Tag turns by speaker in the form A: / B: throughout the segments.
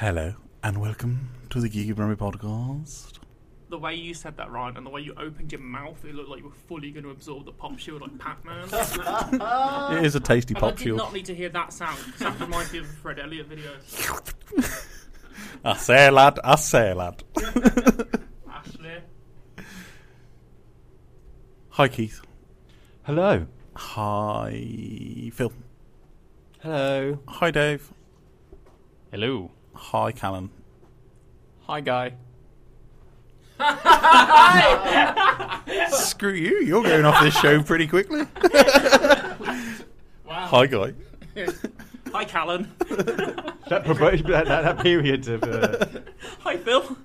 A: Hello and welcome to the Geeky Brummy Podcast.
B: The way you said that, Ryan, and the way you opened your mouth, it looked like you were fully going to absorb the pop shield like Pac-Man. and
A: it is a tasty
B: Ah. I
A: pop
B: did
A: fuel.
B: not need to hear that sound. 'cause That reminds me of Fred Elliott videos.
A: I say, lad, I say, lad.
B: Ashley,
A: Hi, Keith.
C: Hello.
A: Hi, Phil.
C: Hello.
A: Hi, Dave.
D: Hello.
A: Hi, Callan.
D: Hi, guy.
A: Screw you, you're going off this show pretty quickly.
B: wow.
A: Hi, guy.
B: Hi, Callan.
C: That, promotion, that, that, that period of. Uh,
B: Hi, Phil.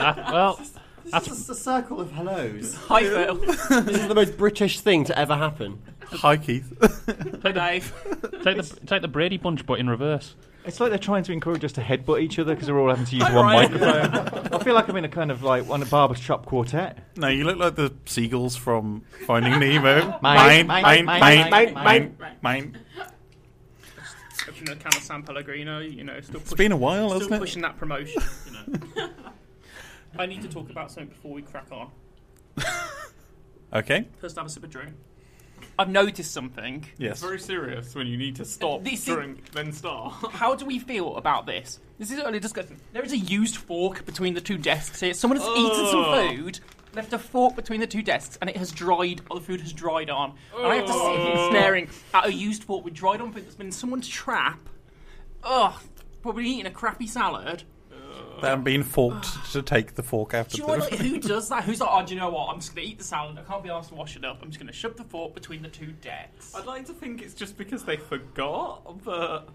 D: Ah, well,
E: It's just a circle of hellos.
B: Hi, Phil.
F: This is the most British thing to ever happen.
A: Hi, Keith.
B: Hi, Dave.
D: take the take the Brady Bunch, but in reverse.
C: it's like they're trying to encourage us to headbutt each other because we're all having to use
B: Hi,
C: one
B: Ryan.
C: microphone. I feel like I'm in a kind of like one of Barbara's Shop quartet.
A: no, you look like the seagulls from Finding Nemo. mine,
C: Mine,
A: mine, mine, mine, mine.
B: Opening a can of San Pellegrino, you know, still
A: It's
B: pushing,
A: been a while,
B: still
A: hasn't it?
B: pushing that promotion. You know. I need to talk about something before we crack on.
A: Okay.
B: First, have a sip of drink. I've noticed something.
A: Yes.
G: very serious when you need to stop,
B: This is-
G: drink, then start.
B: How do we feel about this? This is early discussion. There is a used fork between the two desks here. Someone has
G: Oh.
B: eaten some food, left a fork between the two desks, and it has dried. All the food has dried on. And I have to sit
G: Oh.
B: here staring at a used fork with dried on food that's been in someone's trap. Ugh, probably eating a crappy salad.
A: I'm being forked to take the fork out
B: Ah. Do
A: of
B: you know what,
A: the.
B: like, who does that? Who's like, oh, do you know what? I'm just going to eat the salad. I can't be asked to wash it up. I'm just going to shove the fork between the two desks.
G: I'd like to think it's just because they forgot, but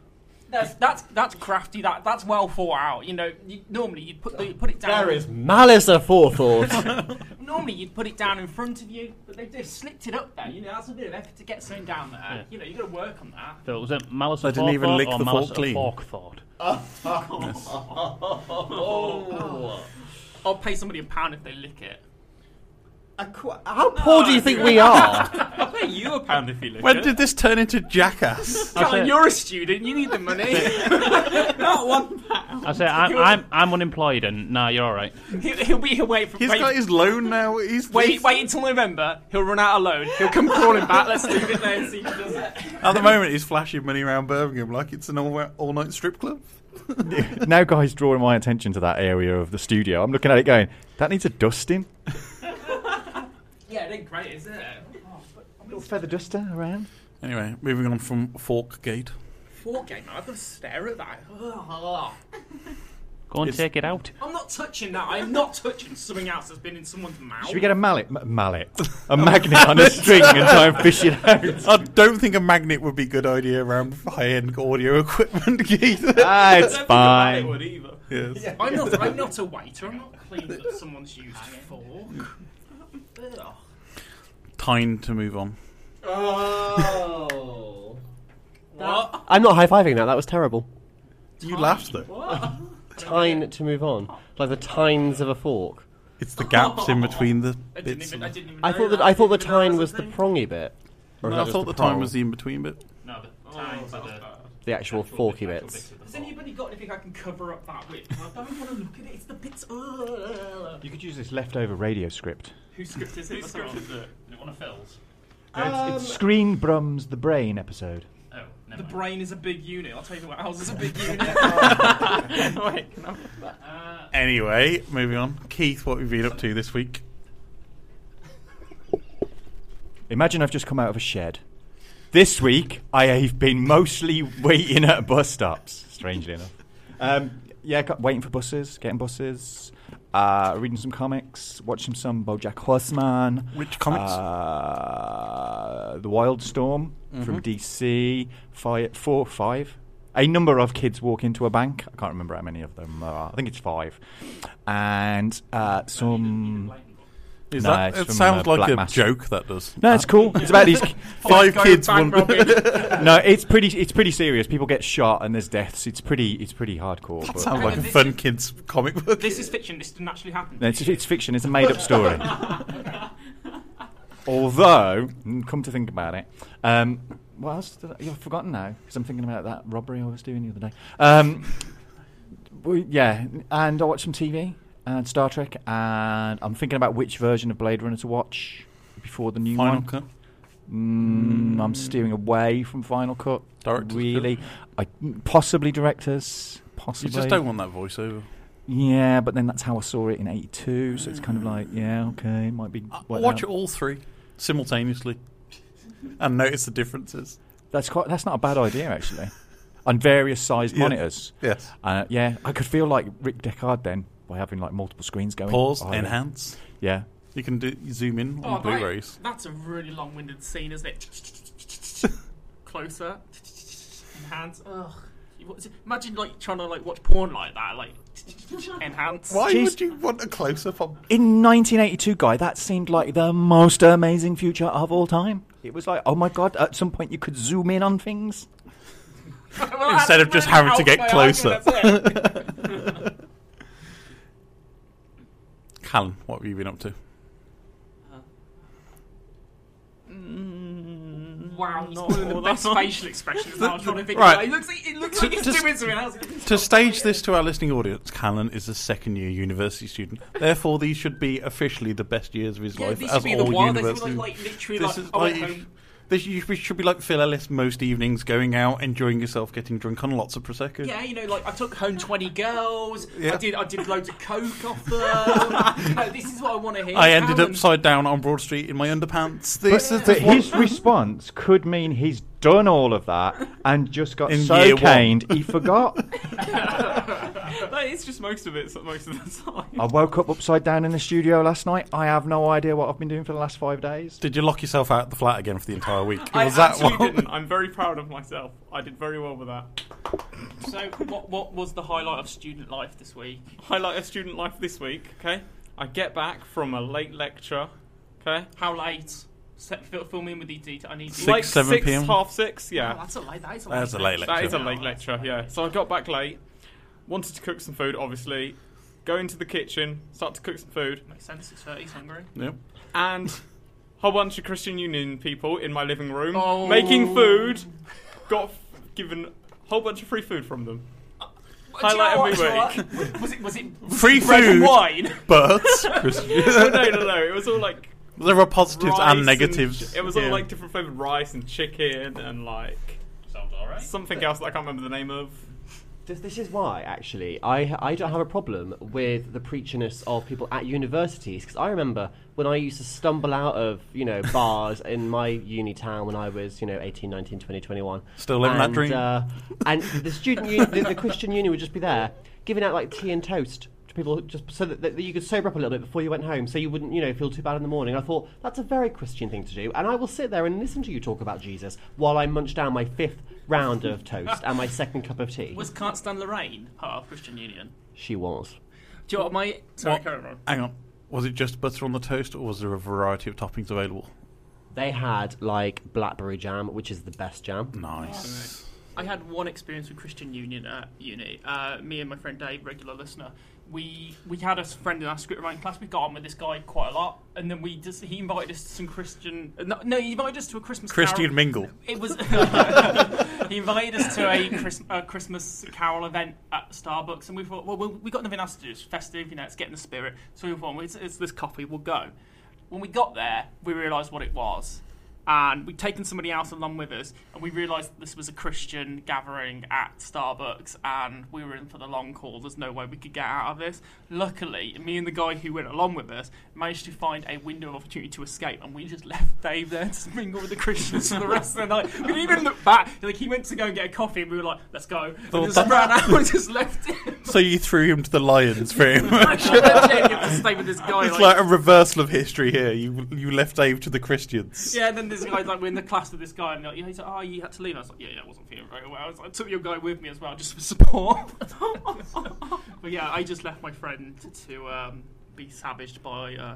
B: That's that's, that's crafty. That that's well thought out. You know, you, normally you'd put the, put it down.
F: There is malice aforethought.
B: Normally you'd put it down in front of you, but they have slipped it up there. You know, that's a bit of effort to get something down there. You know, you got to work on that.
D: Phil, was it malice
A: I
D: at
A: didn't even
D: Forkford
A: lick
D: or
A: the
D: malice
A: fork
D: at
A: clean.
D: Forkford?
B: I'll pay somebody a pound if they lick it.
E: A qu-
F: How poor do you think we are?
G: I'll pay you a pound if you lick
A: When
G: it.
A: did this turn into jackass?
D: I say,
B: you're a student. You need the money.
G: Not one.
D: I say I'm, I'm I'm unemployed and nah, you're all right.
B: he'll, he'll be away from.
A: He's
B: wait,
A: got his loan now. He's
B: Wait, wait until November. He'll run out of loan. He'll come crawling back. Let's leave it there and see if he does it.
A: At the moment, he's flashing money around Birmingham like it's an all all night strip club.
C: now, guys, drawing my attention to that area of the studio. I'm looking at it going, that needs a dusting.
B: Yeah, it ain't great, is it?
C: little feather duster around.
A: Anyway, moving on from Forkgate.
B: Four game. I've got to stare at that.
D: Go and
A: It's-
D: take it out.
B: I'm not touching that. I'm not touching something else that's been in someone's mouth.
C: Should we get a mallet? M- mallet. A magnet on a string and try and fish it out.
A: I don't think a magnet would be a good idea around high end audio equipment, Keith.
B: Uh,
C: Ah, it's
G: It
C: fine.
G: would either.
A: yes.
B: I'm not. I'm not a waiter. I'm not clean that someone's used fork. Ugh.
A: Time to move on.
E: oh.
B: What?
F: I'm not high fiving that. That was terrible.
A: You laughed though.
F: Time to move on, like the tines of a fork.
A: It's the gaps in between the
B: I didn't
A: bits.
B: even. I didn't even.
F: I
B: know
F: thought that
B: that.
F: I thought the
B: Didn't even
F: tine
B: know
F: was
B: that
F: the
B: a thing.
F: prongy bit, or is
A: No, I
F: that
A: thought
F: just
A: the
F: prong?
A: time was the in between bit.
D: No,
F: Oh,
D: but time's
F: the actual forky bits.
B: Has anybody got anything I can cover up that with? I don't want to look at it. It's the bits. Ugh.
C: You could use this leftover radio script.
B: Who scripted it?
G: Whose script is it?
D: One of Phil's.
C: it's Screen Brum's The Brain episode.
D: Oh, never
B: The brain is a big unit. I'll tell you what else is a big unit. Wait, can I-
A: Anyway, moving on. Keith, what have you been up to this week?
C: Imagine I've just come out of a shed. This week, I have been mostly waiting at bus stops, strangely enough. Um, yeah, got, waiting for buses, getting buses, uh, reading some comics, watching some Bojack Horseman.
A: Which comics?
C: Uh, the Wildstorm
A: Mm-hmm.
C: from DC. Five, four, five. A number of kids walk into a bank. I can't remember how many of them there are. I think it's five. And uh, some.
A: Is
C: No,
A: that,
C: it's
A: it
C: from,
A: sounds
C: uh,
A: like
C: Black
A: a
C: Mass.
A: joke, that does.
C: No, it's cool. It's about these.
A: Five kids,
B: Bank
A: one.
B: robbing.
C: no, it's pretty. It's pretty serious. People get shot and there's deaths. It's pretty. It's pretty hardcore. But
A: Sounds like a fun kids comic book.
B: This is fiction. This didn't actually happen.
C: No, it's, it's fiction. It's a made-up story. Although, mm, come to think about it, um, what else? Did I, you've forgotten now because I'm thinking about that robbery I was doing the other day. Um, we, yeah, and I watched some TV and Star Trek, and I'm thinking about which version of Blade Runner to watch before the new
A: Final
C: one.
A: cut.
C: Mm, I'm steering away from Final Cut.
A: Director's
C: really, I, possibly directors.
A: You
C: Possibly.
A: just don't want that voiceover.
C: Yeah, but then that's how I saw it in '82, so it's kind of like, yeah, okay, might be.
A: I
C: worked
A: Mm. Uh, watch
C: out.
A: it all three simultaneously and notice the differences.
C: That's quite. That's not a bad idea actually. On various sized
A: Yeah.
C: monitors.
A: Yes.
C: Uh, yeah, I could feel like Rick Deckard then by having like multiple screens going.
A: Pause,
C: behind it.
A: enhance.
C: Yeah.
A: You can do zoom in on
B: Oh, that-
A: Blu-rays.
B: That's a really long-winded scene, isn't it? Closer, enhance. Ugh. You- what's it- Imagine like trying to like watch porn like that, like enhance.
A: Why
C: Jeez.
A: would you want a close-up on?
C: In 1982, guy, that seemed like the most amazing future of all time. It was like, oh my god, at some point you could zoom in on things.
B: Well,
A: Instead
B: that's
A: of just
B: really
A: having to
B: out
A: get
B: my
A: closer.
B: argument, that's it.
A: Callum, what have you been up to?
B: wow, he's one of the best facial expressions. Now I'm trying to think.
A: Right.
B: Right. It looks like it looks
A: To-
B: like he's
A: to-
B: doing something else.
A: To stage this to our listening audience, Callan is a second-year university student. Therefore, these should be officially the best years of his
B: Yeah,
A: life
B: these
A: as
B: should be the
A: all
B: wild. They should
A: university.
B: be like, like literally
A: this
B: like,
A: is
B: oh,
A: like
B: at
A: you sh-
B: home.
A: this you should be like Phil Ellis most evenings, going out, enjoying yourself, getting drunk on lots of prosecco.
B: Yeah, you know, like I took home twenty girls.
A: Yeah.
B: I did. I did loads of coke off them. no, this is what I want to hear.
A: I ended
B: Alan.
A: upside down on Broad Street in my underpants. This is
C: But
A: the one-
C: his response could mean he's done all of that and just got
A: In year
C: so
A: one.
C: caned he forgot.
G: That is just most of it, so- most of the time.
A: Oh.
C: I woke up upside down in the studio last night. I have no idea what I've been doing for the last five days.
A: Did you lock yourself out of the flat again for the entire week?
G: I
A: Was that
G: actually
A: one?
G: didn't. I'm very proud of myself. I did very well with that.
B: So, what, what was the highlight of student life this week?
G: Highlight of student life this week, okay? I get back from a late lecture, okay?
B: How late? Set, fill, fill me in with the detail. I need.
A: Six,
G: like
A: 7
G: six,
A: PM?
G: half six,
B: Oh,
G: yeah.
B: that's a late. That is a late.
A: That's a late lecture.
G: That is a late lecture, yeah. So I got back late, wanted to cook some food, obviously. Go into the kitchen, start to cook some food,
B: Makes sense. It's thirty. He's hungry.
A: Yep.
G: and a whole bunch of Christian Union people in my living room
B: Oh.
G: making food. Got f- given a whole bunch of free food from them. Highlight of my week.
B: Was it? Was it?
A: Free
B: bread and
A: food.
B: wine.
A: But
G: Well, no, no, no. It was all like
A: there are positives
G: rice
A: and negatives.
G: it was all like different flavored rice and chicken and like
D: Sounds alright.
G: something else that I can't remember the name of.
F: This, this is why, actually, I, I don't have a problem with the preachiness of people at universities because I remember when I used to stumble out of, you know, bars in my uni town when I was, you know, 18, 19, 20, 21.
A: Still living that
F: and,
A: dream.
F: Uh, and the student union, the, the Christian union would just be there giving out like tea and toast to people just so that, that you could sober up a little bit before you went home so you wouldn't, you know, feel too bad in the morning. I thought that's a very Christian thing to do and I will sit there and listen to you talk about Jesus while I munch down my fifth round of toast and my second cup of tea.
B: Was Can't Stand Lorraine part of Christian Union?
F: She was.
B: Do you know what my? Sorry,
A: What-
B: carry on.
A: Hang on. Was it just butter on the toast, or was there a variety of toppings available?
F: They had like blackberry jam, which is the best jam.
A: Nice.
B: I had one experience with Christian Union at uni. Uh, me and my friend Dave, regular listener, we we had a friend in our script writing class. We got on with this guy quite a lot, and then we just he invited us to some Christian. uh, No, no he invited us to a Christmas.
A: Christian
B: carol.
A: mingle.
B: It was. he invited us to a, Chris, a Christmas carol event at Starbucks, and we thought, well, we we got nothing else to do. It's festive, you know, it's getting the spirit. So we thought, well, it's, it's this coffee, we'll go. When we got there, we realised what it was. And we'd taken somebody else along with us, and we realised that this was a Christian gathering at Starbucks, and we were in for the long haul. There's no way we could get out of this. Luckily, me and the guy who went along with us managed to find a window of opportunity to escape, and we just left Dave there to mingle with the Christians for the rest of the night. We didn't even look back. Like he went to go and get a coffee, and we were like, "Let's go." And just
A: that-
B: ran out and just left him.
A: So you threw him to the lions for him.
B: to stay with this guy.
A: it's
B: Oh, like-
A: like a reversal of history here. You you left Dave to the Christians.
B: Yeah, and then this guy's like, we're in the class with this guy, and like, he's like, oh, you had to leave. I was like, yeah, yeah, I wasn't feeling very well. I, was like, I took your guy with me as well, just for support. but yeah, I just left my friend to um, be savaged by uh,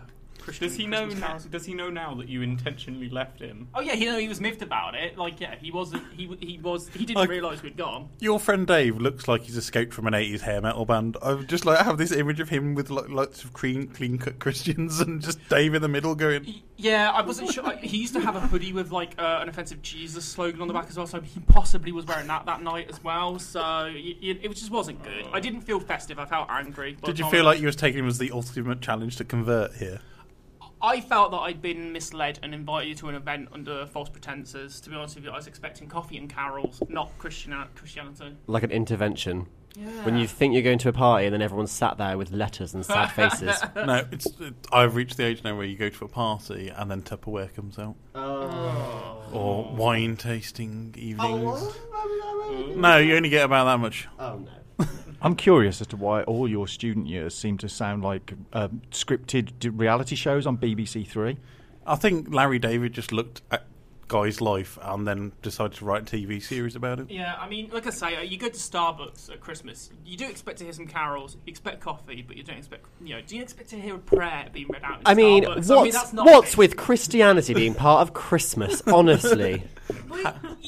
G: Does he know? Now, does he know now that you intentionally left him?
B: Oh yeah, you know he was miffed about it. Like yeah, he wasn't. He w- he was. He didn't
A: Like-
B: realise we'd gone.
A: Your friend Dave looks like he's escaped from an '80s hair metal band. I would just like have this image of him with like, lots of clean, clean-cut Christians and just Dave in the middle going.
B: Y- Yeah, I wasn't sure. I- He used to have a hoodie with like uh, an offensive Jesus slogan on the back as well, so he possibly was wearing that that night as well. So y y it just wasn't good. I didn't feel festive. I felt angry. by the
A: Did you
B: time
A: feel
B: I-
A: like you was taking him as the ultimate challenge to convert here?
B: I felt that I'd been misled and invited to an event under false pretenses. To be honest with you, I was expecting coffee and carols, not Christian Christianity.
F: Like an intervention.
B: Yeah.
F: When you think you're going to a party and then everyone's sat there with letters and sad faces.
B: Uh.
A: no, it's. It, I've reached the age now where you go to a party and then Tupperware comes out.
B: Oh.
A: Or wine tasting evenings. No, you only get about that much.
F: Oh no.
H: I'm curious as to why all your student years seem to sound like um, scripted d- reality shows on BBC Three.
A: I think Larry David just looked at Guy's life and then decided to write a TV series about it.
B: Yeah, I mean, like I say, uh, you go to Starbucks at Christmas, you do expect to hear some carols, you expect coffee, but you don't expect, you know, do you expect to hear a prayer being read out? In
F: I mean,
B: Starbucks?
F: what's,
B: I mean, that's not
F: what's with Christianity being part of Christmas? Honestly,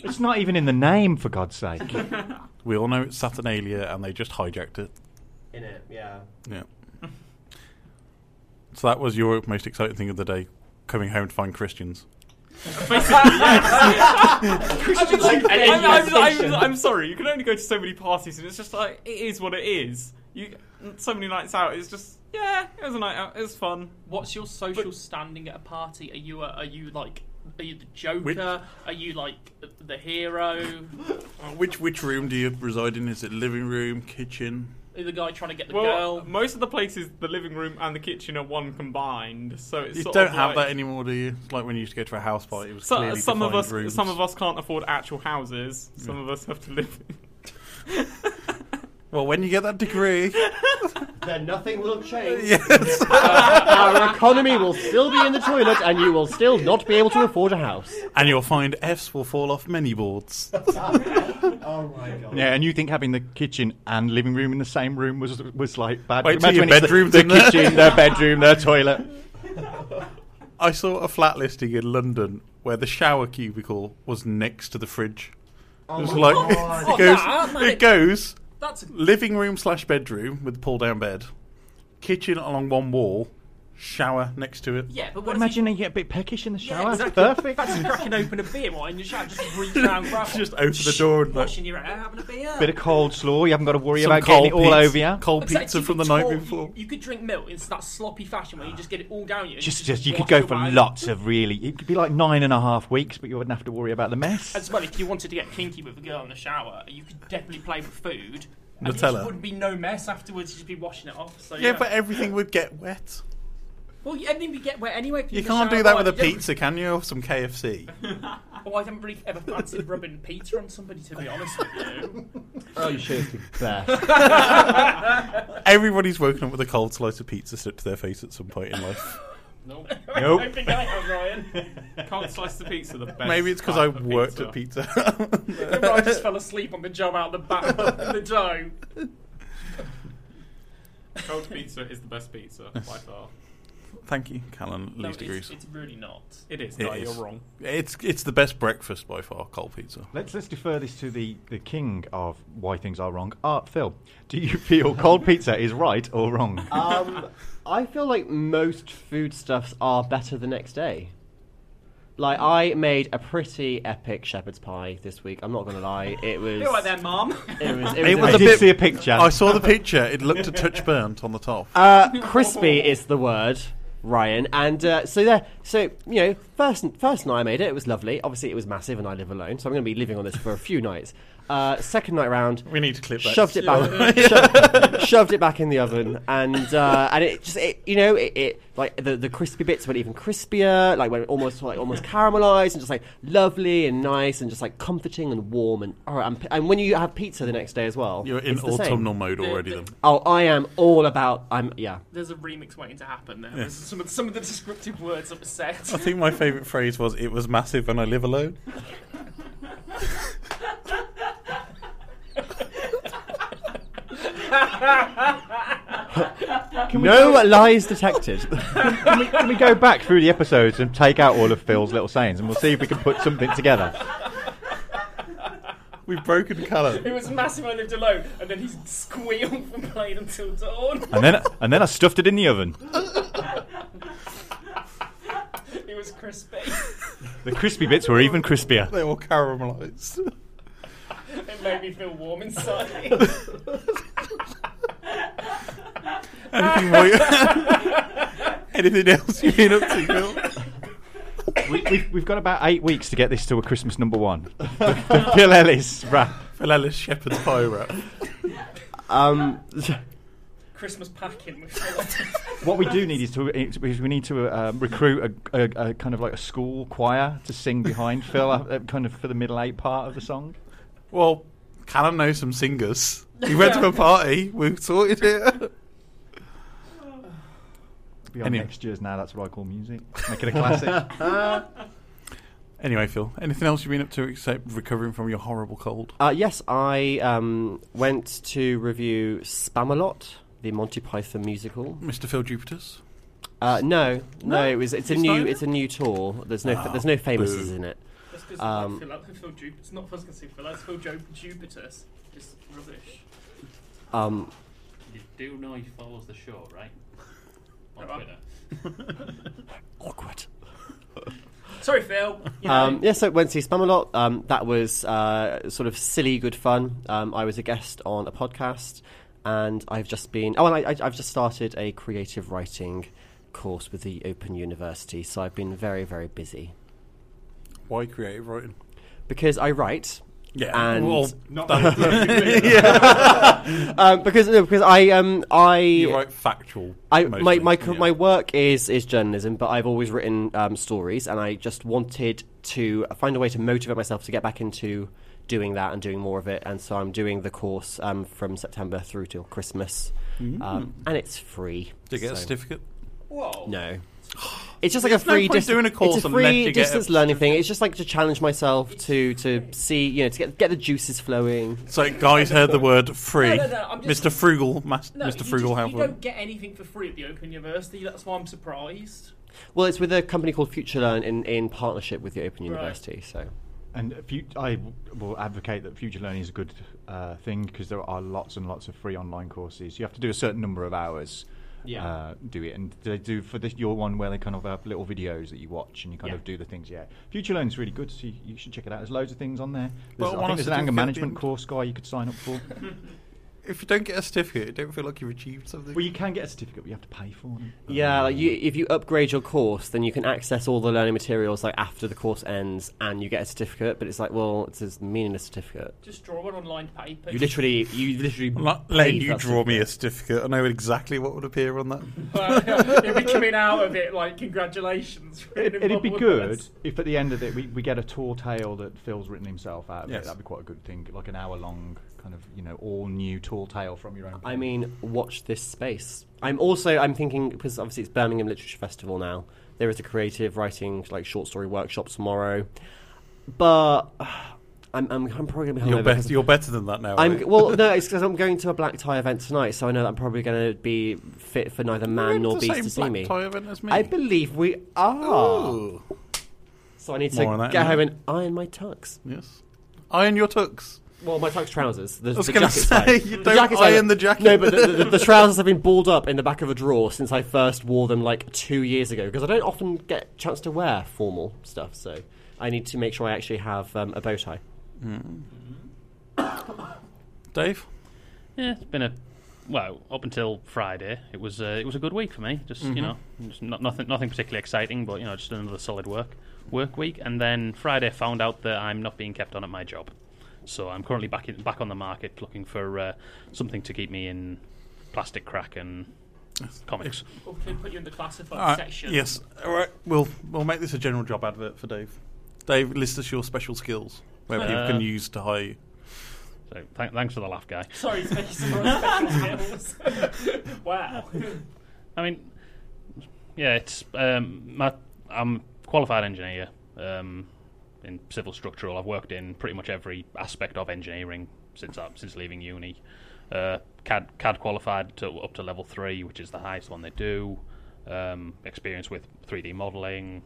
H: It's not even in the name, for God's sake.
A: We all know it's Saturnalia and they just hijacked it.
F: in it, yeah.
A: Yeah. so that was your most exciting thing of the day, coming home to find Christians.
G: Like,
B: an
G: I'm, I'm,
B: investigation.
G: I'm, I'm sorry. You can only go to so many parties, and it's just like it is what it is. You so many nights out. It's just yeah. It was a night out. It was fun.
B: What's your social standing at a party? Are you, a, are you like, are you the Joker?
A: Which-
B: Are you like the hero?
A: Uh, Which which room do you reside in? Is it living room, kitchen?
B: Are you the guy trying to get the
G: Well,
B: girl?
G: most of the places, the living room and the kitchen are one combined, so it's
A: You
G: sort
A: don't
G: of
A: have
G: like-
A: that anymore, do you? It's like when you used to go to a house party, it was
G: So,
A: clearly
G: some of
A: defined
G: us,
A: rooms.
G: some of us can't afford actual houses. Some of us have to live.
A: Well, when you get that degree,
F: Then nothing will change.
A: yes.
F: Our economy will still be in the toilet, and you will still not be able to afford a house.
A: and you'll find Fs will fall off many boards.
C: Oh my god.
H: Yeah, and you think having the kitchen and living room in the same room was was like bad?
A: Wait till your
H: when it's
A: bedroom's
H: the,
A: in
H: the
A: there.
H: kitchen, their bedroom, their toilet.
A: I saw a flat listing in London where the shower cubicle was next to the fridge. it was like
B: Oh,
A: it goes,
B: that- that-
A: it goes
B: That's a
A: living room slash bedroom with the pull down bed, kitchen along one wall, shower next to it.
B: yeah, but what if
H: Imagine you get a bit peckish in the
B: you,
H: shower.
B: yeah, exactly.
H: Perfect.
B: That's cracking open a beer while in your shower, just reach around, grab
A: Just open the door and like
B: washing your hair, having a beer.
H: Bit of cold slaw. You haven't got to worry
A: some
H: about
A: cold
H: getting it all
A: pizza,
H: over you.
A: cold
B: Exactly,
A: pizza
B: you
A: from the
B: could
A: night
B: talk-
A: before.
B: You, you could drink milk in that sloppy fashion where you just get it all down you. and
H: Just, just you could
B: wash
H: go
B: your
H: for
B: way.
H: lots of really. It could be like nine and a half weeks, but you wouldn't have to worry about the mess.
B: As well, if you wanted to get kinky with a girl in the shower, you could definitely play with food. And it
A: Nutella.
B: just wouldn't be no mess afterwards. You'd just be washing it off. So yeah,
A: Yeah, but everything would get wet.
B: well, yeah, everything we get wet anyway. 'cause
A: You
B: you're in the
A: can't
B: shower
A: do that
B: while
A: with a
B: you don't-
A: pizza, can you? Or some KFC.
B: Oh, I haven't really ever fancied rubbing pizza on somebody. To be honest with you,
F: Oh, you sure the best.
A: Everybody's woken up with a cold slice of pizza slipped to their face at some point in life.
B: I don't think I have Ryan.
G: Can't slice the pizza. The best.
A: Maybe it's because I
G: type of
A: worked
G: pizza.
A: at pizza.
B: Maybe I just fell asleep on the job out the back in the dough.
G: Cold pizza is the best pizza by far.
A: Thank you, Callan.
B: No,
A: Least
B: it's,
A: degrees.
B: it's really not.
G: It is.
A: It
G: no,
A: is.
G: you're wrong.
A: It's it's the best breakfast by far, cold pizza.
H: Let's let's defer this to the, the king of why things are wrong, Art Phil. Do you feel cold pizza is right or wrong?
F: Um, I feel like most foodstuffs are better the next day. Like I made a pretty epic shepherd's pie this week. I'm not gonna lie, it was.
B: You're right there, Mom.
F: It was. It was,
A: It was
H: I
A: a
H: did
A: bit-
H: see a picture.
A: I saw the picture. It looked a touch burnt on the top.
F: Uh, crispy is the word, Ryan. And uh, so there, so you know, first first night I made it, it was lovely. Obviously, it was massive, and I live alone, so I'm going to be living on this for a few nights. Uh, second night round,
A: We need to clip that.
F: shoved it back, shoved, shoved it back in the oven, and uh, and it just it, you know it, it like the, the crispy bits went even crispier, like went almost like almost caramelized and just like lovely and nice and just like comforting and warm and all right, and, and when you have pizza the next day as well,
A: You're in
F: it's the same.
A: autumnal mode already. Then
F: Oh, I am all about I'm yeah.
B: There's a remix waiting to happen. There, There's some of, some of the descriptive words that were said.
A: I think my favourite phrase was "It was massive and I live alone."
C: Can
F: No lies detected.
C: can, we, can we go back through the episodes and take out all of Phil's little sayings, and we'll see if we can put something together.
A: We've broken
B: It
A: Callum.
B: was massive. I lived alone, and then he squealed and played until dawn.
C: And then, and then I stuffed it in the oven.
B: It was crispy.
C: The crispy bits were even crispier.
A: They all caramelised.
B: it made me feel warm inside.
A: Anything, more Anything else you've been up to, Phil?
C: We, we've, we've got about eight weeks to get this to a Christmas number one. The, the Phil Ellis rap.
A: Phil Ellis Shepherd's Pie Wrap.
F: Um,
B: Christmas packing with Phil.
C: What we do need is to is we need to um, recruit a, a, a kind of like a school choir to sing behind Phil, uh, kind of for the middle eight part of the song.
A: Well, Callum knows some singers. He went to a party. We've sorted it.
C: Be on
A: Anyway.
C: next year's now. That's what I call music. Make it a classic.
A: Anyway, Phil, anything else you've been up to except recovering from your horrible cold?
F: uh, yes, I um, went to review Spamalot, the Monty Python musical.
A: Mr. Phil Jupiter's?
F: Uh, no, no, it was. It's a
A: It's
F: new.
A: not?
F: It's a new tour. There's no.
A: Oh,
F: there's no famouses
A: boo.
F: in it.
B: That's because
F: Um,
B: Phil, Up- Phil Ju- it's not Phil's gonna say Phil, it's Phil Jo- Jupiter's. Just rubbish.
F: Um,
I: You do know he follows the show, right? On
B: Alright.
I: Twitter.
F: awkward.
B: Sorry, Phil. You know,
F: Um, yeah, so went to see Spamalot. Um, that was uh, sort of silly, good fun. Um, I was a guest on a podcast, and I've just been. Oh, and I, I, I've just started a creative writing course with the Open University, so I've been very, very busy
A: Why creative writing?
F: because I write.
A: Yeah.
F: And-
A: well,
J: Not
F: Um, because no, because I um I
A: you write factual.
F: I, my
A: mostly,
F: my, co-
A: yeah.
F: my work is is journalism, but I've always written um, stories, and I just wanted to find a way to motivate myself to get back into doing that and doing more of it. And so I'm doing the course um, from September through till Christmas, um, and it's free.
A: Do you Mm. get a
F: so-
A: certificate?
B: whoa.
F: No. It's just like a
A: no
F: free
A: point
F: dis-
A: doing a course
F: it's a
A: unless
F: free
A: you get a
F: distance learning thing. It's just like to challenge myself to to see, you know, to get get the juices flowing.
A: So, guys heard the word free.
B: No, no, no, I'm just-
A: Mr. Frugal, mas-
B: No,
A: Mr.
B: you
A: Frugal
B: just, you
A: Howard.
B: don't get anything for free at the Open University. That's why I'm surprised.
F: Well, it's with a company called FutureLearn in in partnership with the Open University. So
C: and fu- I w- will advocate that future learning is a good uh, thing because there are lots and lots of free online courses. You have to do a certain number of hours.
F: Yeah.
C: Uh, do it, and they do for this your one where they kind of have little videos that you watch and you kind
F: Yeah.
C: of do the things. Yeah, Future Loan's really good, so you, you should check it out. There's loads of things on there. There's,
A: But
C: I
A: one
C: think
A: has
C: there's
A: to
C: an
A: do
C: anger
A: fifteen-
C: management course guy you could sign up for.
A: If you don't get a certificate, don't feel like you've achieved something.
C: well, you can get a certificate, but you have to pay for them.
F: Yeah, like you, if you upgrade your course, then you can access all the learning materials like after the course ends, and you get a certificate. But it's like, well, it's a meaningless certificate.
B: Just draw one online paper.
F: You literally, you literally.
A: I'm not
F: pay
A: letting
F: for
A: you
F: that
A: draw me a
F: certificate.
A: certificate. I know exactly what would appear on that.
B: Well, if we uh, coming out of it, like congratulations. for
C: It,
B: being
C: it'd be
B: involved
C: good
B: with us.
C: if at the end of it we, we get a tall tale that Phil's written himself out of
A: Yes.
C: it. That'd be quite a good thing, like an hour long kind of you know all new tall tale from your own.
F: I mean, watch this space. I'm also, I'm thinking because obviously it's Birmingham Literature Festival now. There is a creative writing like short story workshop tomorrow, but I'm, I'm, I'm probably gonna be
A: You're,
F: hungover
A: bet-
F: 'cause
A: you're better than that now.
F: I'm
A: right?
F: well, no, it's because I'm going to a black tie event tonight, so I know that I'm probably going to be fit for neither
A: You're
F: man
A: in
F: nor
A: the
F: beast
A: same
F: to see
A: black
F: me.
A: tie event as me.
F: I Ah. believe we are.
A: Ooh.
F: So I need
A: More on
F: to
A: that
F: get
A: in a
F: home
A: minute.
F: and iron my tux.
A: Yes. Iron your tux.
F: Well, my tux trousers. The,
A: I was
F: the
A: going to
F: jacket
A: say,
F: side.
A: you
F: The
A: don't
F: jacket side.
A: iron the jacket.
F: No, but the, the, the trousers have been balled up in the back of a drawer since I first wore them like two years ago because I don't often get a chance to wear formal stuff. So I need to make sure I actually have um, a bow tie.
A: Dave?
D: Yeah, it's been a well up until Friday. It was uh, it was a good week for me. Just you know, just not, nothing nothing particularly exciting, but you know, just another solid work work week. And then Friday, found out that I'm not being kept on at my job, so I'm currently back in, back on the market looking for uh, something to keep me in plastic crack and comics.
B: Or could we put you in the classified
A: All right.
B: section.
A: Yes. All right. We'll we'll make this a general job advert for Dave. Dave, list us your special skills where people
D: Uh,
A: can use to hire you.
D: So th- thanks for the laugh, guy.
B: Sorry, to make you some more special skills. wow.
D: I mean, yeah, it's um, my, I'm a qualified engineer um, in civil structural. I've worked in pretty much every aspect of engineering since I, since leaving uni. Uh, CAD CAD qualified to up to level three, which is the highest one they do. Um, experience with 3D modeling.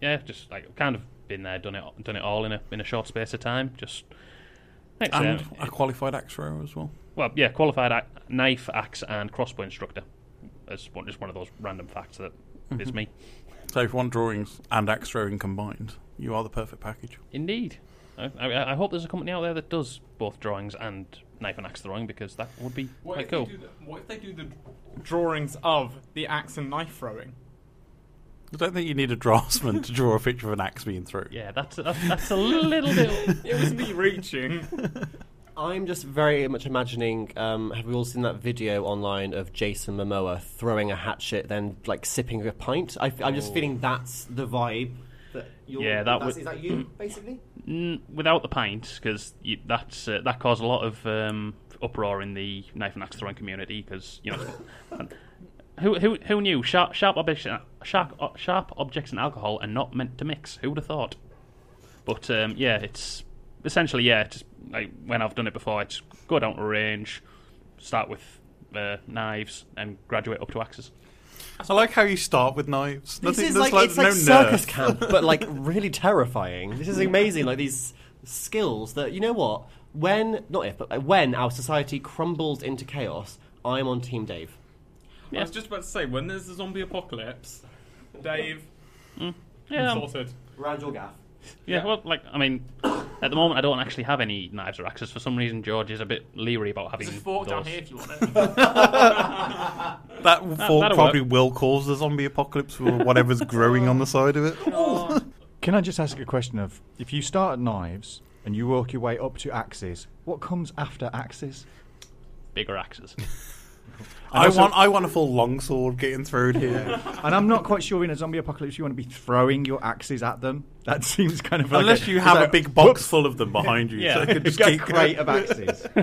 D: Yeah, just like kind of been there, done it, done it all in a in a short space of time. Just It's,
A: And
D: um,
A: a qualified axe thrower as well.
D: well, yeah, qualified ac- knife, axe, and crossbow instructor. That's one, just one of those random facts that is
A: Mhm.
D: me.
A: So if you want drawings and axe throwing combined, you are the perfect package.
D: Indeed. I, I, I hope there's a company out there that does both drawings and knife and axe throwing because that would be
G: What
D: quite
G: if,
D: cool.
G: they do the, what if they do the drawings of the axe and knife throwing?
A: I don't think you need a draftsman to draw a picture of an axe being through.
D: Yeah, that's, that's that's a little bit.
G: It was me reaching.
F: I'm just very much imagining. Um, have we all seen that video online of Jason Momoa throwing a hatchet, then like sipping a pint? I, am
A: Oh.
F: just feeling that's the vibe. That you're,
D: Yeah, that
F: that's,
D: would-
F: is that you basically.
D: Mm, without the pint because that's uh, that caused a lot of um, uproar in the knife and axe throwing community because you know who who who knew sharp sharp objects sharp o- sharp objects and alcohol are not meant to mix. Who would have thought? But um, yeah, it's essentially yeah. Just like when I've done it before, it's go down to a range, start with uh, knives, and graduate up to axes.
A: I like how you start with knives.
F: This
A: Nothing-
F: is
A: there's
F: like, it's like
A: no
F: circus
A: nerf.
F: camp, but like really terrifying. This is amazing. Like these skills that you know what? When not if, but like, when our society crumbles into chaos, I'm on Team Dave.
G: I was just about to say, when there's a zombie apocalypse, Dave,
D: Yeah,
A: Um,
D: I'm-
G: sorted.
F: Round your gaff.
D: Yeah, well, like I mean, at the moment I don't actually have any knives or axes. For some reason, George is a bit leery about having
B: There's a fork down
D: those.
B: here if you want it.
A: That fork
D: that'll
A: probably will cause the zombie apocalypse for whatever's growing on the side of it.
F: Oh.
H: Can I just ask a question of if you start at knives and you work your way up to axes, what comes after axes?
D: Bigger axes.
A: I
H: also-
A: want I want a full longsword getting through here.
H: And I'm not quite sure in a zombie apocalypse you want to be throwing your axes at them. That seems kind of like
A: Unless
H: a-
A: you have
H: like,
A: a big box
H: whoops,
A: full of them behind you,
D: Yeah.
A: so you can just
H: a
A: keep
H: crate of axes.
G: I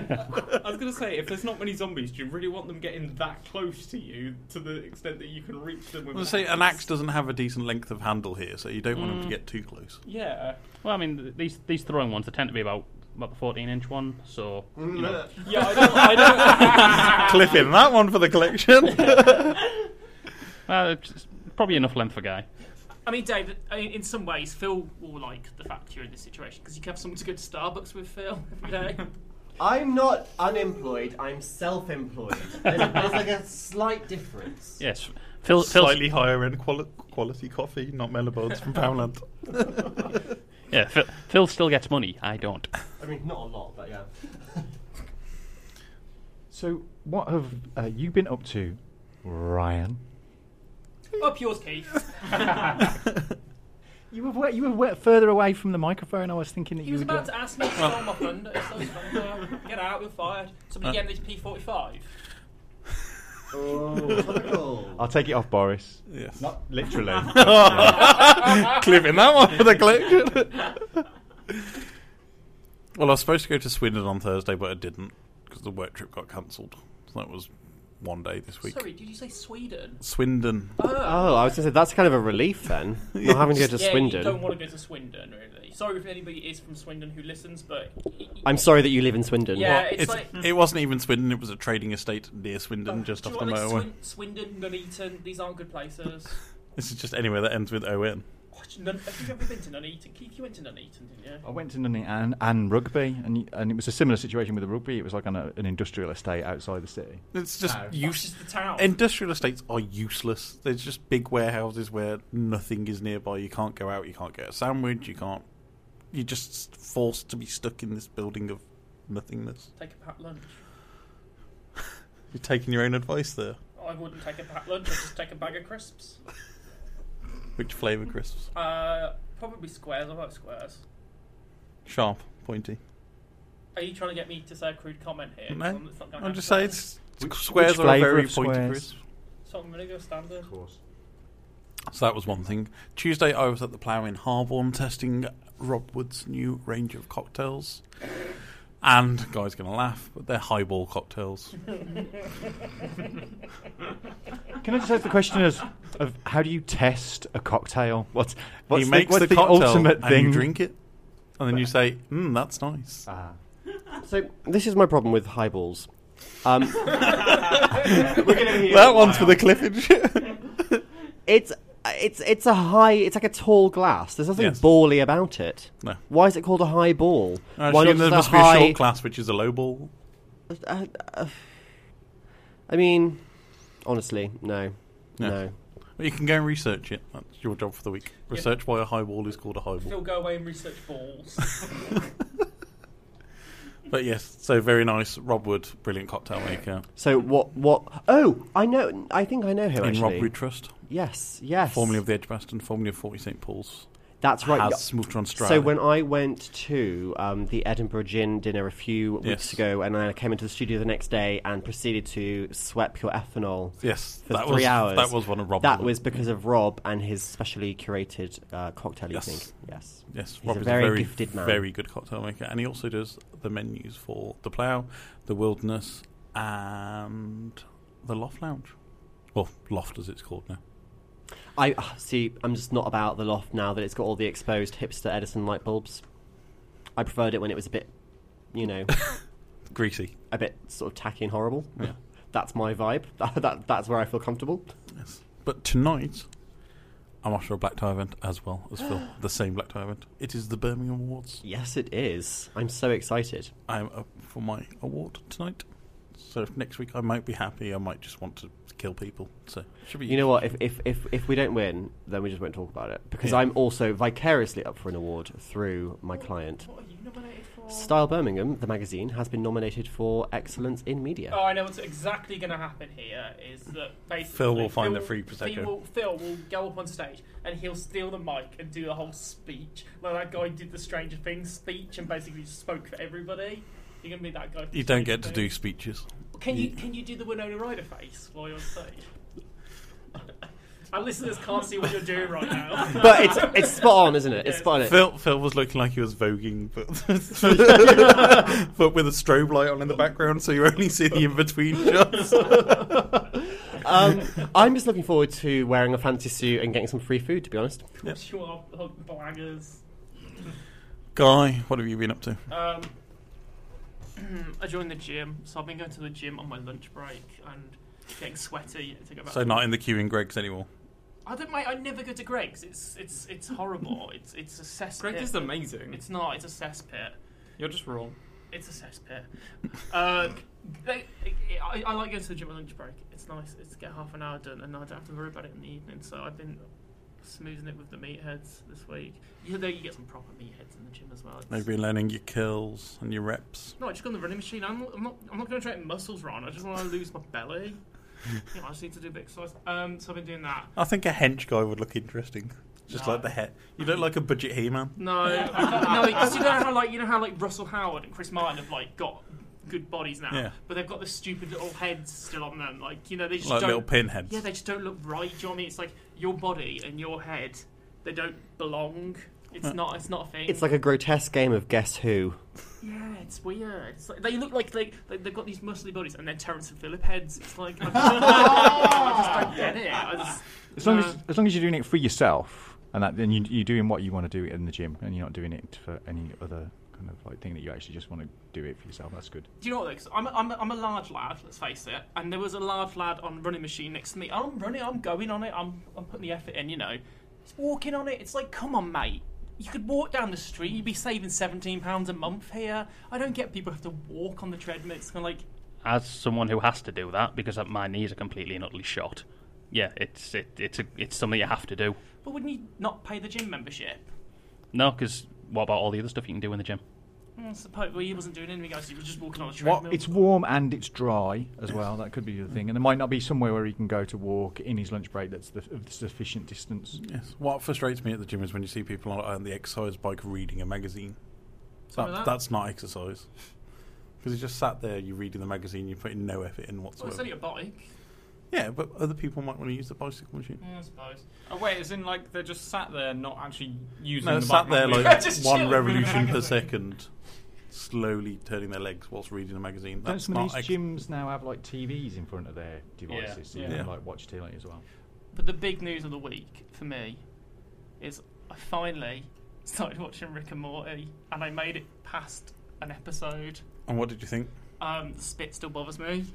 G: was going to say, if there's not many zombies, do you really want them getting that close to you to the extent that you can reach them with
A: Well, see, an axe doesn't have a decent length of handle here, so you don't want them to get too close.
G: Yeah.
D: well, I mean, th- these these throwing ones they tend to be about about the fourteen inch one. So
B: Mm,
D: you know,
G: Yeah, I don't. I don't
A: Clipping that one for the collection.
D: well, it's it's probably enough length for guy.
B: I mean, Dave, I- in some ways, Phil will like the fact you're in this situation because you can have someone to go to Starbucks with Phil every day.
F: I'm not unemployed. I'm self-employed. There's, there's like a slight difference.
D: Yes, Phil.
A: Slightly
D: Phil's,
A: higher end quali- quality coffee, not Melabons from Poundland.
D: yeah, Phil, Phil still gets money. I don't.
F: I mean, not a lot, but yeah.
H: So, what have uh, you been up to, Ryan?
B: Up yours, Keith.
H: You were wa- you were wa- further away from the microphone. I was thinking that
B: He
H: you
B: was
H: would
B: about to ask me to steal my thunder. It's those thunder. Get out, we're fired. Somebody get an P45.
F: Oh, topical.
H: I'll take it off, Boris.
A: Yes.
H: Not literally.
A: Clipping that one for the collection. well, I was supposed to go to Swindon on Thursday, but I didn't because the work trip got cancelled. So that was one day this week.
B: Sorry, did you say Sweden?
A: Swindon. Ah,
F: Oh, I was going to say that's kind of a relief then, not having to go to
B: yeah,
F: Swindon.
B: you don't want to go to Swindon, really. Sorry if anybody is from Swindon who listens, but Oh,
F: I'm sorry that you live in Swindon.
B: Yeah,
A: Well,
B: it's like- Oh,
A: it wasn't even Swindon. It was a trading estate near Swindon, just
B: Do
A: off
B: you
A: the
B: want, like,
A: motorway.
B: Swin- Swindon, Nuneaton, these aren't good places.
A: this is just anywhere that ends with O-N.
B: Watch, Nun- have you ever been to Nuneaton? Keith, you went to Nuneaton, didn't you?
H: I went to Nunning and, and rugby, and y- and it was a similar situation with the rugby. It was like on a, an industrial estate outside the city.
A: It's just
H: No.
B: That's
A: use-
B: just the town.
A: Industrial estates are useless. There's just big warehouses where nothing is nearby. You can't go out. You can't get a sandwich. You can't. You're just forced to be stuck in this building of nothingness.
B: Take a packed lunch.
A: You're taking your own advice there.
B: I wouldn't take a packed lunch. I'd just take a bag of crisps.
A: Which flavour crisps?
B: Uh, probably squares. I like squares.
A: Sharp, pointy.
B: Are you trying to get me to say a crude comment here?
A: No,
B: Um, it's not gonna
A: I'm
B: have
A: just
B: to-
A: saying it's,
H: Which-
A: squares
H: which
A: are a
H: flavour
A: very
H: of
A: pointy
H: squares?
A: crisp.
B: So I'm gonna go standard.
H: course.
A: So that was one thing. Tuesday, I was at the plough in Harborne testing Rob Wood's new range of cocktails. And guys, gonna laugh, but they're highball cocktails.
H: Can I just ask the question as of how do you test a cocktail? What's what's
A: he
H: the,
A: makes
H: what's
A: the,
H: the,
A: cocktail
H: ultimate
A: and
H: thing?
A: you drink it, and then you say, "Mm, "Hmm, that's nice."
H: Ah.
F: So this is my problem with highballs. Um,
A: We're
F: gonna hear
A: that
F: it
A: one's
F: now.
A: for the cliffage.
F: it's it's it's a high. It's like a tall glass. There's nothing
A: Yes.
F: bally about it.
A: No.
F: Why is it called a high ball?
A: I
F: Why
A: assume Uh, there must
F: just a
A: be a
F: high?
A: short class, which is a low ball.
F: uh, uh, I mean, honestly, no,
A: No.
F: no.
A: But you can go and research it. That's your job for the week. Research why a high wall is called a high
B: Phil,
A: wall.
B: go away and research balls.
A: But yes, so very nice. Rob Wood, brilliant cocktail maker
F: So what? What? Oh, I know. I think I know who
A: in Rob
F: actually.
A: Wood Trust,
F: yes, yes.
A: formerly of the Edgebaston, formerly of 40 St Paul's.
F: That's right.
A: Has
F: yeah.
A: smoothed on Strad.
F: So when I went to um, the Edinburgh Gin dinner a few weeks
A: Yes.
F: ago, and I came into the studio the next day and proceeded to sweat pure ethanol.
A: yes,
F: for
A: that
F: three
A: was
F: hours.
A: that was one of Rob's.
F: That was because of Rob and his specially curated uh, cocktail
A: Yes.
F: evening. Yes.
A: Yes,
F: He's
A: Rob
F: a
A: is
F: very
A: a very
F: gifted man.
A: very good cocktail maker, and he also does the menus for the Plough, the Wilderness, and the Loft Lounge, or Loft as it's called now.
F: I ah, see. I'm just not about the loft now that it's got all the exposed hipster Edison light bulbs. I preferred it when it was a bit, you know,
A: Greasy.
F: a bit sort of tacky and horrible.
A: Yeah.
F: That's my vibe. That, that that's where I feel comfortable.
A: Yes. But tonight, I'm off to a black tie event as well as Phil. the same black tie event. It is the Birmingham Awards.
F: Yes, it is. I'm so excited.
A: I'm up for my award tonight. So if next week I might be happy. I might just want to kill people. So should be.
F: You know what? If if, if if we don't win, then we just won't talk about it because
A: Yeah.
F: I'm also vicariously up for an award through my client.
B: what are you nominated for?
F: Style Birmingham, the magazine, has been nominated for excellence in media.
B: Oh, I know what's exactly going to happen here is that basically
A: Phil will find the free Prosecco.
B: Phil will, Phil will go up on stage and he'll steal the mic and do the whole speech, like that guy did the Stranger Things speech and basically spoke for everybody. You're gonna be that guy. for
A: You don't
B: Stranger
A: get to do
B: Things.
A: speeches.
B: Can you can you do the Winona Ryder face while you're on stage? Our listeners can't see what you're doing right now.
F: But it's it's spot on, isn't it? It's
B: Yes.
F: spot on.
A: Phil, Phil was looking like he was voguing, but but with a strobe light on in the background, so you only see the in between shots.
F: um, I'm just looking forward to wearing a fancy suit and getting some free food. To be honest,
B: you are blaggers.
A: Guy, what have you been up to?
B: Um, I joined the gym, so I've been going to the gym on my lunch break and getting sweaty. It took about
A: So not in the queue in Greg's anymore.
B: I don't. Mate, I never go to Greg's. It's it's it's horrible. It's it's a cesspit.
G: Greg is amazing.
B: It's not. It's a cesspit.
G: You're just wrong.
B: It's a cesspit. uh, they, I, I like going to the gym on lunch break. It's nice. It's get half an hour done, and I don't have to worry about it in the evening. So I've been smoothing it with the meatheads this week. You know, you get some proper meatheads in the gym as well. It's-
A: Maybe learning your kills and your reps.
B: No, I just go on the running machine. I'm, I'm not. I'm not going to train muscles, Ron. I just want to lose my belly. you know, I just need to do a bit of exercise. Um, so I've been doing that.
A: I think a hench guy would look interesting. Just
B: No.
A: like the head. You look like a budget He-Man.
B: No, no, because you know how like you know how like Russell Howard and Chris Martin have like got good bodies now,
A: Yeah.
B: but they've got the stupid little heads still on them. Like you know they just
A: Like
B: don't.
A: little pinheads.
B: yeah, they just don't look right. Do you know what I mean? It's like your body and your head, they don't belong. It's
A: Uh,
B: not. It's not a thing.
F: it's like a grotesque game of guess who.
B: yeah, it's weird. It's like, they look like they they- they've got these muscly bodies and they're Terrence and Phillip heads. It's like I just, I just don't get it. I just,
H: As long
B: no.
H: as as long as you're doing it for yourself, and that then you, you're doing what you want to do in the gym, and you're not doing it for any other kind of like thing that you actually just want to do it for yourself. That's good.
B: Do you know what? though? 'Cause I'm, I'm, I'm a large lad, let's face it. And there was a large lad on running machine next to me. I'm running, I'm going on it, I'm, I'm putting the effort in, you know. He's walking on it. It's like, come on, mate. You could walk down the street, you'd be saving £17 a month here. I don't get people have to walk on the treadmill. It's kind of like,
D: As someone who has to do that because uh, my knees are completely and utterly shot. Yeah, it's it, it's a, it's something you have to do.
B: but wouldn't you not pay the gym membership?
D: No, because what about all the other stuff you can do in the gym?
B: I suppose, well, he wasn't doing anything else, he was just walking on the treadmill.
H: What, it's warm and it's dry as well. That could be the thing, and there might not be somewhere where he can go to walk in his lunch break that's the, of the sufficient distance.
A: Yes. What frustrates me at the gym is when you see people on, on the exercise bike reading a magazine.
B: Some of
A: That,
B: that.
A: that's not exercise. Because you just sat there, you're reading the magazine, you're putting no effort in
B: Well,
A: whatsoever.
B: it's only a bike,
A: yeah, but other people might want to use the bicycle machine.
B: yeah, I suppose.
G: Oh wait, as in like they're just sat there, not actually using.
A: No,
G: the
A: sat there
G: microphone.
A: like
B: Just
A: one
B: chill.
A: revolution per second, slowly turning their legs whilst reading a magazine.
H: Don't
A: That's
H: some of
A: not
H: these
A: ex-
H: gyms now have like TVs in front of their devices, so you
A: Yeah.
H: can
A: Yeah.
H: like watch TV as well?
B: But the big news of the week for me is I finally started watching Rick and Morty, and I made it past an episode.
A: And what did you think?
B: Um, the spit still bothers me.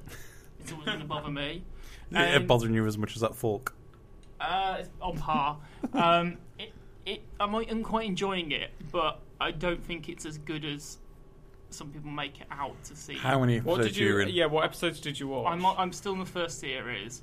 B: It's always going to bother me.
A: It-
B: Um,
A: it bothering you as much as that fork.
B: Uh, it's on par. um, it, it, I might, I'm quite enjoying it, but I don't think it's as good as some people make it out to see.
A: How many
G: What
A: episodes
G: did
A: are you
G: you?
A: in?
G: Yeah, what episodes did you watch?
B: I'm, I'm still in the first series.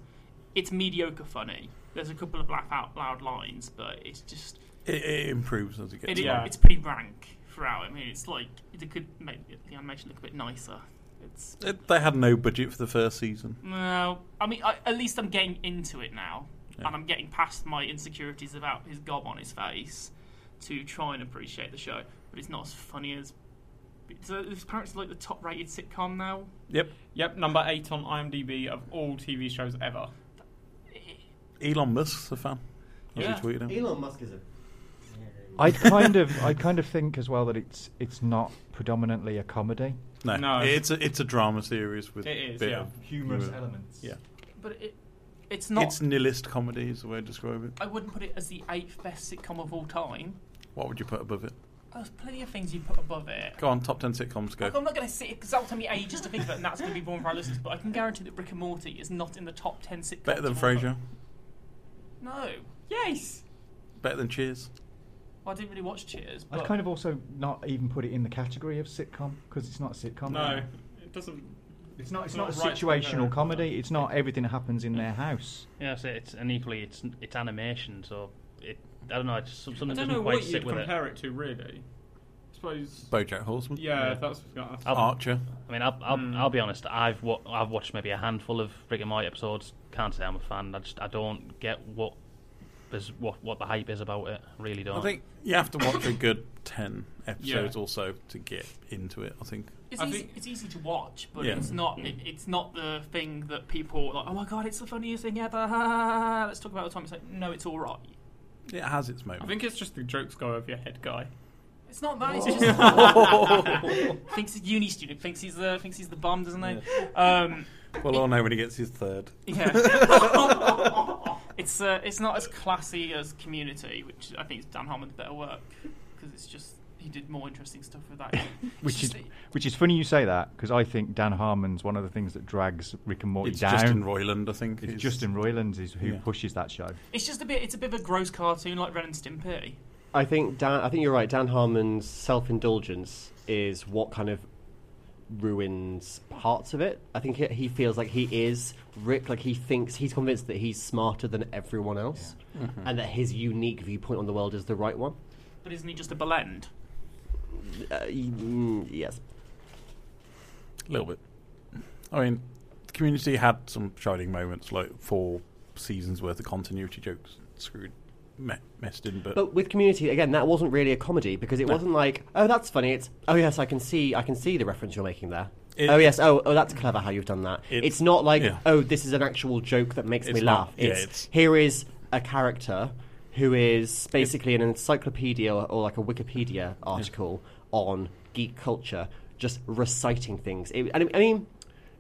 B: It's mediocre funny. There's a couple of laugh out loud lines, but it's just
A: It, it improves as it
B: it,
A: gets.
G: Yeah.
A: along.
B: it's pretty rank throughout. I mean, it's like it could make the animation look a bit nicer. It's
A: It- Uh, they had no budget for the first season.
B: No, I mean, I, at least I'm getting into it now,
A: Yeah.
B: and I'm getting past my insecurities about his gob on his face to try and appreciate the show. But it's not as funny as. It's, uh, it's apparently like the top-rated sitcom now.
A: Yep.
G: Yep, number eight on IMDb of all TV shows ever.
A: Elon Musk's a fan. As
G: Yeah.
A: he tweeted out.
F: Elon Musk is a.
C: I kind of, I kind of think as well that it's it's not predominantly a comedy.
A: No,
G: No.
A: it's a it's a drama series with
G: It is,
A: bit
G: yeah.
A: of
C: Humorous
A: humour.
C: elements.
A: Yeah,
B: But it, it's not.
A: it's nihilist comedy is the way I describe it.
B: I wouldn't put it as the eighth best sitcom of all time.
A: What would you put above it?
B: There's plenty of things you put above it.
A: Go on, top ten sitcoms. Go.
B: Like, I'm not going to sit because that'll take me ages to think about, it, and that's going to be more of our listeners. But I can guarantee that Rick and Morty is not in the top ten sitcoms.
A: Better than
B: of all time.
A: Frasier.
B: No,
G: Yes.
A: Better than Cheers.
B: well, I didn't really watch Cheers.
C: I'd
B: but-
C: kind of also not even put it in the category of sitcom because it's not a sitcom.
G: No, it doesn't.
C: It's not. It's
G: Not
C: not, a
G: right
C: situational
G: compared.
C: comedy. It's not everything happens in their house.
D: Yeah, so it's and equally it's it's animation, so it I don't know, it's some- something
G: I don't
D: doesn't
G: know
D: quite
G: what
D: sit
G: you'd
D: with it.
G: compare it. to, really. I suppose.
A: BoJack Horseman.
G: yeah,
D: Yeah. Oh.
G: that's. that's
D: I'll-
A: Archer.
D: I mean, I'll, I'll, I'll be honest. I've wa- I've watched maybe a handful of Rick and Morty episodes. Can't say I'm a fan. I just I don't get what is what what the hype is about it. Really don't.
A: I think you have to watch a good ten episodes or so to get into it. I think.
B: It's
G: I
B: easy,
G: think-
B: it's easy to watch, but
A: Yeah.
B: it's not it, it's not the thing that people are like. Oh my god, it's the funniest thing ever! ha, ha, ha, ha, Let's talk about it all the time. It's like no, it's all right.
A: It has its moments.
G: I think it's just the jokes go over your head, guy.
B: It's not that. It's just thinks he's a uni student. thinks he's the thinks he's the bomb, doesn't he? Um,
A: Well, I'll know when he gets his third.
B: yeah. it's uh, it's not as classy as Community, which I think is Dan Harmon's better work because it's just he did more interesting stuff with that. It's
C: Which is
B: just-
C: which is funny you say that because I think Dan Harmon's one of the things that drags Rick and Morty
A: It's
C: down.
A: Justin Roiland, I think.
C: it's
A: is-
C: Justin Roiland is who
A: Yeah.
C: pushes that show.
B: it's just a bit. It's a bit of a gross cartoon like Ren and Stimpy.
F: I think Dan. I think you're right. Dan Harmon's self-indulgence is what kind of ruins parts of it. I think he- he feels like he is Rick. Like he thinks he's convinced that he's smarter than everyone else,
A: Mm-hmm.
F: and that his unique viewpoint on the world is the right one.
B: But isn't he just a blend?
F: Uh, mm, yes.
A: A little bit. I mean, the community had some shining moments, like four seasons worth of continuity jokes screwed, me- messed in, but,
F: But with Community again, that wasn't really a comedy because it wasn't like, oh, that's funny. It's oh yes, I can see, I can see the reference you're making there.
A: It-
F: oh yes, oh oh, that's clever how you've done that.
A: It-
F: It's, not like
A: yeah.
F: oh, this is an actual joke that makes
A: It's
F: me
A: not-
F: laugh.
A: yeah,
F: it's,
A: it's-
F: here is a character who is basically an encyclopedia or, or like a Wikipedia article on geek culture, just reciting things. It, and I mean,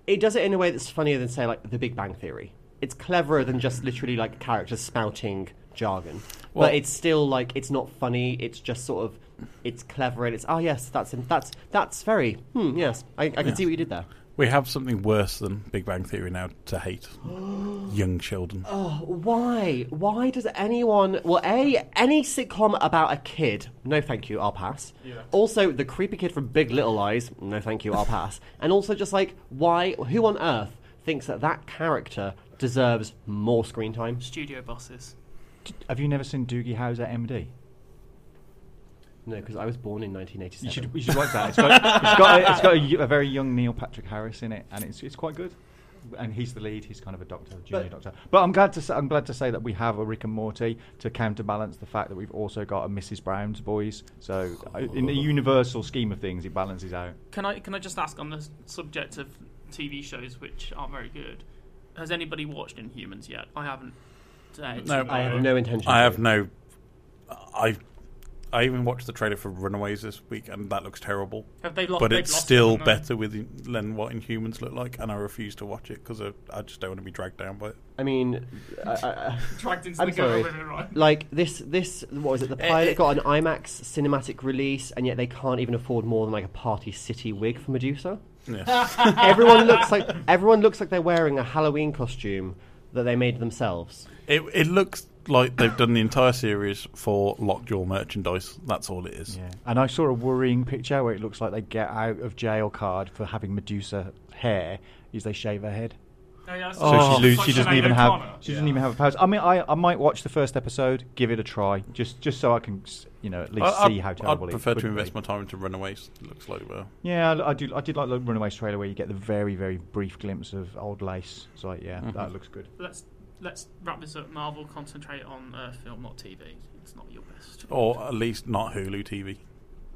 F: it does it in a way that's funnier than say like The Big Bang Theory. It's cleverer than just literally like characters spouting jargon
A: Well-
F: but it's still like it's not funny. It's just sort of it's clever and it's oh yes, that's that's that's very hmm, yes. I, I can see what you did there.
A: we have something worse than Big Bang Theory now to hate young children.
F: Oh, Why? Why does anyone? Well, a any sitcom about a kid? No, thank you. I'll pass. Also, the creepy kid from Big Little Lies. No, thank you. I'll pass. And also, just like why? Who on earth thinks that that character deserves more screen time?
B: Studio bosses.
C: Have you never seen Doogie Howser, MD?
F: No, because I was born in 1987.
C: You should, you should watch that. It's got, it's got, a, it's got a, y- a very young Neil Patrick Harris in it, and it's, it's quite good. And he's the lead. He's kind of a doctor, a junior
F: But-
C: doctor. But I'm glad to say, I'm glad to say that we have a Rick and Morty to counterbalance the fact that we've also got a Mrs. Brown's Boys. So
A: Oh.
C: uh, in the universal scheme of things, it balances out.
B: Can I can I just ask on the s- subject of TV shows which aren't very good? Has anybody watched Inhumans yet? I haven't. Uh, it's-
A: No,
F: I have no intention.
A: I
F: to.
A: have no. I I even watched the trailer for Runaways this week, and that looks terrible.
B: Have they lost?
A: but
B: they've
A: it's
B: lost
A: still
B: haven't they?
A: better with than what Inhumans look like, and I refuse to watch it because I, I just don't want to be dragged down by it.
F: I mean, I, I,
G: Dragged into
F: I'm
G: the girl
F: sorry.
G: living right.
F: like this this what was it
C: Eh,
F: the pilot got an IMAX cinematic release and yet they can't even afford more than like a Party City wig for Medusa.
A: Yeah.
F: everyone looks like everyone looks like they're wearing a Halloween costume that they made themselves.
A: it it looks like they've done the entire series for Lockjaw merchandise. That's all it is.
C: Yeah. And I saw a worrying picture where it looks like they get out of jail card for having Medusa hair is they shave her head.
G: Oh, yeah,
C: So
A: Oh.
C: she,
A: lose-
C: she doesn't even have she doesn't even have a pose. I mean, I, I might watch the first episode, give it a try, just just so I can s- you know at least
A: I,
C: see
A: I'd-
C: how
A: I'd
C: terrible it
A: prefer
C: could
A: to
C: be.
A: invest my time into Runaways. It looks like well,
C: Yeah, I, I do. I did like the Runaways trailer where you get the very very brief glimpse of old lace. So like, yeah, that looks good.
B: Let's let's wrap this up. Marvel, concentrate on uh, film, not TV. It's not your best.
A: or at least not Hulu TV.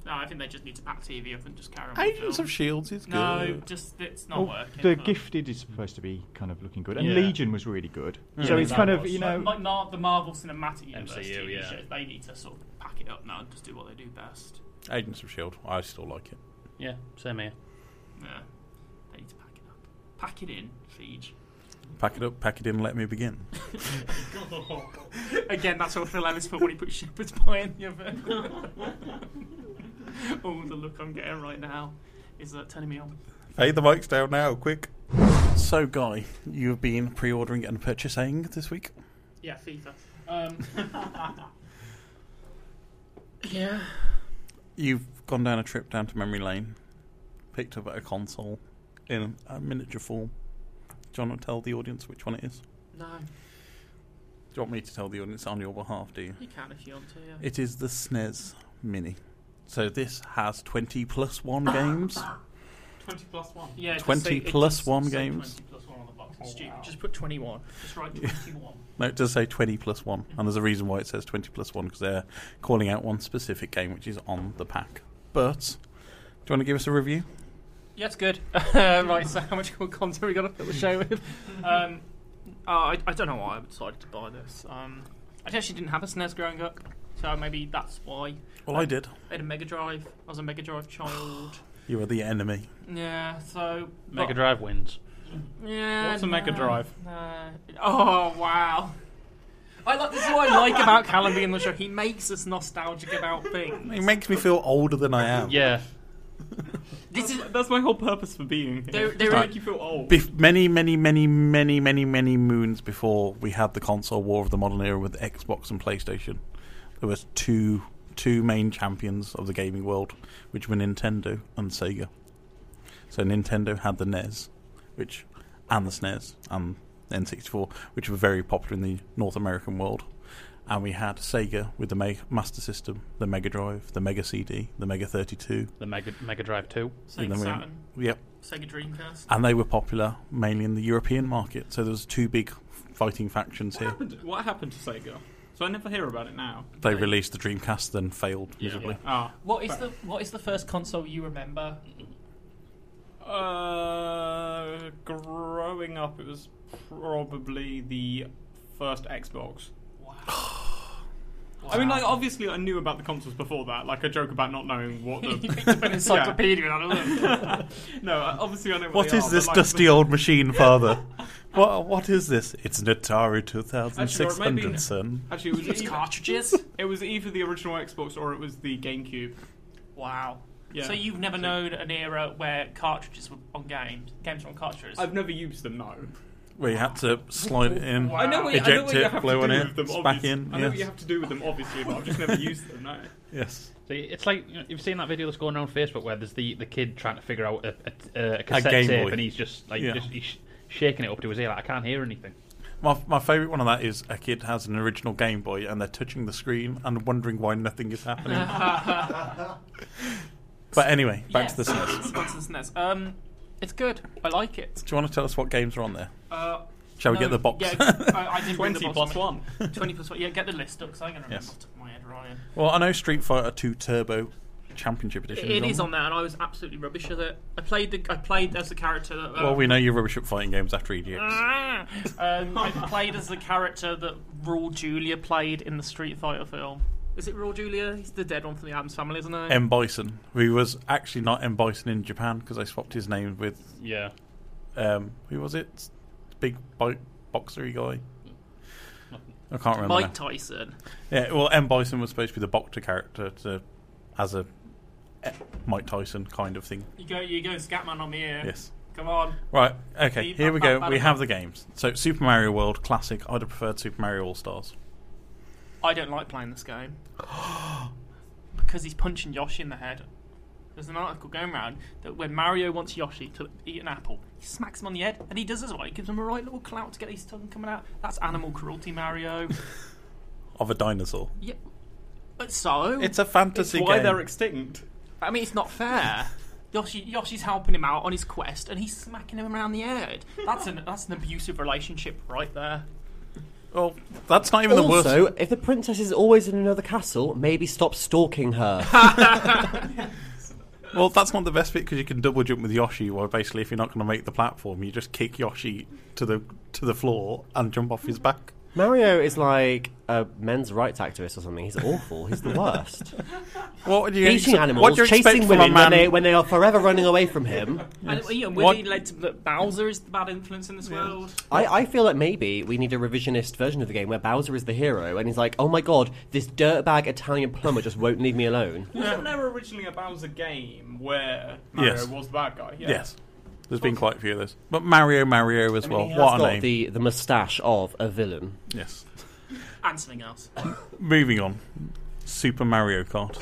B: No, I think they just need to pack TV up and just carry on. with
A: Agents
B: film.
A: of Shields E is
B: No,
A: good.
B: just it's not
C: Oh,
B: working.
C: the
B: but-
C: Gifted is supposed to be kind of looking good, and
D: Yeah.
C: Legion was really good.
D: Yeah,
C: so it's
D: that
C: kind of
D: was.
C: you know
B: like, like Mar- the Marvel Cinematic Universe
D: MCU,
B: TV
D: yeah.
B: shows, they need to sort of pack it up now and just do what they do best.
A: Agents of Shield. I still like it.
D: Yeah, same here.
B: Yeah, they need to pack it up. Pack it in, Siege.
A: Pack it up, pack it in, let me begin.
B: Again, that's what Phil Ellis put when he put Shepherd's Pie in the oven. oh, the look I'm getting right now is uh, turning me on.
A: Hey, the mic's down now, quick. So, Guy, you've been pre ordering and purchasing this week?
B: Yeah, FIFA. Um, yeah.
A: You've gone down a trip down to memory lane, picked up a console in a miniature form. Do you want to tell the audience which one it is?
B: No,
A: Do you want me to tell the audience on your behalf, do you?
B: you can if you want to. Yeah.
A: It is the SNES Mini. So, this has 20 plus 1 games.
G: Twenty plus one.
B: Yeah, just
A: 20
B: say- it
A: plus
B: just
A: one
B: say
A: games.
B: 20 plus one on the box. It's stupid. Just put 21. Oh, Just write 21.
A: No, it does say 20 plus 1. And there's a reason why it says 20 plus 1 because they're calling out one specific game which is on the pack. But, do you want to give us a review?
B: Yeah, it's good. right, so how much more content we got to fill the show with? Um, uh, I, I don't know why I decided to buy this. Um, I actually didn't have a SNES growing up, so maybe that's why.
A: Well, I did.
B: I had a Mega Drive. I was a Mega Drive child.
A: You are the enemy.
B: yeah, so.
D: Mega
B: but-
D: Drive wins.
B: Yeah.
G: What's a Mega
B: no,
G: Drive?
B: no. Oh, wow. I like, this is what I like about Callum being on the show. He makes us nostalgic about things.
A: It makes me feel older than I am.
D: Yeah,
B: This is
G: That's my whole purpose for being here.
B: There-
G: Just
B: there
G: to
B: is-
G: make you feel old.
A: Bef- many, many, many, many, many, many moons before we had the console war of the modern era with Xbox and PlayStation, there was two two main champions of the gaming world, which were Nintendo and Sega. So Nintendo had the NES, which and the SNES and N64, which were very popular in the North American world. And we had Sega with the Meg Master System, the Mega Drive, the Mega CD, the Mega 32.
D: the Mega Mega Drive Two.
A: and then
B: Sega
A: we-
B: Saturn,
A: Yep,
B: Sega Dreamcast.
A: and they were popular mainly in the European market. So there was two big fighting factions
G: What
A: here.
G: happened, what happened to Sega? So I never hear about it now.
A: They released the Dreamcast, then failed miserably.
G: Ah.
B: What is the what is the first console you remember?
G: Uh, growing up, it was probably the first Xbox. I mean,
B: Um,
G: like, obviously, I knew about the consoles before that. Like, I joke about not knowing what
B: you
G: the.
B: picked up an encyclopedia and had a look.
G: no, I- obviously, I know what
A: What
G: they
A: is
G: are,
A: this
G: but, like,
A: dusty
G: the-
A: old machine, Father? what What is this? It's an Atari two thousand six
G: Actually, or it might be-
A: hundred, son.
G: Actually, it was,
B: It's
G: either,
B: cartridges.
G: it was either the original Xbox or it was the GameCube.
B: Wow.
G: Yeah.
B: So you've never known an era where cartridges were on games, games were on cartridges.
G: I've never used them, no.
A: Where you had to slide it in,
B: I know what you- I
A: eject
G: I know what you
A: it,
G: have
A: blow
G: to
A: on
G: do
A: it,
G: with them,
A: smack
G: obviously.
A: in.
G: I know
A: yes.
G: what you have to do with them, obviously, but I've just never used them, no.
A: yes.
D: See, it's like you know, you've seen that video that's going around Facebook where there's the, the kid trying to figure out a, a, a cassette
A: Game
D: tape
A: Boy.
D: and he's just like
A: Yeah.
D: just, he's sh- shaking it up to his ear like I can't hear anything.
A: My my favourite one of that is a kid has an original Game Boy and they're touching the screen and wondering why nothing is happening. but anyway, back to the E SNES.
B: Yes. Back to the SNES. Um, it's good. I like it.
A: Do you want to tell us what games are on there?
B: Uh,
A: Shall we
B: no,
A: get the box?
B: Yeah, I, I didn't bring the
G: 20
B: box
G: plus
B: with me.
G: one.
B: 20 plus one. Yeah, get the list up because I'm going to remember
A: Yes.
B: off the top of my head, Ryan.
A: well, I know Street Fighter 2 Turbo Championship Edition.
B: It is on there, and I was absolutely rubbish at it. I played the I played as the character that. uh,
A: Well, we know you're rubbish at fighting games after EDX.
B: Ah. um, I played as the character that Raul Julia played in the Street Fighter film. Is it Raw Julia? He's the dead one from the Adams family, isn't it?
A: M. Bison, who was actually not M. Bison in Japan because I swapped his name with
D: Yeah.
A: um, who was it? Big bo- boxery guy. I can't remember. now.
B: Mike Tyson.
A: Yeah, well, M. Bison was supposed to be the Boctor character to, as a eh, Mike Tyson kind of thing.
B: You go, you go, Scatman on me here.
A: Yes.
B: Come on.
A: Right, okay,
B: Beep,
A: here we
B: bap,
A: go.
B: bap,
A: We
B: bap,
A: have
B: bap.
A: the games. So, Super Mario World, classic. I'd have preferred Super Mario All Stars.
B: I don't like playing this game because he's punching Yoshi in the head. There's an article going around that when Mario wants Yoshi to eat an apple, he smacks him on the head, and he does as well. He gives him a right little clout to get his tongue coming out. That's animal cruelty, Mario.
A: Of a dinosaur.
B: yeah. But so
A: It's a fantasy
G: Why
A: game.
G: they're extinct?
B: I mean, it's not fair. Yoshi, Yoshi's helping him out on his quest, and he's smacking him around the head. That's an that's an abusive relationship right there.
A: well, that's not even the worst.
F: Also, if the princess is always in another castle, maybe stop stalking her.
A: Well, that's not the best bit because you can double jump with Yoshi. Where basically, if you're not going to make the platform, you just kick Yoshi to the to the floor and jump off his back.
F: Mario is like a men's rights activist or something. He's awful. He's the worst.
A: What do you
F: Eating
A: ex-
F: animals,
A: what do you expect
F: chasing
A: from
F: women
A: a
F: when
A: man?
F: they, when they are forever running away from him.
B: And you know,
A: What-
B: really led to that Bowser is the bad influence in this world.
F: I, I feel like maybe we need a revisionist version of the game where Bowser is the hero and he's like, oh my god, this dirtbag Italian plumber just won't leave me alone.
G: Wasn't there originally a Bowser game where Mario
A: Yes.
G: was the bad guy? Yeah.
A: Yes, there's been quite a few of those. But Mario, Mario as well.
F: he has
A: What a
F: got
A: name!
F: the, the moustache of a villain.
A: Yes.
B: And something else.
A: Moving on, Super Mario Kart.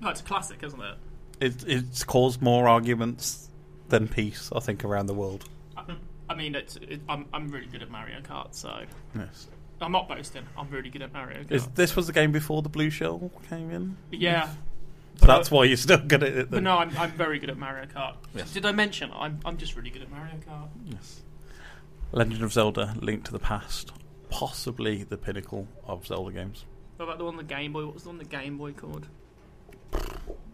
B: No, it's a classic, isn't it?
A: It, it's caused more arguments than peace, I think, around the world.
B: I, I mean, it's, it, I'm, I'm really good at Mario Kart, so
A: Yes.
B: I'm not boasting. I'm really good at Mario Kart.
A: Is, this was the game before the blue shell came in.
B: yeah,
A: So that's why you're still good at it.
B: but
A: Then.
B: no, I'm, I'm very good at Mario Kart.
A: Yes.
B: Did I mention I'm, I'm just really good at Mario Kart?
A: Yes. Legend of Zelda: Link to the Past, possibly the pinnacle of Zelda games.
B: What about the one on the Game Boy? What was the one on the Game Boy called?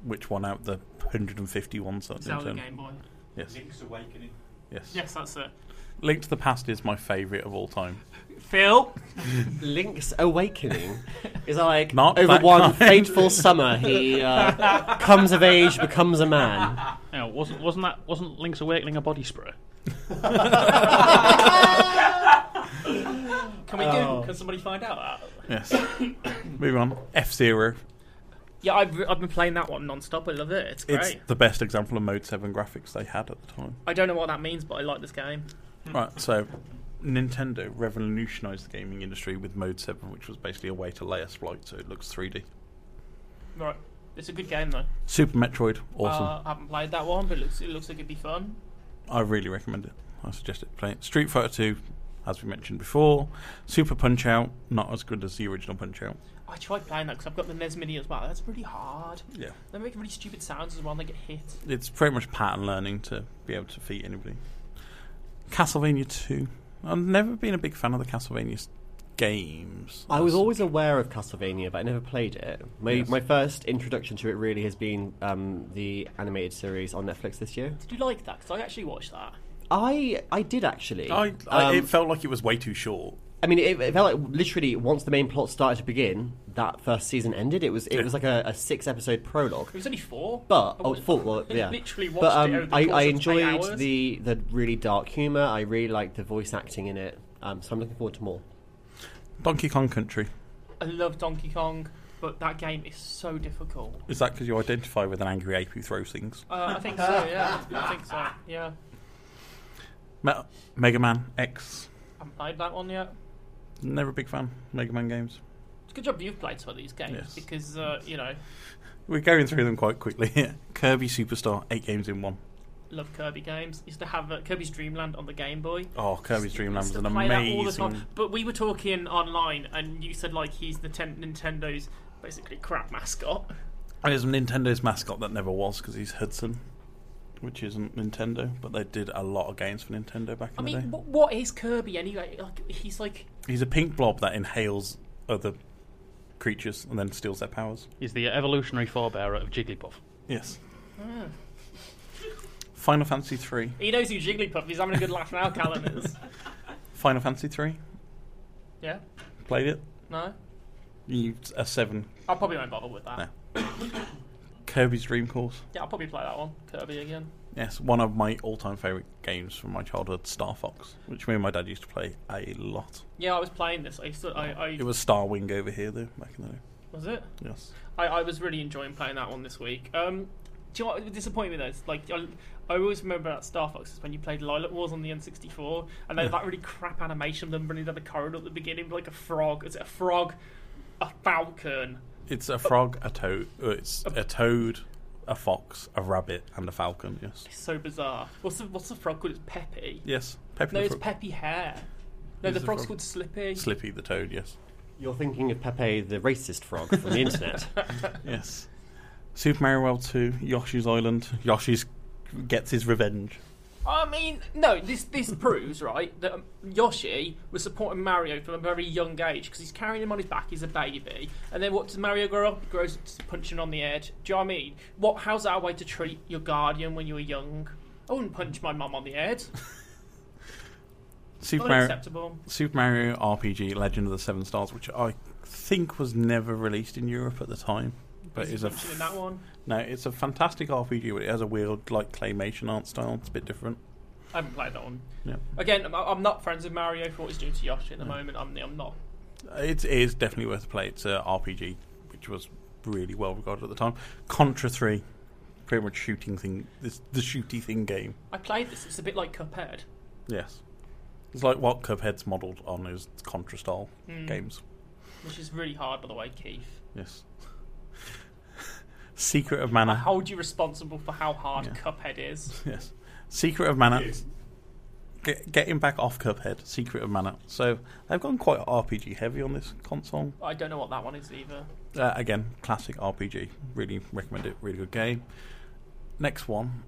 A: Which one out of the 151 that
B: Zelda
A: Nintendo-
B: Game Boy.
A: Yes.
K: Link's Awakening.
A: Yes.
B: Yes, that's it.
A: Link to the Past is my favorite of all time.
B: Phil,
F: Link's Awakening is like
A: Not
F: over
A: that
F: one
A: kind.
F: fateful summer he uh, comes of age, becomes a man.
D: Now, wasn't wasn't that wasn't Link's Awakening a body spray?
B: can we Google? Can somebody find out that?
A: Yes. Moving on. F Zero.
B: Yeah, I've, I've been playing that one non-stop. I love it. It's great.
A: It's the best example of Mode 7 graphics they had at the time.
B: I don't know what that means, but I like this game.
A: Right, so Nintendo revolutionized the gaming industry with Mode 7, which was basically a way to layer splice so it looks 3D.
B: Right. It's a good game though.
A: Super Metroid, awesome.
B: Uh, I haven't played that one, but it looks it looks like it'd be fun.
A: I really recommend it. I suggest it. Play it. Street Fighter 2, as we mentioned before. Super Punch Out, not as good as the original Punch Out.
B: I tried playing that because I've got the NES Mini as well. That's really hard.
A: Yeah.
B: They make really stupid sounds as well. and They get hit.
A: It's pretty much pattern learning to be able to defeat anybody. Castlevania 2. I've never been a big fan of the Castlevania s- games.
F: I was always aware of Castlevania, but I never played it. My,
A: Yes.
F: my first introduction to it really has been um, the animated series on Netflix this year.
B: Did you like that? Because I actually watched that.
F: I I did actually.
A: I, I,
F: Um,
A: it felt like it was way too short.
F: I mean, it, it felt like literally once the main plot started to begin, that first season ended. It was it was like a, a six episode prologue.
B: It was only four.
F: But
B: I
F: oh,
B: was-
F: full, well,
B: I
F: yeah.
B: Literally watched
F: but um,
B: it. Over the
F: I,
B: course
F: I
B: of eight
F: enjoyed
B: hours.
F: the the really dark humor. I really liked the voice acting in it. Um, so I'm looking forward to more.
A: Donkey Kong Country.
B: I love Donkey Kong, but that game is so difficult.
A: Is that because you identify with an angry ape who throws things?
B: Uh, I think so. Yeah. I think so. Yeah.
A: Me- Mega Man X.
B: I haven't played that one yet.
A: Never a big fan. of Mega Man games.
B: It's a good job you've played some of these games
A: Yes.
B: because uh, you know
A: We're going through them quite quickly. here. Kirby Superstar, eight games in one.
B: love Kirby games. Used to have uh, Kirby's Dream Land on the Game Boy.
A: Oh, Kirby's Dream Land was
B: Used
A: an
B: to play that all the time.
A: amazing.
B: But we were talking online, and you said like he's Ninten- Nintendo's basically crap mascot.
A: And There's Nintendo's mascot that never was because he's Hudson, which isn't Nintendo, but they did a lot of games for Nintendo back in
B: I
A: the day.
B: mean, what, what is Kirby anyway? Like he's like
A: He's a pink blob that inhales other creatures and then steals their powers.
D: He's the evolutionary forebearer of Jigglypuff.
A: Yes.
B: Hmm.
A: Final Fantasy three.
B: he knows who Jigglypuff is. Having a good laugh now, Callan is.
A: Final Fantasy three.
B: Yeah.
A: Played it.
B: No.
A: You, a seven.
B: I probably won't bother with that.
A: No. Kirby's Dream Course.
B: Yeah, I'll probably play that one. Kirby again.
A: Yes, one of my all-time favorite games from my childhood, Star Fox, which me and my dad used to play a lot.
B: Yeah, I was playing this. I used to. I, I
A: It was Star Wing over here though back in the day.
B: was it.
A: Yes.
B: I, I was really enjoying playing that one this week. Um, do you know what disappointed me though? is, Like I, I always remember about Star Fox is when you played Lilac Wars on the N64, and they had that really crap animation of them running down the corridor at the beginning, like a frog. Is it a frog? A falcon.
A: It's a frog, a toad. uh, It's a toad, a fox, a rabbit, and a falcon. Yes.
B: It's so bizarre. What's the what's the frog called? It's Peppy.
A: Yes. Peppy
B: No,
A: the
B: it's
A: frog.
B: Peppy Hair. No,
A: Who's
B: the
A: the
B: frog's
A: frog?
B: called Slippy.
A: Slippy the toad. Yes.
F: You're thinking of Pepe the racist frog from the internet.
A: Yes. Super Mario World 2, Yoshi's Island. Yoshi's gets his revenge.
B: I mean, no, this this proves right that um, Yoshi was supporting Mario from a very young age because he's carrying him on his back. He's a baby, and then what does Mario grow up? He grows up to punching on the head. Do you know what I mean? What? How's that a way to treat your guardian when you were young? I wouldn't punch my mum on the head.
A: Super Mario,
B: Unacceptable.
A: Super Mario RPG Legend of the Seven Stars, which I think was never released in Europe at the time. But
B: Is
A: is
B: he
A: a
B: punching in that one?
A: no, it's a fantastic RPG, but it has a weird like claymation art style. It's a bit different.
B: I haven't played that one.
A: Yeah,
B: Again, I'm, I'm not friends with Mario for what he's doing to Yoshi at the moment. I'm, I'm not.
A: it is definitely worth a play. It's a RPG, which was really well regarded at the time. Contra Three, pretty much shooting thing. This the shooty thing game.
B: I played this. It's a bit like Cuphead.
A: Yes, it's like what Cuphead's modelled on is Contra style games.
B: Which is really hard, by the way, Keith.
A: Yes. Secret of Mana.
B: Hold you responsible for how hard
A: Yeah.
B: Cuphead is.
A: Yes. Secret of Mana. Get, getting back off Cuphead, Secret of Mana. So they've gone quite RPG heavy on this console.
B: I don't know what that one is either.
A: Uh, again, classic RPG. Really recommend it. Really good game. Next one.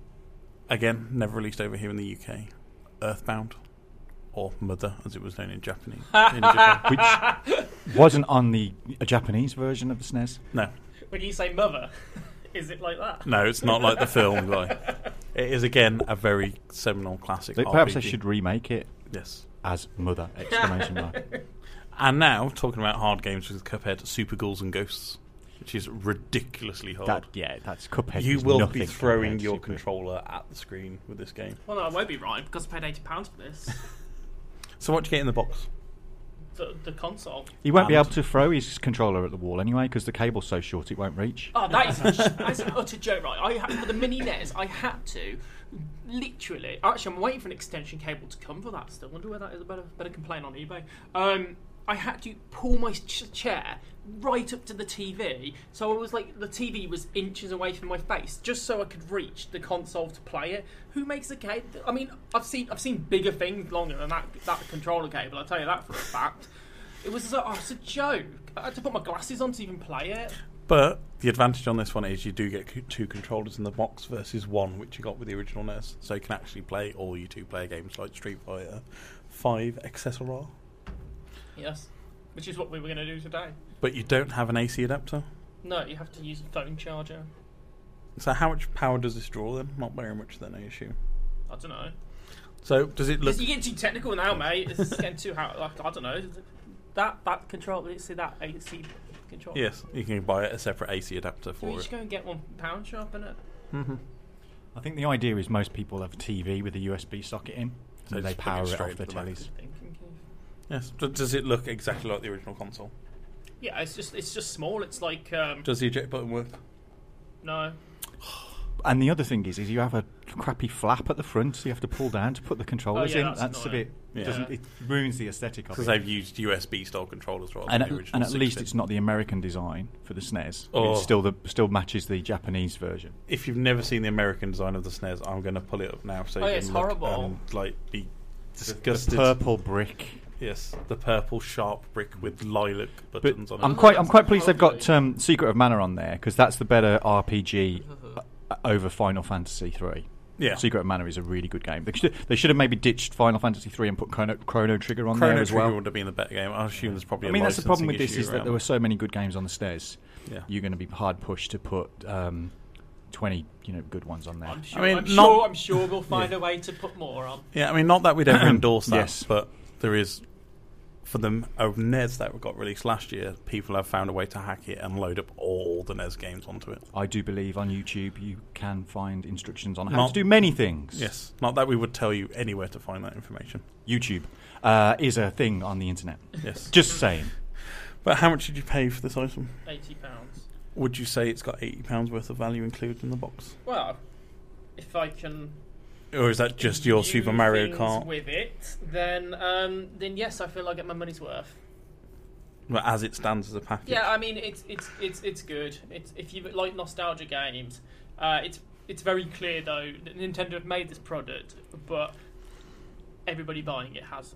A: Again, never released over here in the UK. Earthbound. Or Mother, as it was known in Japanese. in Japan.
C: which wasn't on the a Japanese version of the E SNES.
A: No,
B: When you say mother, is it like that?
A: no, it's not like the film, though. It is, again, a very seminal classic
C: They- Perhaps
A: RPG.
C: they should remake it
A: Yes.
C: as Mother! Exclamation mark.
A: And now, talking about hard games with Cuphead, Super Ghouls and Ghosts, which is ridiculously hard.
C: That yeah, that's Cuphead.
A: you
C: is
A: will
C: nothing
A: be throwing
C: compared to
A: your
C: Super-
A: controller at the screen with this game.
B: Well, no, I won't be right because I paid £80 for this.
A: So, what do you get in the box?
B: the, the console.
C: He won't be
A: And-
C: able to throw his controller at the wall anyway because the cable's so short it won't reach.
B: Oh, that is, a, that's an utter joke, right? I had, for the mini NES, I had to literally. Actually, I'm waiting for an extension cable to come for that. Still, wonder where that is. I better better complain on eBay. Um, I had to pull my ch- chair right up to the TV, so I was like the TV was inches away from my face, just so I could reach the console to play it. Who makes a cable? I mean, I've seen I've seen bigger things longer than that that controller cable. I'll tell you that for a fact. It was so- oh, it's a joke. I had to put my glasses on to even play it.
A: But the advantage on this one is you do get co- two controllers in the box versus one, which you got with the original NES. So, you can actually play all your two player games like Street Fighter 5 XSR.
B: Yes, which is what we were going to do today.
A: But you don't have an AC adapter.
B: No, you have to use a phone charger.
A: So, how much power does this draw then? Not very much, then, I assume.
B: I don't know.
A: So, does it look.
B: You're getting too technical now, mate. This is getting too hard. Like, I don't know. That that control, see that AC control.
A: Yes, you can buy a separate AC adapter
B: Can we
A: for it.
B: just go and get one from Pound Shop, innit?
C: I think the idea is most people have a TV with a USB socket in,
A: So
C: so they
A: just plug it
C: power it
A: straight
C: off their
A: into the Mac.
C: tellies.
B: Thinking, Keith.
A: Yes. D- Does it look exactly like the original console?
B: Yeah, it's just it's just small. It's like um,
A: Does the eject button work?
B: no.
C: And the other thing is, is you have a crappy flap at the front, so you have to pull down to put
A: Oh,
C: the controllers
B: yeah,
C: in.
B: that's
C: That's, a
B: annoying.
C: bit
A: Yeah.
C: doesn't it ruins the aesthetic of
A: Because
C: it.
A: they've used USB style controllers rather
C: and
A: than
C: at,
A: the original.
C: and at least
A: 16.
C: it's not the American design for the SNES.
A: Oh.
C: It still the, still matches the Japanese version.
A: If you've never seen the American design of the SNES, I'm going to pull it up now so
B: Oh,
A: you
B: yeah,
A: can
B: it's
A: look
B: horrible.
A: and like be
C: The
A: disgusted.
C: purple brick.
A: yes, the purple sharp brick with lilac
C: But
A: buttons on
C: I'm
A: it.
C: quite I'm quite pleased they've got um, Secret of Mana on there because that's the better RPG uh, over Final Fantasy three.
A: yeah,
C: Secret of Mana is a really good game. They should, they should have maybe ditched Final Fantasy three and put Chrono, Chrono Trigger on
A: Chrono
C: there as
A: Trigger
C: well.
A: would have been the better game. I assume there's probably.
C: I
A: a
C: mean, that's the problem with
A: licensing
C: this is
A: issue
C: that there
A: around
C: were so many good games on the stairs.
A: Yeah.
C: You're going to be hard pushed to put um, 20, you know, good ones on there.
B: I'm sure. I
A: mean,
B: am
A: not-
B: sure. I'm sure we'll find a way to put more on.
A: Yeah, I mean, not that we'd ever endorse that,
C: Yes.
A: but there is for the m- of NES that got released last year, people have found a way to hack it and load up all the NES games onto it.
C: I do believe on YouTube you can find instructions on how
A: Not-
C: to do many things.
A: Yes, not that we would tell you anywhere to find that information.
C: YouTube uh, is a thing on the internet.
A: Yes,
C: Just saying.
A: but how much did you pay for this item?
B: Eighty pounds.
A: Would you say it's got eighty pounds worth of value included in the box,
B: Well, if I can
A: or is that just your
B: do
A: Super Mario
B: things
A: Kart?
B: with it, then um, then yes, I feel I get my money's worth.
A: Well, as it stands as a package.
B: Yeah, I mean it's it's it's it's good. It's if you like nostalgia games, uh, it's it's very clear though that Nintendo have made this product, but everybody buying it has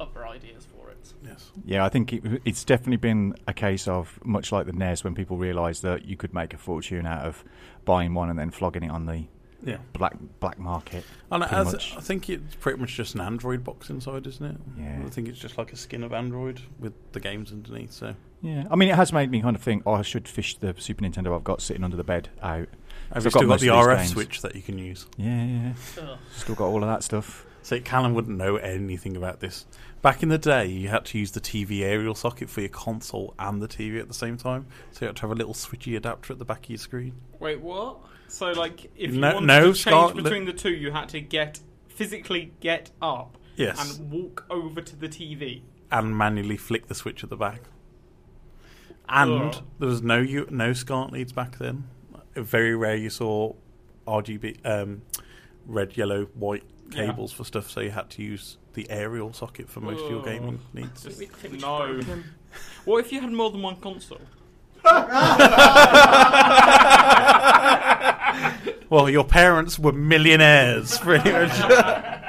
B: other ideas for it.
A: yes.
C: Yeah, I think it, it's definitely been a case of much like the NES when people realised that you could make a fortune out of buying one and then flogging it on the
A: Yeah.
C: black black market.
A: And
C: pretty
A: as,
C: much.
A: I think it's pretty much just an Android box inside, isn't it?
C: Yeah.
A: I think it's just like a skin of Android with the games underneath. So
C: Yeah, I mean, it has made me kind of think. Oh, I should fish the Super Nintendo I've got sitting under the bed
A: have
C: out. I've
A: you
C: got
A: still got
C: most
A: the
C: of these
A: RF
C: games.
A: switch that you can use?
C: Yeah, yeah, yeah.
B: Ugh.
C: still got all of that stuff.
A: So Callum wouldn't know anything about this. Back in the day, you had to use the TV aerial socket for your console and the TV at the same time. So you had to have a little switchy adapter at the back of your screen.
G: Wait, what? So, like, if you
A: No-
G: wanted
A: no,
G: to change
A: Scott, look-
G: between the two, you had to get physically get up
A: Yes.
G: and walk over to the TV.
A: and manually flick the switch at the back. And
G: Ugh.
A: there was no U- no SCART leads back then. Very rare you saw RGB, um, red, yellow, white
G: Yeah.
A: cables for stuff. So you had to use the aerial socket for most of your
G: Ugh.
A: gaming needs.
G: Just no. What if you had more than one console?
A: Well, your parents were millionaires, pretty much.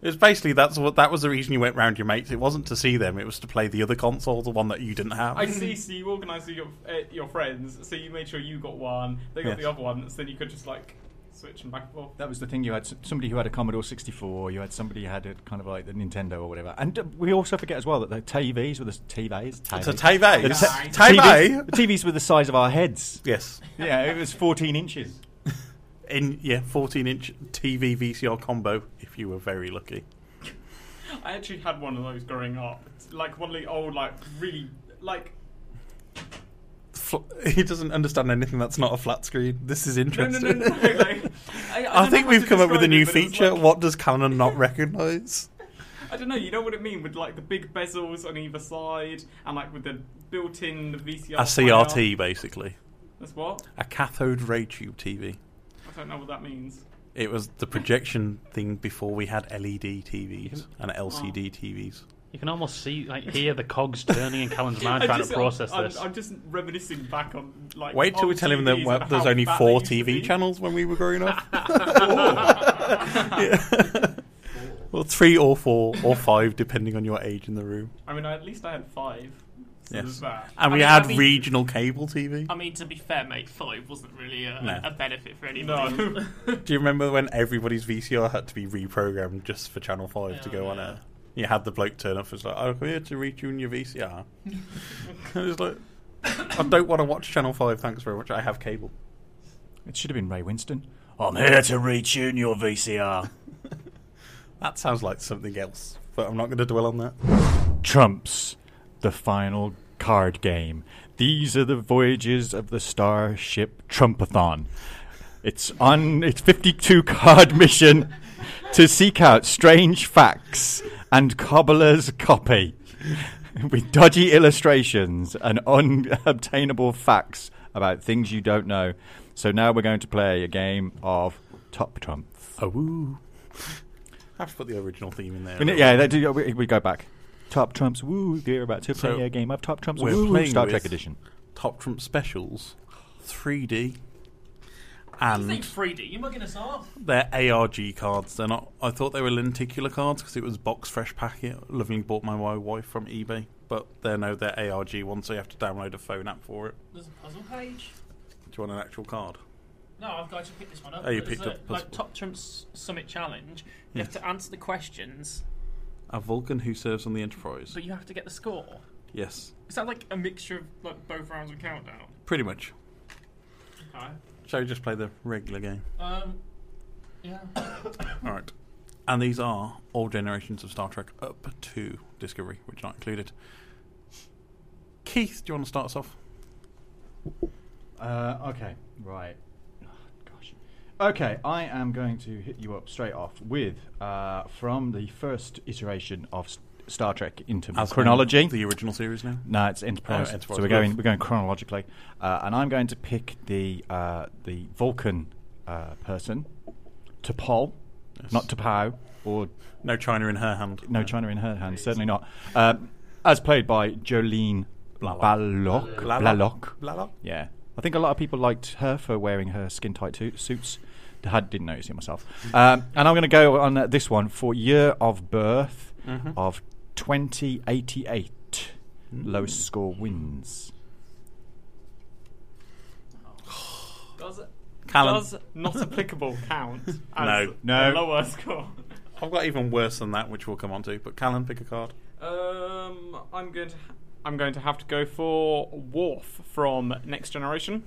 A: It's basically that's what that was the reason you went round your mates. It wasn't to see them; it was to play the other console, the one that you didn't have.
G: I see. So you organised your uh, your friends, so you made sure you got one, they got
A: Yes.
G: the other one, so then you could just like switch them back and forth.
C: That was the thing. You had s- somebody who had a Commodore 64. You had somebody who had a kind of like the Nintendo or whatever. And uh, we also forget as well that the TVs were the s- TVs.
A: So Tave,
C: The
G: Nice.
A: Tave,
C: TVs, the TVs were the size of our heads.
A: yes,
C: Yeah, it was 14 inches.
A: in yeah, fourteen inch TV VCR combo. If you were very lucky,
G: I actually had one of those growing up, It's like one of the old, like really, like
A: Fl- he doesn't understand anything that's not a flat screen. This is
G: no, no,
A: interesting.
G: no, no. like, I,
A: I,
G: don't
A: think
G: know how
A: we've
G: to
A: come up with a
G: describe
A: new
G: it, but it's
A: feature.
G: like-
A: what does Canon not recognise?
G: I don't know. You know what I mean with like the big bezels on either side, and like with the built-in the VCR.
A: A CRT, basically,
G: That's what.
A: a cathode ray tube TV.
G: I don't know what that means.
A: It was the projection thing before we had E LED TVs and LCD TVs.
D: You can almost see, like, hear the cogs turning in Callan's mind
G: I
D: trying
G: just-
D: to process
G: I'm,
D: this.
G: I'm just reminiscing back on like.
A: Wait till we
G: old
A: tell him that
G: TVs
A: well,
G: and
A: there's
G: how
A: only
G: fat
A: four
G: they used to
A: TV
G: be.
A: channels when we were growing up. Yeah. well, three or four or five, depending on your age in the room.
G: I mean, at least I had five. So
A: Yes.
G: there's that.
A: And
B: I
A: we
B: mean,
A: had
B: I mean-
A: regional cable TV.
B: I mean, to be fair, mate, five wasn't really a,
A: No.
B: a benefit for anybody.
G: No.
A: Do you remember when everybody's VCR had to be reprogrammed just for Channel 5 to go on air? You had the bloke turn up and was like, I'm here to retune your VCR. and it's like, I don't want to watch Channel 5, thanks very much. I have cable.
C: It should have been Ray Winston. I'm here to retune your VCR.
A: That sounds like something else, but I'm not going to dwell on that.
C: Trumps, the final card game. These are the voyages of the starship Trumpathon. It's on its 52 card mission to seek out strange facts and cobbler's copy with dodgy illustrations and unobtainable facts about things you don't know. So now we're going to play a game of Top Trump.
A: Oh, woo. I have to put the original theme in there.
C: We ne- Yeah, they do. We, we go back. Top Trumps. Woo! They're about to play
A: So,
C: a game of Top Trumps.
A: we're
C: Woo!
A: playing
C: Star
A: with-
C: Trek Edition.
A: Top Trump Specials, 3D,
B: I think
A: and
B: 3D. You're mugging us off.
A: they're ARG cards. They're not. I thought they were lenticular cards because it was box fresh packet. Lovingly bought my wi- wife from eBay, but they're no, they're ARG ones. So you have to download a phone app for it.
B: There's a puzzle page.
A: Do you want an actual card?
B: No, I've got to pick this one up.
A: Oh, you
B: There's
A: picked
B: a,
A: up
B: like
A: puzzle.
B: Top Trump's Summit Challenge. You have to answer the questions,
A: A Vulcan who serves on the Enterprise.
B: but you have to get the score.
A: Yes,
B: Is that like a mixture of like both rounds of countdown?
A: pretty much.
B: Okay.
A: Shall we just play the regular game?
B: Um. Yeah.
A: All right. and these are all generations of Star Trek up to Discovery, which are not included. Keith, do you want to start us off?
C: Uh, okay, right. Oh, gosh. Okay, I am going to hit you up straight off with uh, from the first iteration of S- Star Trek into
A: in
C: chronology.
A: the original series now.
C: no, it's Enterprise.
A: Oh, Enterprise.
C: So we're going we're going chronologically, uh, and I'm going to pick the uh, the Vulcan uh, person, T'Pol, not T'Pau, or
A: No China in her hand.
C: no China in her hand, certainly not. Um, as played by Jolene Blalock. Blalock.
A: Blalock.
C: Yeah, I think a lot of people liked her for wearing her skin tight tu- suits. I didn't notice it myself. Um, and I'm going to go on uh, this one for year of birth
A: Mm-hmm.
C: of 2088.
A: Mm.
C: Lowest score wins.
G: Does,
A: Callum.
G: does not applicable count as
A: No.
G: the
C: No.
G: lower score?
A: I've got even worse than that, which we'll come on to. But Callan, pick a card.
G: Um, I'm going to. ha- I'm going to have to go for Worf from Next Generation.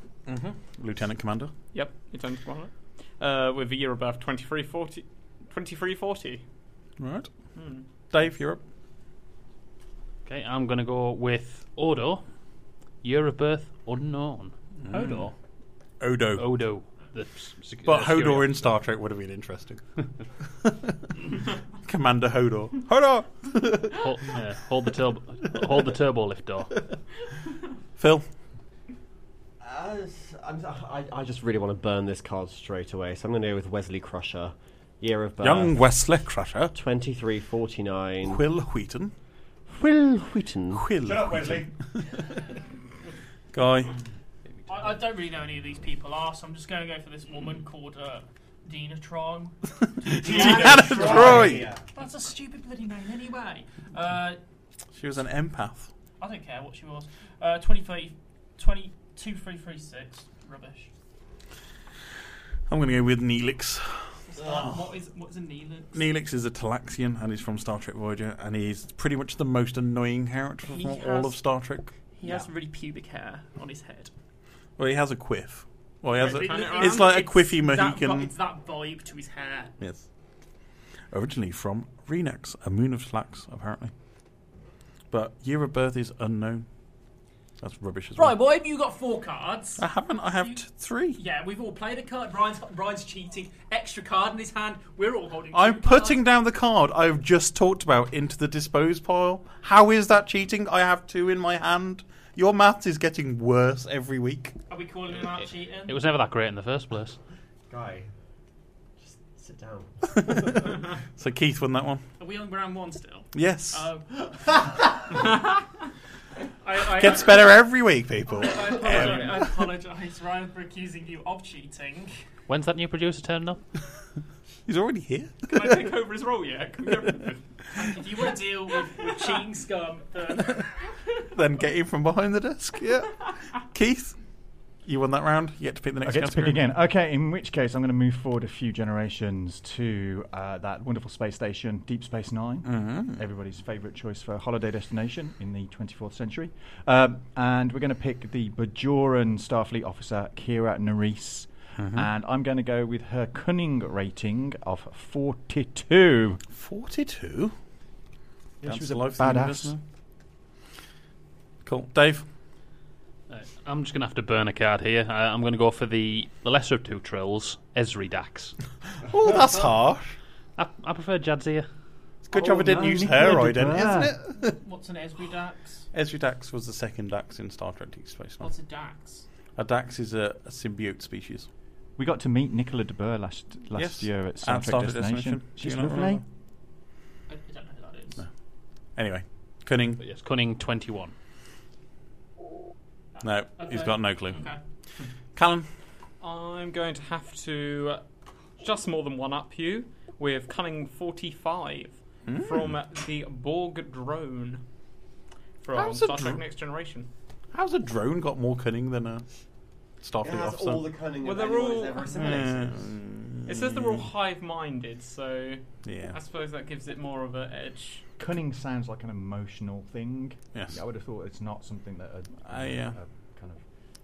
A: Lieutenant Commander.
G: Yep, Lieutenant Commander. Uh, with a year of birth 2340. 2340.
A: Right. Dave, you're up.
D: Okay, I'm going to go with Odo. Year of birth unknown. Odo.
A: Odo.
D: Odo. The s- sec-
A: But
D: uh,
A: Hodor
D: serial-
A: in Star Trek would have been interesting. Commander Hodor. Hodor!
D: Hold, yeah, hold the turbo. hold the turbo lift door.
A: Phil.
F: Uh, I'm, I, I just really want to burn this card straight away, so I'm going to go with Wesley Crusher, year of birth,
A: Young Wesley Crusher.
F: 2349.
A: Quill Wheaton.
F: Will Wheaton.
A: Quill. Guy.
B: I, I don't really know any of these people are, so I'm just going to go for this woman called uh, Dina Trong.
A: Deanna Troy.
B: That's a stupid bloody name anyway. Uh,
A: She was an empath.
B: I don't care what she was. Uh, 23 22336. Rubbish.
A: I'm going to go with Neelix.
B: It's
A: Oh.
B: like, what is what is a Neelix?
A: Neelix is a Talaxian and he's from Star Trek Voyager and he's pretty much the most annoying character
B: He
A: from all
B: has-
A: of Star Trek.
B: He has really pubic hair on his head.
A: Well, he has a quiff. Well, he has a,
G: Turn it around.
A: it's like a quiffy
B: that vi-
A: Mohican.
B: it's that vibe to his hair.
A: Yes. Originally from Renax, a moon of Tlax, apparently. But year of birth is unknown. That's rubbish as well.
B: Right, why have you got four cards?
A: I haven't. I have
B: You-
A: t- three.
B: Yeah, we've all played a card. Brian's, Brian's cheating. Extra card in his hand. We're all holding.
A: I'm
B: two
A: putting
B: cards.
A: down the card I've just talked about into the dispose pile. How is that cheating? I have two in my hand. Your maths is getting worse every week.
B: Are we calling him out cheating?
D: It was never that great in the first place.
F: Guy, just sit down.
A: So Keith won that one.
B: Are we on round one still?
A: Yes.
B: Oh. I, I,
A: Gets better every week, people.
B: I apologise, I apologise, Ryan, for accusing you of cheating.
D: When's that new producer turning up?
A: He's already here.
G: Can I take over his role yet? Can we get rid of him?
B: If you want to deal with, with cheating scum, then
A: then get in from behind the desk. Yeah. Keith, you won that round. You get to pick the
C: I
A: next
C: get to pick
A: category.
C: again. Okay, in which case I'm going to move forward a few generations to uh, that wonderful space station, Deep Space 9 everybody's favourite choice for a holiday destination in the 24th century. Um, and we're going to pick the Bajoran Starfleet officer, Kira Nerys.
A: Mm-hmm.
C: And I'm going to go with her cunning rating of 42.
A: 42?
C: Yeah, she was
A: Dance
C: a
A: life thing,
C: badass.
A: isn't it? Cool. Dave?
D: Uh, I'm just going to have to burn a card here. Uh, I'm going to go for the, the lesser of two trills, Esri Dax.
A: Oh, that's harsh.
D: I, I prefer Jadzia.
A: It's a good job I didn't
C: no,
A: use
C: Nicola
A: her
C: did
A: identity, isn't
C: that.
A: it?
B: what's an Esri Dax?
A: Esri Dax was the second Dax in Star Trek Deep Space Nine.
B: What's a Dax?
A: A Dax is a, a symbiote species.
C: We got to meet Nicola de Burr last, last
A: Yes.
C: year at Star
A: At
C: Trek
A: Star Trek
C: Destination.
A: Destination. Do
C: She's
A: you not
C: lovely.
A: remember?
B: I, I don't know who that is.
A: Anyway, cunning.
D: But yes, Cunning 21.
A: No, he's
B: Okay.
A: got no clue.
B: Okay.
A: Callum?
G: I'm going to have to uh, just more than one up you with Cunning 45
A: Hmm.
G: from the Borg drone from
A: How's a
G: Star Trek
A: dr-
G: Next Generation.
A: How's a drone got more cunning than a Starfleet officer?
F: cunning
G: Well, they're all-
F: assimilated.
G: It says they're all hive minded, so
A: Hmm. Yeah.
G: I suppose that gives it more of an edge.
C: Cunning sounds like an emotional thing.
A: Yes.
C: I would have thought it's not something that a,
A: I, uh,
C: a kind of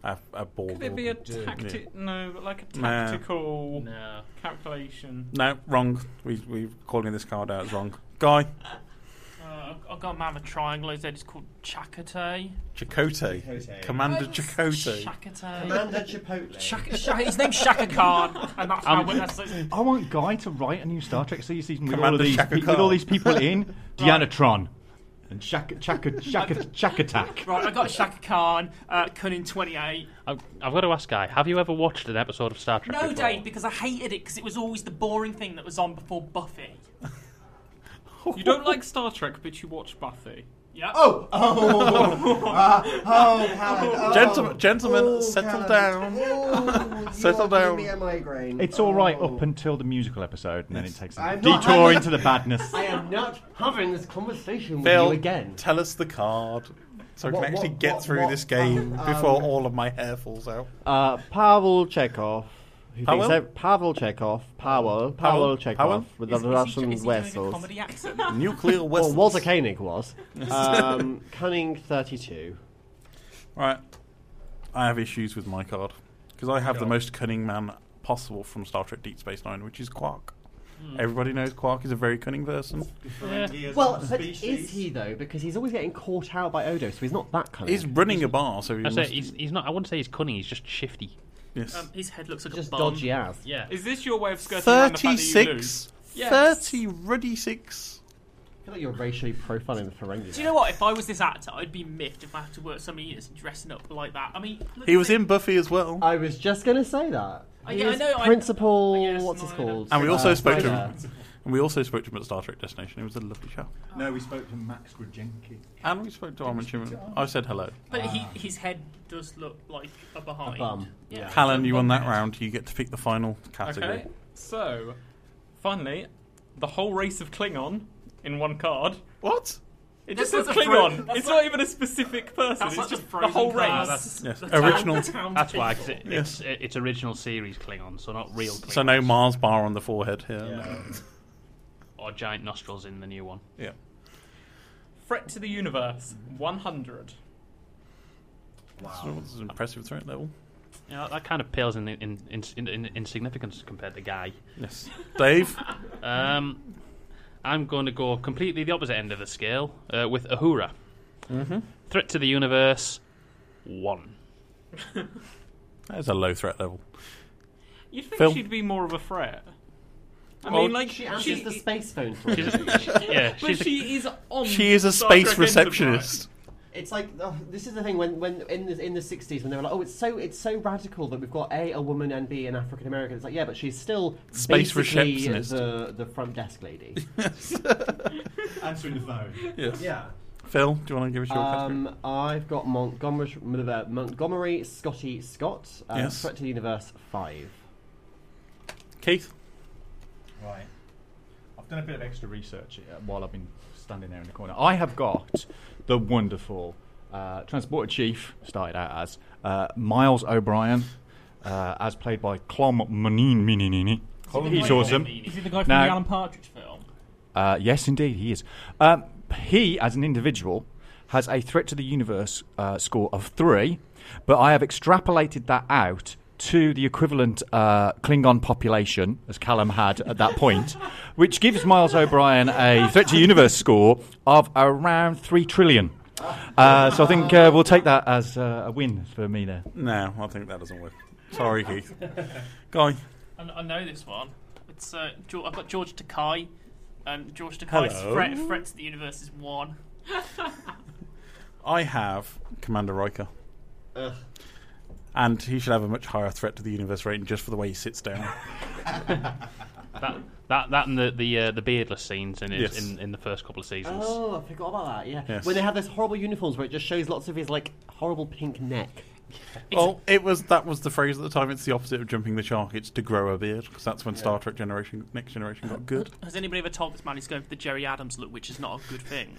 A: a, a ball.
G: Could it be a tactic? No, but like a
A: Nah.
G: tactical
D: No.
G: calculation.
A: No, wrong. We we calling this card out as wrong. Guy
B: Uh, I've got a man with triangles there. It's called Chakotay.
A: Chakotay, Commander Chakotay.
B: Chakotay.
F: Commander Chipotle.
B: Shaka, Shaka, his name's Shaka Khan, and that's how.
H: Um,
B: that's, that's,
C: I want Guy to write a new Star Trek series season with all,
A: Commander
C: of these,
A: Shaka
C: pe- with all
A: Khan.
C: these people in Deanna Tron and Shaka Shaka Shaka Shaka Attack.
B: right, I got Shaka Khan, uh, Cunning Twenty Eight.
D: I've, I've got to ask, Guy, have you ever watched an episode of Star Trek?
B: No,
D: before?
B: Dave, because I hated it because it was always the boring thing that was on before Buffy.
G: You don't like Star Trek, but you watch Buffy.
B: Yeah.
F: Oh, oh, ah, oh, Helen, oh,
A: Gentlemen, gentlemen,
F: oh,
A: settle
F: Helen.
A: down.
F: Oh, you
A: Settle
F: are giving
A: down.
F: me a migraine.
C: It's all right
F: Oh.
C: up until the musical episode, and then it takes a
F: I'm not
C: detour
F: having-
C: into the badness.
F: I am not having this conversation with
A: Phil,
F: you again.
A: tell us the card so I
F: What-
A: can actually
F: what-
A: get
F: what-
A: through
F: what-
A: this game
F: um,
A: before
F: um,
A: all of my hair falls out.
F: Uh, Pavel Chekhov. Who
A: Powell?
F: Thinks ev- Pavel Chekhov. Pavel.
A: Powell?
F: Pavel Chekhov.
A: Powell?
F: With
B: Is-
F: the
B: is he-
F: Russian
B: is he doing a
F: vessels.
B: comedy accent?
A: Nuclear
F: Well,
A: weapons.
F: Walter Koenig was. Um, Cunning 32.
A: Right. I have issues with my card because I have the most cunning man possible from Star Trek Deep Space Nine, which is Quark. Everybody knows Quark is a very cunning person.
F: Well, but is he, though? Because he's always getting caught out by Odo, so he's not that cunning.
A: He's running a bar, so he
D: I
A: must,
D: say, he's, he's not. I wouldn't say he's cunning. He's just shifty.
A: yes.
B: Um, his head looks like
F: just
B: a bomb.
F: dodgy ass.
D: Yeah.
G: Is this your way of skirting around the fact that you lose?
A: 36, 30, ruddy six.
F: I feel like you're racially profiling the Ferengi.
B: Do you know what? If I was this actor, I'd be miffed if I had to work so many years dressing up like that. I mean, look
A: He
B: at
A: was
B: it.
A: in Buffy as well.
F: I was just going to say that.
B: I-
F: He
B: yeah, I
F: is
B: know, I-
F: Principal.
B: yes,
F: what's his
B: no, I know.
F: called?
A: And we also
F: Uh,
A: spoke to
F: Ryder.
A: him. And we also spoke to him at Star Trek Destination. It was a lovely show.
C: No, we spoke to Max Grudjenki.
A: And we spoke to Armin Shimon. I said hello.
B: But
A: Ah.
B: he, his head does look like a behind.
F: bum.
B: Yeah.
A: Callan, you won that round. You get to pick the final category.
G: Okay, so finally, the whole race of Klingon in one card.
A: What?
G: It
B: That's
G: just says
B: not a fro-
G: Klingon.
B: that's
G: It's
B: not-
G: not even a specific person.
B: That's
G: It's
B: not
G: just the
B: frozen
G: whole
B: cars.
G: race.
A: Yes,
B: The town-
A: original.
B: the town
D: That's why. 'cause
B: people.
D: it, it's, it's original series Klingon, so not real Klingon.
A: So no Mars bar on the forehead here.
D: or giant nostrils in the new one.
A: Yeah.
G: Threat to the universe. One hundred.
A: So it's an Oh, impressive threat level.
D: You know, that kind of pales in, in, in, in, in insignificance compared to Guy.
A: Yes. Dave?
D: Um, I'm going to go completely the opposite end of the scale uh, with Ahura.
A: Mm-hmm.
D: Threat to the universe, one.
A: That is a low threat level.
G: You'd think
A: Phil?
G: she'd be more of a threat. I
A: Well,
G: mean, like
F: She
G: she,
F: answers the space phone for
D: She's
F: him.
D: a, she- yeah,
G: but
D: she's a-
G: she is on.
A: She is a
G: Star
A: space
G: Trek
A: receptionist.
F: It's like oh, this is the thing when, when in the in the sixties when they were like, oh, it's so it's so radical that we've got a a woman and b an African American. It's like yeah, but she's still
A: Space
F: basically
A: receptionist.
F: the the front desk lady.
C: Answering the phone.
A: Yes.
F: yeah.
A: Phil, do you want to give us your category?
F: Um, I've got Montgomery, Montgomery Scotty Scott. Uh,
A: Yes.
F: Threat to the Universe Five.
A: Keith?
C: Right. I've done a bit of extra research uh, while I've been standing there in the corner. I have got the wonderful uh, Transporter Chief, started out as uh, Miles O'Brien, uh, as played by Clom Munin Mininini. He's awesome.
B: Is he the guy from
C: Now-
B: the Alan Partridge film?
C: Uh, yes, indeed, he is. Um, he, as an individual, has a threat to the universe uh, score of three, but I have extrapolated that out to the equivalent uh, Klingon population, as Callum had at that point, which gives Miles O'Brien a threat to the universe score of around three trillion. Uh, so I think uh, we'll take that as uh, a win for me there.
A: No, I think that doesn't work. Sorry, Keith. Guy?
B: I, I know this one. It's uh, Geor I've got George Takai, and George Takai's
A: Hello.
B: threat, threat to the universe is one.
A: I have Commander Riker.
F: Ugh.
A: And he should have a much higher threat to the universe rating just for the way he sits down.
D: that, that that and the the, uh, the beardless scenes in, his,
A: Yes.
D: in in the first couple of seasons.
F: Oh, I forgot about that. Yeah.
A: Yes.
F: When they have those horrible uniforms where it just shows lots of his like horrible pink neck.
A: well, it was that was the phrase at the time. It's the opposite of jumping the shark. It's to grow a beard because that's when Star Trek Generation Next Generation got good.
B: Has anybody ever told this man he's going for the Jerry Adams look, which is not a good thing?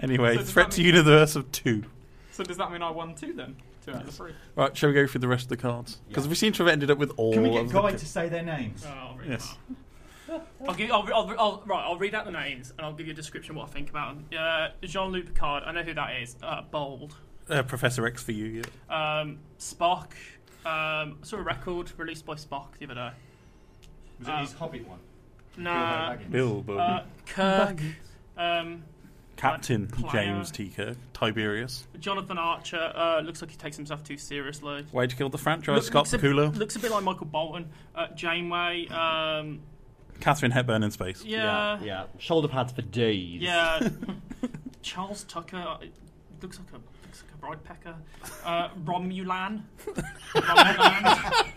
A: Anyway,
G: So does
A: threat
G: that
A: to
G: mean-
A: universe of two.
G: So does that mean I won two then? Two out of three.
A: Right, shall we go through the rest of the cards? Because we seem to have ended up with all. of the ca-
C: say their names?
F: Uh,
B: Oh,
A: Yes.
B: I'll give. I'll, I'll, I'll, right, I'll read out the names and I'll give you a description of what I think about them. Uh, Jean-Luc Picard. I know who that is. Uh, bold.
A: Uh, Professor X for you. Yeah.
B: Um, Spock. Um, I saw a record released by Spock the other day.
K: Was it
B: Uh,
K: his Hobbit one?
B: Nah.
A: Bilbo.
B: Uh, Kirk. Um,
A: Captain
B: Clara.
A: James T. Kirk. Tiberius.
B: Jonathan Archer uh, looks like he takes himself too seriously.
A: Way to kill the franchise,
B: Look-
A: Scott
B: looks, a,
A: Piccolo.
B: looks a bit like Michael Bolton. Uh, Janeway. Um,
A: Catherine Hepburn in space.
B: yeah. Yeah.
F: yeah. Shoulder pads for days.
B: Charles Tucker. uh, Looks like a looks like a bride pecker. Uh, Romulan. Romulan.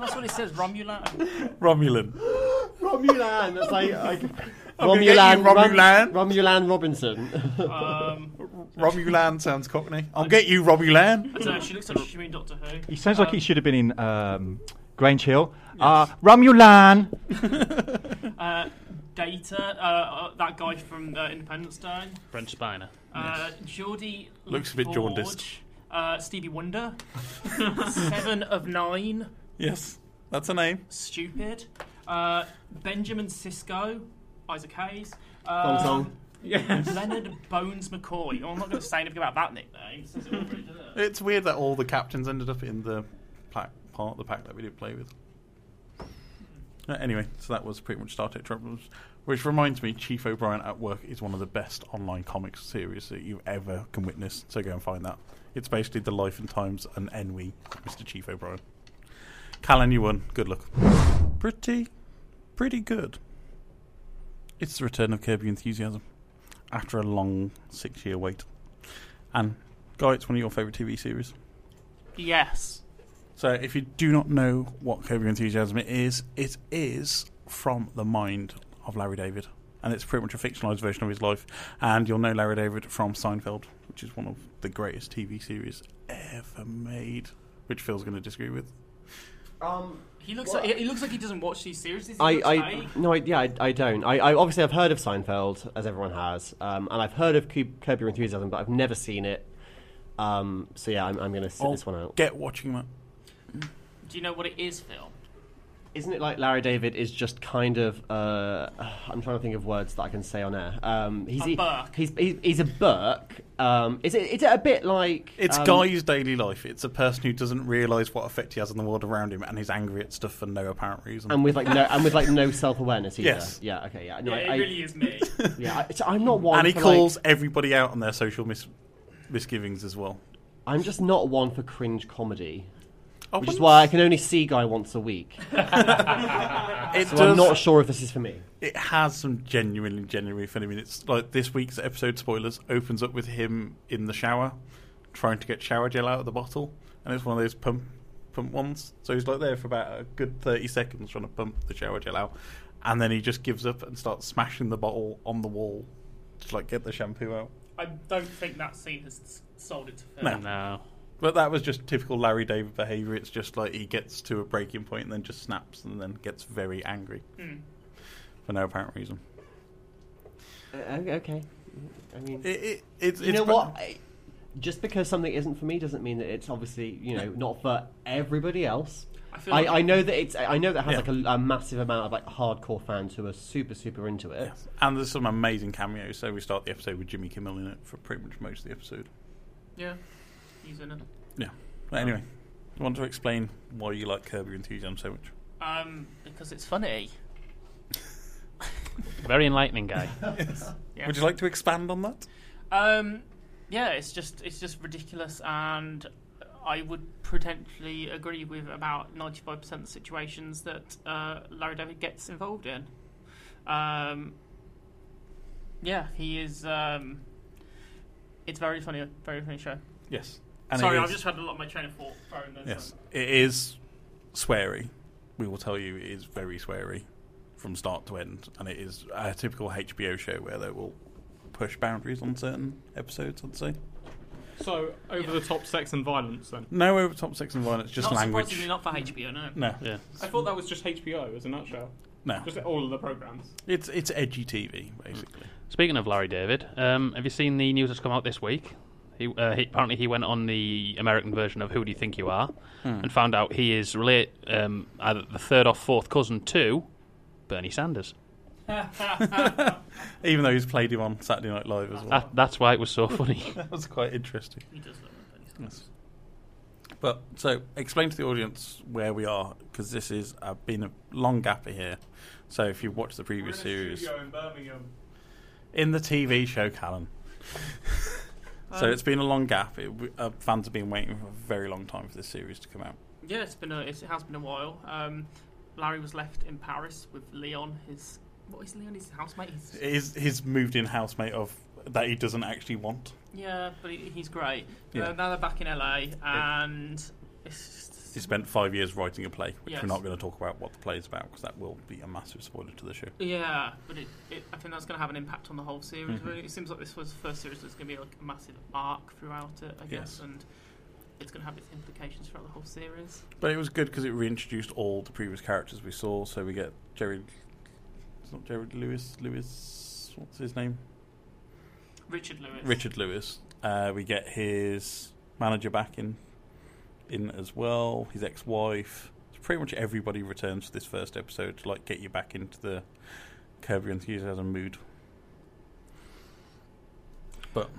B: That's what it says. Romulan.
A: Romulan.
F: Romulan. That's like, like
A: gonna get you,
F: Romulan, Rom-
A: Romulan.
F: Romulan Robinson.
B: Um,
A: Romulan sounds cockney. I'll get you, Romulan.
B: I don't know, she looks like she's in Doctor Who.
C: He sounds like he should have been in um, Grange Hill. Uh, Romulan.
B: Uh, Data, uh, uh, that guy from uh, Independence Day.
D: Brent Spiner.
B: Uh, Geordie
A: Looks a bit
B: Ford.
A: jaundiced.
B: Uh, Stevie Wonder. Seven of Nine.
A: Yes, that's a name.
B: Stupid. Uh, Benjamin Cisco. Isaac Hayes.
F: Song
B: Um,
F: song.
B: Leonard Bones McCoy. Oh, I'm not going to say anything about that nickname. It says it already, doesn't it?
A: It's weird that all the captains ended up in the pack, part of the pack that we didn't play with. Uh, anyway, so that was pretty much Star Trek Troubles, which reminds me, Chief O'Brien at Work is one of the best online comics series that you ever can witness. So go and find that. It's basically the life and times and ennui of Mr. Chief O'Brien. Callan, you won. Good luck. Pretty, pretty good. It's the return of Kirby Enthusiasm after a long six-year wait. And Guy, it's one of your favourite TV series.
B: Yes.
A: So, if you do not know what Curb Your Enthusiasm is, it is from the mind of Larry David, and it's pretty much a fictionalized version of his life. And you'll know Larry David from Seinfeld, which is one of the greatest TV series ever made, which Phil's going to disagree with.
F: Um,
B: He looks like he, he looks like he doesn't watch these series. He
F: I,
B: looks
F: I
B: fake.
F: no, I, yeah, I, I don't. I, I obviously I've heard of Seinfeld, as everyone has, um, and I've heard of Curb, Curb Your Enthusiasm, but I've never seen it. Um, so yeah, I'm, I'm going to sit
A: Oh,
F: this one out.
A: Get watching that.
B: Do you know what it is, Phil?
F: Isn't it like Larry David is just kind of? Uh, I'm trying to think of words that I can say on air. Um, he's
B: A Burke.
F: He's, he's he's a Burke. Um, is it? Is it a bit like?
A: It's
F: um,
A: Guy's daily life. It's a person who doesn't realize what effect he has on the world around him, and is angry at stuff for no apparent reason.
F: And with like no, and with like no self awareness either.
A: Yes.
F: Yeah. Okay. Yeah. No,
B: Yeah,
F: I,
B: it
F: I-
B: really is me.
F: yeah. I, so I'm not one.
A: And he
F: for,
A: calls
F: Like,
A: everybody out on their social mis- misgivings as well.
F: I'm just not one for cringe comedy,
A: Oh,
F: which is
A: but
F: why I can only see Guy once a week.
A: it
F: So
A: does-
F: I'm not sure if this is for me.
A: it has some genuinely genuinely funny minutes. Like this week's episode spoilers opens up with him in the shower, trying to get shower gel out of the bottle, and it's one of those pump pump ones. So he's like there for about a good thirty seconds trying to pump the shower gel out, and then he just gives up and starts smashing the bottle on the wall to like get the shampoo out.
B: I don't think that scene has s- sold it to Phil.
A: No.
D: No.
A: But that was just typical Larry David behavior. It's just like he gets to a breaking point and then just snaps and then gets very angry
F: Hmm.
A: for no apparent reason.
F: Uh, okay. I mean,
A: It, it, it's,
F: you
A: it's
F: know
A: pre-
F: what? I- just because something isn't for me doesn't mean that it's obviously you know not for everybody else.
B: I feel
F: I,
B: like-
F: I know that it's I know that it has
A: Yeah.
F: like a, a massive amount of like hardcore fans who are super super into it.
A: Yes. And there's some amazing cameos. So we start the episode with Jimmy Kimmel in it for pretty much most of the episode.
B: Yeah, he's in it.
A: Yeah. But anyway, I want to explain why you like Curb Your Enthusiasm so much.
B: Um, because it's funny.
D: Very enlightening guy.
A: Would you like to expand on that?
B: Um, yeah, it's just it's just ridiculous, and I would potentially agree with about ninety five percent of the situations that uh, Larry David gets involved in. Um, yeah, he is. Um, it's very funny, very funny show.
A: Yes. And
B: Sorry,
A: it
B: I've
A: is-
B: just had a lot of my train of thought thrown. there,
A: Yes.
B: so-
A: It is sweary. We will tell you it is very sweary from start to end. And it is a typical HBO show where they will push boundaries on certain episodes, I'd say.
G: So, over the top sex and violence then.
A: No over top sex and violence, just
B: not
A: language.
B: surprisingly, not for HBO. No.
A: No,
D: Yeah.
G: I thought that was just HBO as a nutshell.
A: no.
G: Just all of the programs.
A: It's, it's edgy TV, basically.
D: Speaking of Larry David, um, have you seen the news that's come out this week? He, uh, he apparently he went on the American version of Who Do You Think You Are, and found out he is relate um, either the third or fourth cousin to Bernie Sanders.
A: Even though he's played him on Saturday Night Live as well.
D: That, that's why it was so funny.
A: That was quite interesting.
K: He does that one, but he's-
A: Yes. But so explain to the audience where we are because this is uh, been a long gap here. So if you watch the
G: We're in a
A: previous series
G: studio in Birmingham.
A: in the TV show canon, so
G: Um,
A: it's been a long gap. It, w- uh, fans have been waiting for a very long time for this series to come out.
B: Yeah, it's been a, it's, it has been a while. Um, Larry was left in Paris with Leon, his what is Leon? His housemate. He's,
A: He's, he's moved in housemate of that he doesn't actually want.
B: yeah, but he, he's great.
A: Yeah.
B: Uh, now they're back in LA, and it's just
A: He spent five years writing a play, which
B: Yes.
A: we're not going to talk about what the play is about because that will be a massive spoiler to the show.
B: Yeah, but it, it, I think that's going to have an impact on the whole series.
A: Mhm.
B: Really, it seems like this was the first series that's going to be like a massive arc throughout it, I guess,
A: Yes.
B: and it's going to have its implications throughout the whole series.
A: But it was good because it reintroduced all the previous characters we saw. So we get Jerry. It's not Jerry Lewis. Lewis. What's his name?
B: Richard Lewis.
A: Richard Lewis. Uh, we get his manager back in, in as well. His ex-wife. So pretty much everybody returns for this first episode to like get you back into the Curb Your Enthusiasm mood. But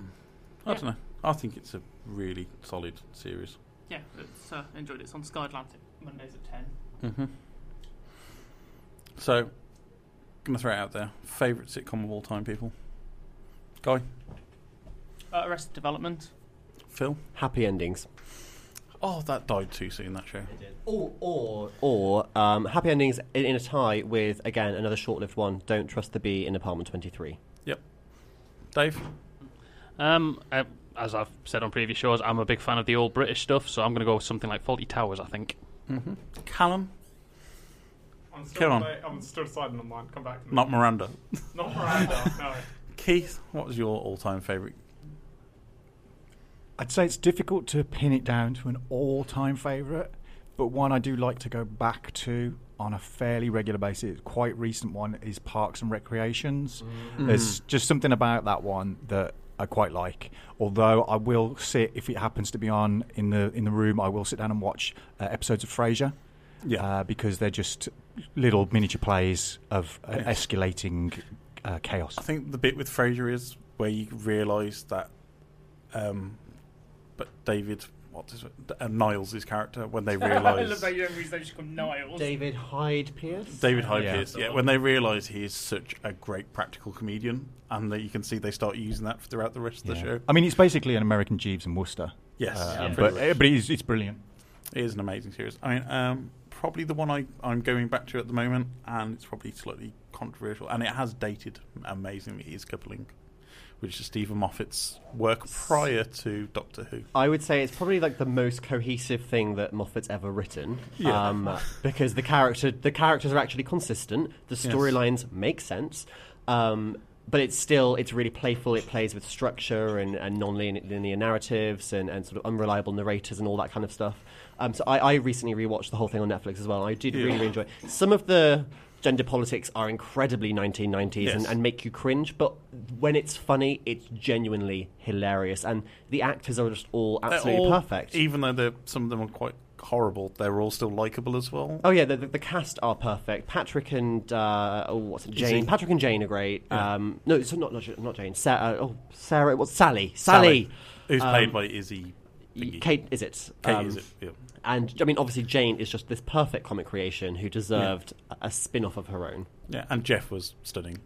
A: I don't know. I think it's a really solid series.
B: Yeah, it's, uh, enjoyed it. It's on Sky Atlantic Mondays at ten.
A: Mm-hmm. So, gonna throw it out there. Favorite sitcom of all time, people. Guy,
B: Uh, Arrested Development.
A: Phil.
F: Happy endings.
A: Oh, that died too soon. That show.
K: He did.
F: Or, or, or um, happy endings in, in a tie with, again, another short lived one Don't Trust the Bee in Apartment 23.
A: Dave.
D: Um, I, as I've said on previous shows, I'm a big fan of the old British stuff, so I'm going to go with something like Faulty Towers. I think.
A: Mm-hmm. Callum,
G: I'm still,
A: Come on.
G: deba- I'm still deciding on mine. Come back to me.
A: not Miranda.
G: Not Miranda. no.
A: Keith, what was your all-time favorite?
C: I'd say it's difficult to pin it down to an all time favourite, but one I do like to go back to on a fairly regular basis, quite recent one, is Parks and Recreations. There's just something about that one that I quite like. Although I will sit if it happens to be on in the in the room, I will sit down and watch uh, episodes of Frasier. uh, because they're just little miniature plays of uh,
A: Yeah.
C: escalating uh, chaos.
A: I think the bit with Frasier is where you realise that, um, but David, what's his, uh, Niles' his character when they
B: I love
A: realise.
B: that you don't reason she's called Niles.
F: David Hyde Pierce?
A: David Hyde
C: Yeah.
A: Pierce, yeah. When they realise he is such a great practical comedian, and that you can see they start using that throughout the rest of the
C: Yeah.
A: show.
C: I mean, it's basically an American Jeeves and Worcester.
A: Yes,
C: Uh,
D: Yeah.
C: but uh, but it's, it's brilliant.
A: it is an amazing series. I mean, um, probably the one I, I'm going back to at the moment, and it's probably slightly controversial, and it has dated amazingly. Is Coupling, which is Stephen Moffat's work prior to Doctor Who.
F: I would say it's probably like the most cohesive thing that Moffat's ever written,
A: Yeah.
F: um, because the character the characters are actually consistent, the storylines make sense, um, but it's still it's really playful. It plays with structure and, and non-linear narratives and, and sort of unreliable narrators and all that kind of stuff. Um, so I, I recently rewatched the whole thing on Netflix as well. and I did
A: Yeah.
F: really, really enjoy. It. Some of the gender politics are incredibly 1990s and,
A: Yes.
F: and make you cringe, but when it's funny, it's genuinely hilarious, and the actors are just all
A: They're
F: absolutely
A: all-
F: perfect.
A: Even though they're, some of them are quite horrible, they're all still likable as well.
F: Oh yeah, the, the, the cast are perfect. Patrick and uh, oh, what's it, Jane?
A: Izzy.
F: Patrick and Jane are great.
A: Yeah.
F: Um, no, it's not not, Ja- not Jane. Sarah, oh, Sarah, what's Sally? Sally.
A: who's
F: Um,
A: played by Izzy.
F: Y-
A: Thingy.
F: Kate, is it?
A: Kate,
F: Um,
A: is it? Yeah.
F: And I mean, obviously, Jane is just this perfect comic creation who deserved a a spin-off of her own.
A: Yeah, and Jeff was stunning.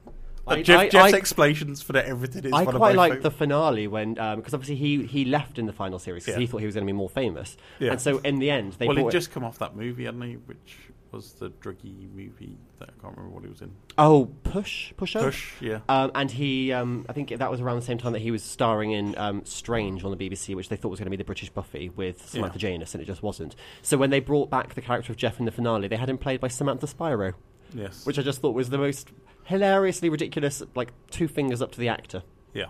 F: I-
A: Uh, Jeff,
F: I-
A: Jeff's
F: I-
A: explanations for everything is
F: I
A: one of
F: quite
A: my
F: like
A: fav-
F: the finale when because obviously he he left in the final series because
A: Yeah.
F: he thought he was going to be more famous,
A: Yeah.
F: and so in the end they
A: well,
F: brought
A: he'd
F: it-
A: just come off that movie, hadn't he? Which was the druggy movie that I can't remember what he was in.
F: oh push push up.
A: Push, yeah.
F: Um, and he, um, I think that was around the same time that he was starring in um, Strange on the BBC, which they thought was going to be the British Buffy with Samantha Janus, and it just wasn't. So when they brought back the character of Jeff in the finale, they had him played by Samantha Spyro,
A: yes.
F: which I just thought was the most hilariously ridiculous, like two fingers up to the actor.
A: yeah.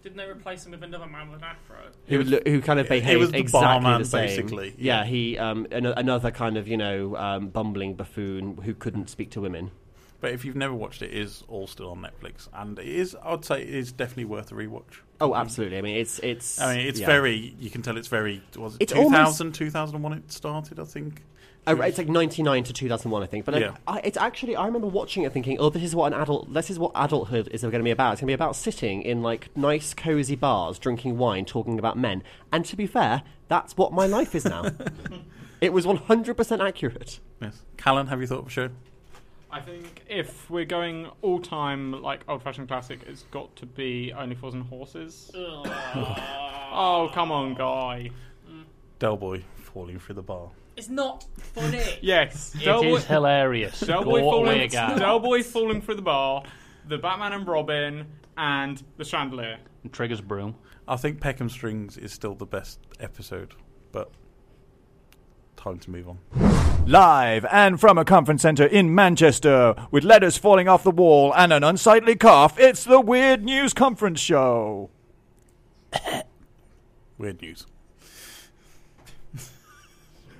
B: Didn't they replace him with another man with an afro?
F: Who, lo- who kind of
A: it- it
F: behaved
A: was the
F: exactly
A: barman,
F: the same.
A: basically,
F: Yeah,
A: yeah.
F: he um, an- another kind of you know um, bumbling buffoon who couldn't speak to women.
A: But if you've never watched it, it is all still on Netflix, and it is. I'd say it is definitely worth a rewatch.
F: Oh, absolutely. I mean, it's it's.
A: I mean, it's
F: yeah.
A: very. You can tell it's very. Was it
F: It's
A: 2000,
F: almost-
A: 2001 It started, I think.
F: Uh, right, it's like 99 to 2001, I think. But like,
A: Yeah.
F: I, it's actually, I remember watching it thinking, oh, this is what an adult, this is what adulthood is going to be about. It's going to be about sitting in like nice, cozy bars, drinking wine, talking about men. And to be fair, that's what my life is now. it was 100% accurate.
A: Yes. Callan, have you thought of a show?
G: I think if we're going all time, like old fashioned classic, it's got to be Only Fools and Horses. oh, come on, guy.
A: Del Boy falling through the bar.
B: It's not funny.
G: Yes.
D: It
G: Del-
D: is hilarious.
G: Del
D: Go
G: Boy
D: away
G: falling,
D: again.
G: Del Boy falling through the bar, the Batman and Robin, and the chandelier.
D: Triggers broom.
A: I think Peckham Strings is still the best episode, but time to move on.
C: Live and from a conference centre in Manchester, with letters falling off the wall and an unsightly cough, it's the Weird News Conference Show.
A: Weird news.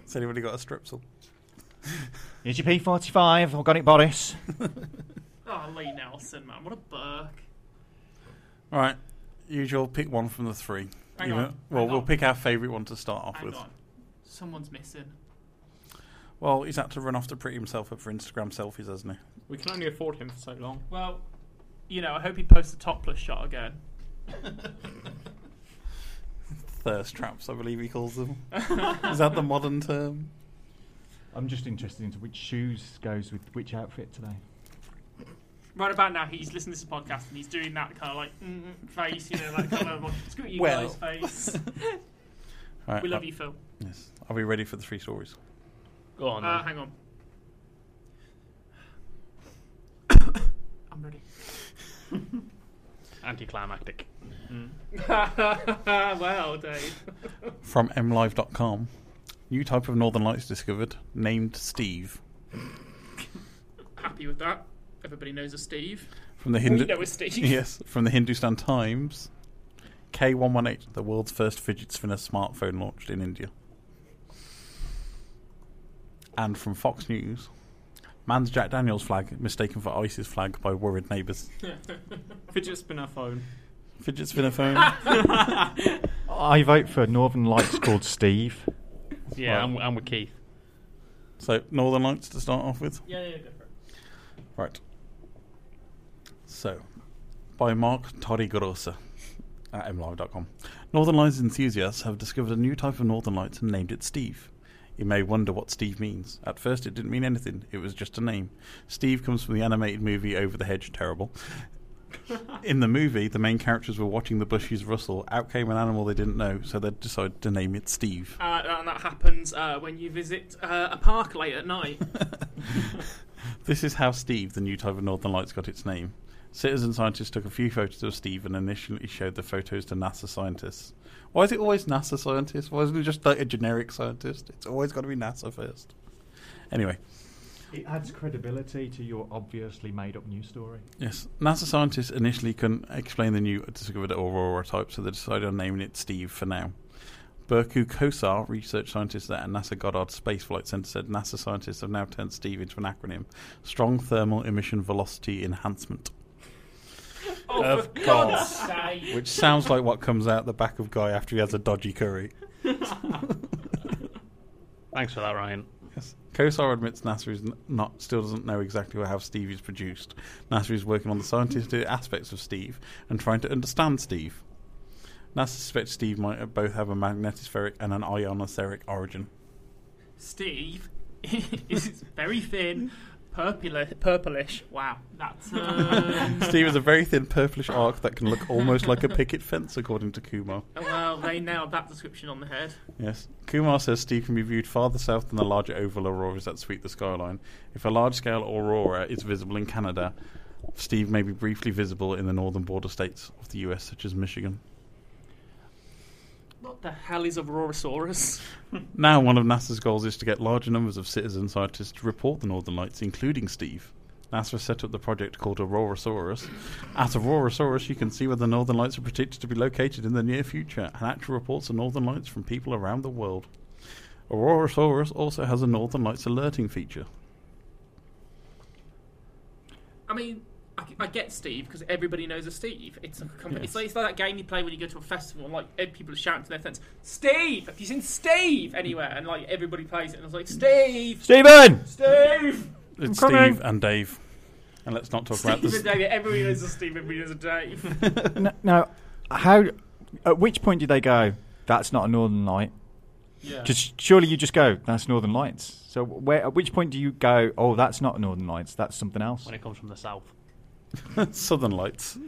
A: Has anybody got a strepsil?
C: Here's your P45. I got it, Boris.
B: oh, Lee Nelson, man, what a burk.
A: All right. Usual, pick one from the three.
G: Hang
A: Even-
G: on,
A: Well,
G: hang
A: we'll
G: on.
A: pick our favourite one to start off
B: Hang
A: with.
B: on. Someone's missing.
A: Well, he's had to run off to pretty himself up for Instagram selfies, hasn't he?
G: We can only afford him for so long.
B: Well, you know, I hope he posts a topless shot again.
A: Thirst traps, I believe he calls them. is that the modern term?
C: I'm just interested into which shoes goes with which outfit today.
B: Right about now, he's listening to this podcast and he's doing that kind of like mm, mm, face, you know, that kind of like, screw you
A: Well.
B: guys face.
A: All right,
B: We love
A: uh,
B: you, Phil.
A: Yes. Are we ready for the three stories?
D: Go on.
B: Uh,
D: then.
B: hang on. I'm ready.
D: Anticlimactic.
B: well, Dave.
A: From mlive.com. New type of Northern Lights discovered, named Steve.
B: Happy with that. Everybody knows a Steve.
A: From the
B: We
A: Hindu-
B: know a Steve.
A: Yes, from the Hindustan Times. K118, the world's first fidget spinner smartphone launched in India. And from Fox News, man's Jack Daniels flag mistaken for ISIS flag by worried neighbours.
G: Fidget spinner phone.
A: Fidget spinner phone.
C: I vote for Northern Lights called Steve.
D: Yeah, I'm, I'm with Keith.
A: so Northern Lights to start off with.
B: Yeah, yeah, go for
A: Right.
B: it.
A: So, by Mark Torrigrosa at mlive.com. Northern Lights enthusiasts have discovered a new type of Northern Lights and named it Steve. You may wonder what Steve means. At first, it didn't mean anything, it was just a name. Steve comes from the animated movie Over the Hedge, terrible. In the movie, the main characters were watching the bushes rustle. Out came an animal they didn't know, so they decided to name it Steve.
B: Uh, and that happens uh, when you visit uh, a park late at night.
A: This is how Steve, the new type of Northern Lights, got its name. Citizen scientists took a few photos of Steve and initially showed the photos to NASA scientists. Why is it always NASA scientists? Why isn't it just like a generic scientist? It's always got to be NASA first. Anyway,
C: It adds credibility to your obviously made up news story.
A: yes, NASA scientists initially couldn't explain the new discovered Aurora type, so they decided on naming it Steve for now. Berku Kosar, research scientist at NASA Goddard Space Flight Center, said NASA scientists have now turned Steve into an acronym Strong Thermal Emission Velocity Enhancement.
B: oh,
A: Of
B: for God's sake.
A: which sounds like what comes out the back of guy after he has a dodgy curry.
D: Thanks for that, Ryan.
A: Yes. Kosar admits NASA is n- not still doesn't know exactly how Steve is produced. NASA is working on the scientific aspects of Steve and trying to understand Steve. NASA suspects Steve might both have a magnetospheric and an ionospheric origin.
B: Steve is very thin, purpli- purplish. Wow, that's. Um,
A: Steve is a very thin purplish arc that can look almost like a picket fence, according to Kumar.
B: well, they nailed that description on the head.
A: Yes. Kumar says Steve can be viewed farther south than the larger oval auroras that sweep the skyline. If a large scale aurora is visible in Canada, Steve may be briefly visible in the northern border states of the US, such as Michigan.
B: What the hell is a Rorosaurus?
A: Now, one of NASA's goals is to get larger numbers of citizen scientists to report the Northern Lights, including Steve. NASA set up the project called Aurorasaurus. At Aurorasaurus, you can see where the Northern Lights are predicted to be located in the near future and actual reports of Northern Lights from people around the world. Aurorasaurus also has a Northern Lights alerting feature.
B: I mean, I, I get Steve because everybody knows a Steve. It's like, a company. It's, like, it's like that game you play when you go to a festival and like ev- people are shouting to their friends, "Steve, have you seen Steve anywhere?" And like everybody plays it, and it's like, "Steve,
H: Stephen!
B: Steve,
A: It's
C: coming.
A: Steve and Dave. And let's not talk about
B: Steve
A: this.
B: and Dave." Everybody knows a Steve. Everybody knows a Dave.
C: N- now, how? At which point did they go? That's not a Northern Light.
G: Yeah.
C: Just surely you just go. That's Northern Lights. So where? At which point do you go? Oh, that's not Northern Lights. That's something else.
D: when it comes from the south.
A: Southern Lights.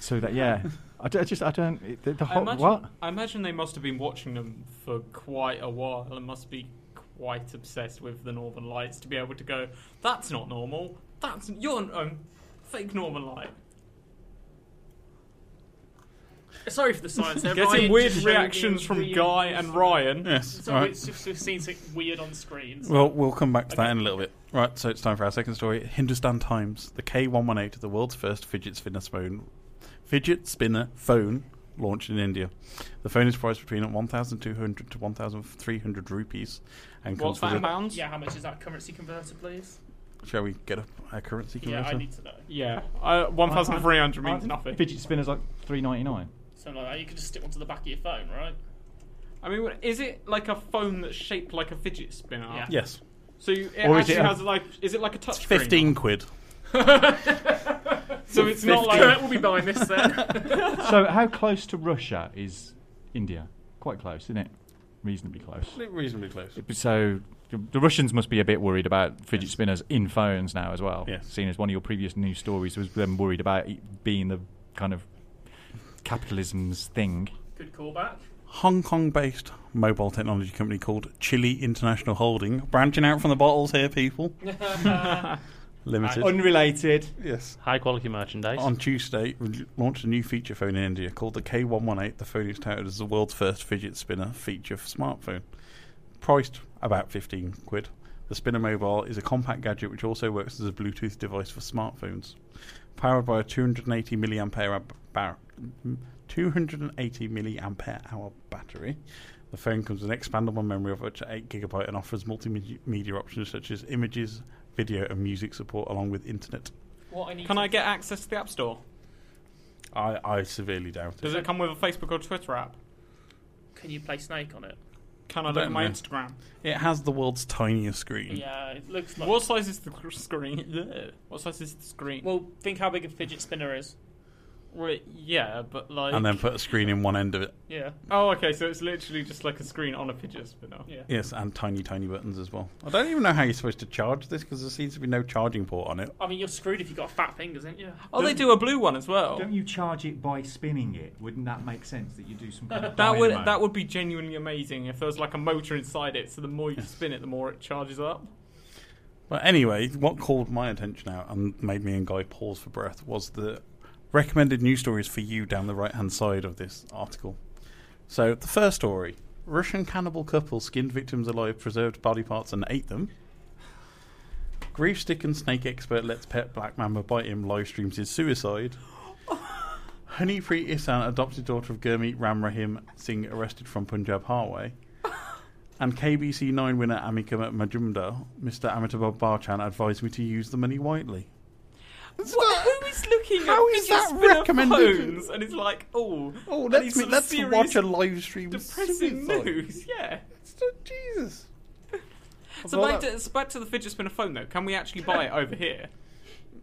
C: So that yeah, I, d- I just I don't it- the, the
G: I
C: whole
G: imagine,
C: what
G: I imagine they must have been watching them for quite a while and must be quite obsessed with the Northern Lights to be able to go, that's not normal. That's your um, fake Northern Light.
B: Sorry for the silence. there,
G: Getting
B: Ryan
G: weird
B: just showed me
G: reactions from
B: weird-
G: Guy and Ryan.
A: Yes.
B: So
A: right.
B: it's just we've seen something weird on screen. So
A: Well, we'll come back to that in a little bit. Right, so it's time for our second story. Hindustan Times. The K118 is the world's first fidget spinner phone. Fidget spinner phone launched in India. The phone is priced between 1,200 to 1,300 rupees and comes
G: What's that
A: with
G: in
A: a,
G: pounds?
B: yeah, how much is that currency converter, please?
A: Shall we get a, a currency
B: Yeah,
A: converter?
B: I need to know.
G: Yeah. Uh, 1,300 means nothing.
C: fidget spinners like three ninety nine.
B: Something like that. You could just stick one to the back of your phone, right?
G: I mean, what- is it like a phone that's shaped like a fidget spinner?
B: Yeah.
A: yes.
G: So you, it
C: Or is
G: actually
C: it a-
G: has like, is it like a touch screen?
A: 15 quid.
G: So it's not
B: Kurt
G: like.
B: will be buying this then.
C: so how close to Russia is India? Quite close, isn't it? Reasonably close.
A: Reasonably close.
C: So the, the Russians must be a bit worried about fidget spinners in phones now as well.
A: Yes.
C: Seeing as one of your previous news stories was them worried about it being the kind of capitalism's thing.
B: Good callback.
A: Hong Kong based mobile technology company called Chili International Holding. Branching out from the bottles here, people. Limited.
H: Unrelated.
A: yes.
D: High quality merchandise.
A: On Tuesday, re- launched a new feature phone in India called the K118. The phone is touted as the world's first fidget spinner feature smartphone. Priced about 15 quid, the Spinner Mobile is a compact gadget which also works as a Bluetooth device for smartphones. Powered by a 280 milliampere ab- bar- 280 milliampere hour battery, the phone comes with an expandable memory of up to 8 gigabyte and offers multimedia options such as images, video, and music support, along with internet.
B: What I need.
G: Can
B: to-
G: I get access to the App Store?
A: I, I severely doubt it.
G: Does it come with a Facebook or Twitter app?
B: Can you play Snake on it?
G: Can I look
A: don't
G: at my
A: know.
G: Instagram?
A: It has the world's tiniest screen.
B: Yeah, it looks like.
G: What size is the gr- screen? Yeah. What size is the screen?
B: Well, think how big a fidget spinner is.
G: Well, yeah, but like.
A: And then put a screen in one end of it.
B: Yeah.
G: Oh, okay. So it's literally just like a screen on a fidget spinner.
B: Yeah.
A: Yes, and tiny, tiny buttons as well. I don't even know how you're supposed to charge this because there seems to be no charging port on it.
B: I mean, you're screwed if you've got fat fingers, aren't you?
G: Oh, they do a blue one as well.
H: Don't you charge it by spinning it? Wouldn't that make sense that you do some kind of
G: That would
H: dynamo?
G: that would be genuinely amazing if there was like a motor inside it. So the more you spin it, the more it charges up.
A: But anyway, what called my attention out and made me and Guy pause for breath was the recommended news stories for you down the right hand side of this article. So, the first story Russian cannibal couple skinned victims alive, preserved body parts, and ate them. Grief stick and snake expert lets pet black mamba bite him, live streams his suicide. Honeypreet Isan, adopted daughter of Gurmeet Ram Rahim Singh, arrested from Punjab Highway. And KBC9 winner Amikam Majumdar, Mr. Amitabh Barchan, advised me to use the money wisely.
G: What, who is looking
A: How
G: at
A: is
G: fidget
A: that
G: spinner
A: recommended?
G: phones and it's like, oh,
A: Oh,
G: and
A: let's,
G: it's sort of
A: let's
G: serious,
A: watch a live stream.
G: depressing
A: suicide.
G: news. Yeah.
A: Jesus.
G: So
A: Well,
G: back
A: that-
G: to, so back to the fidget spinner phone though. Can we actually buy it over here?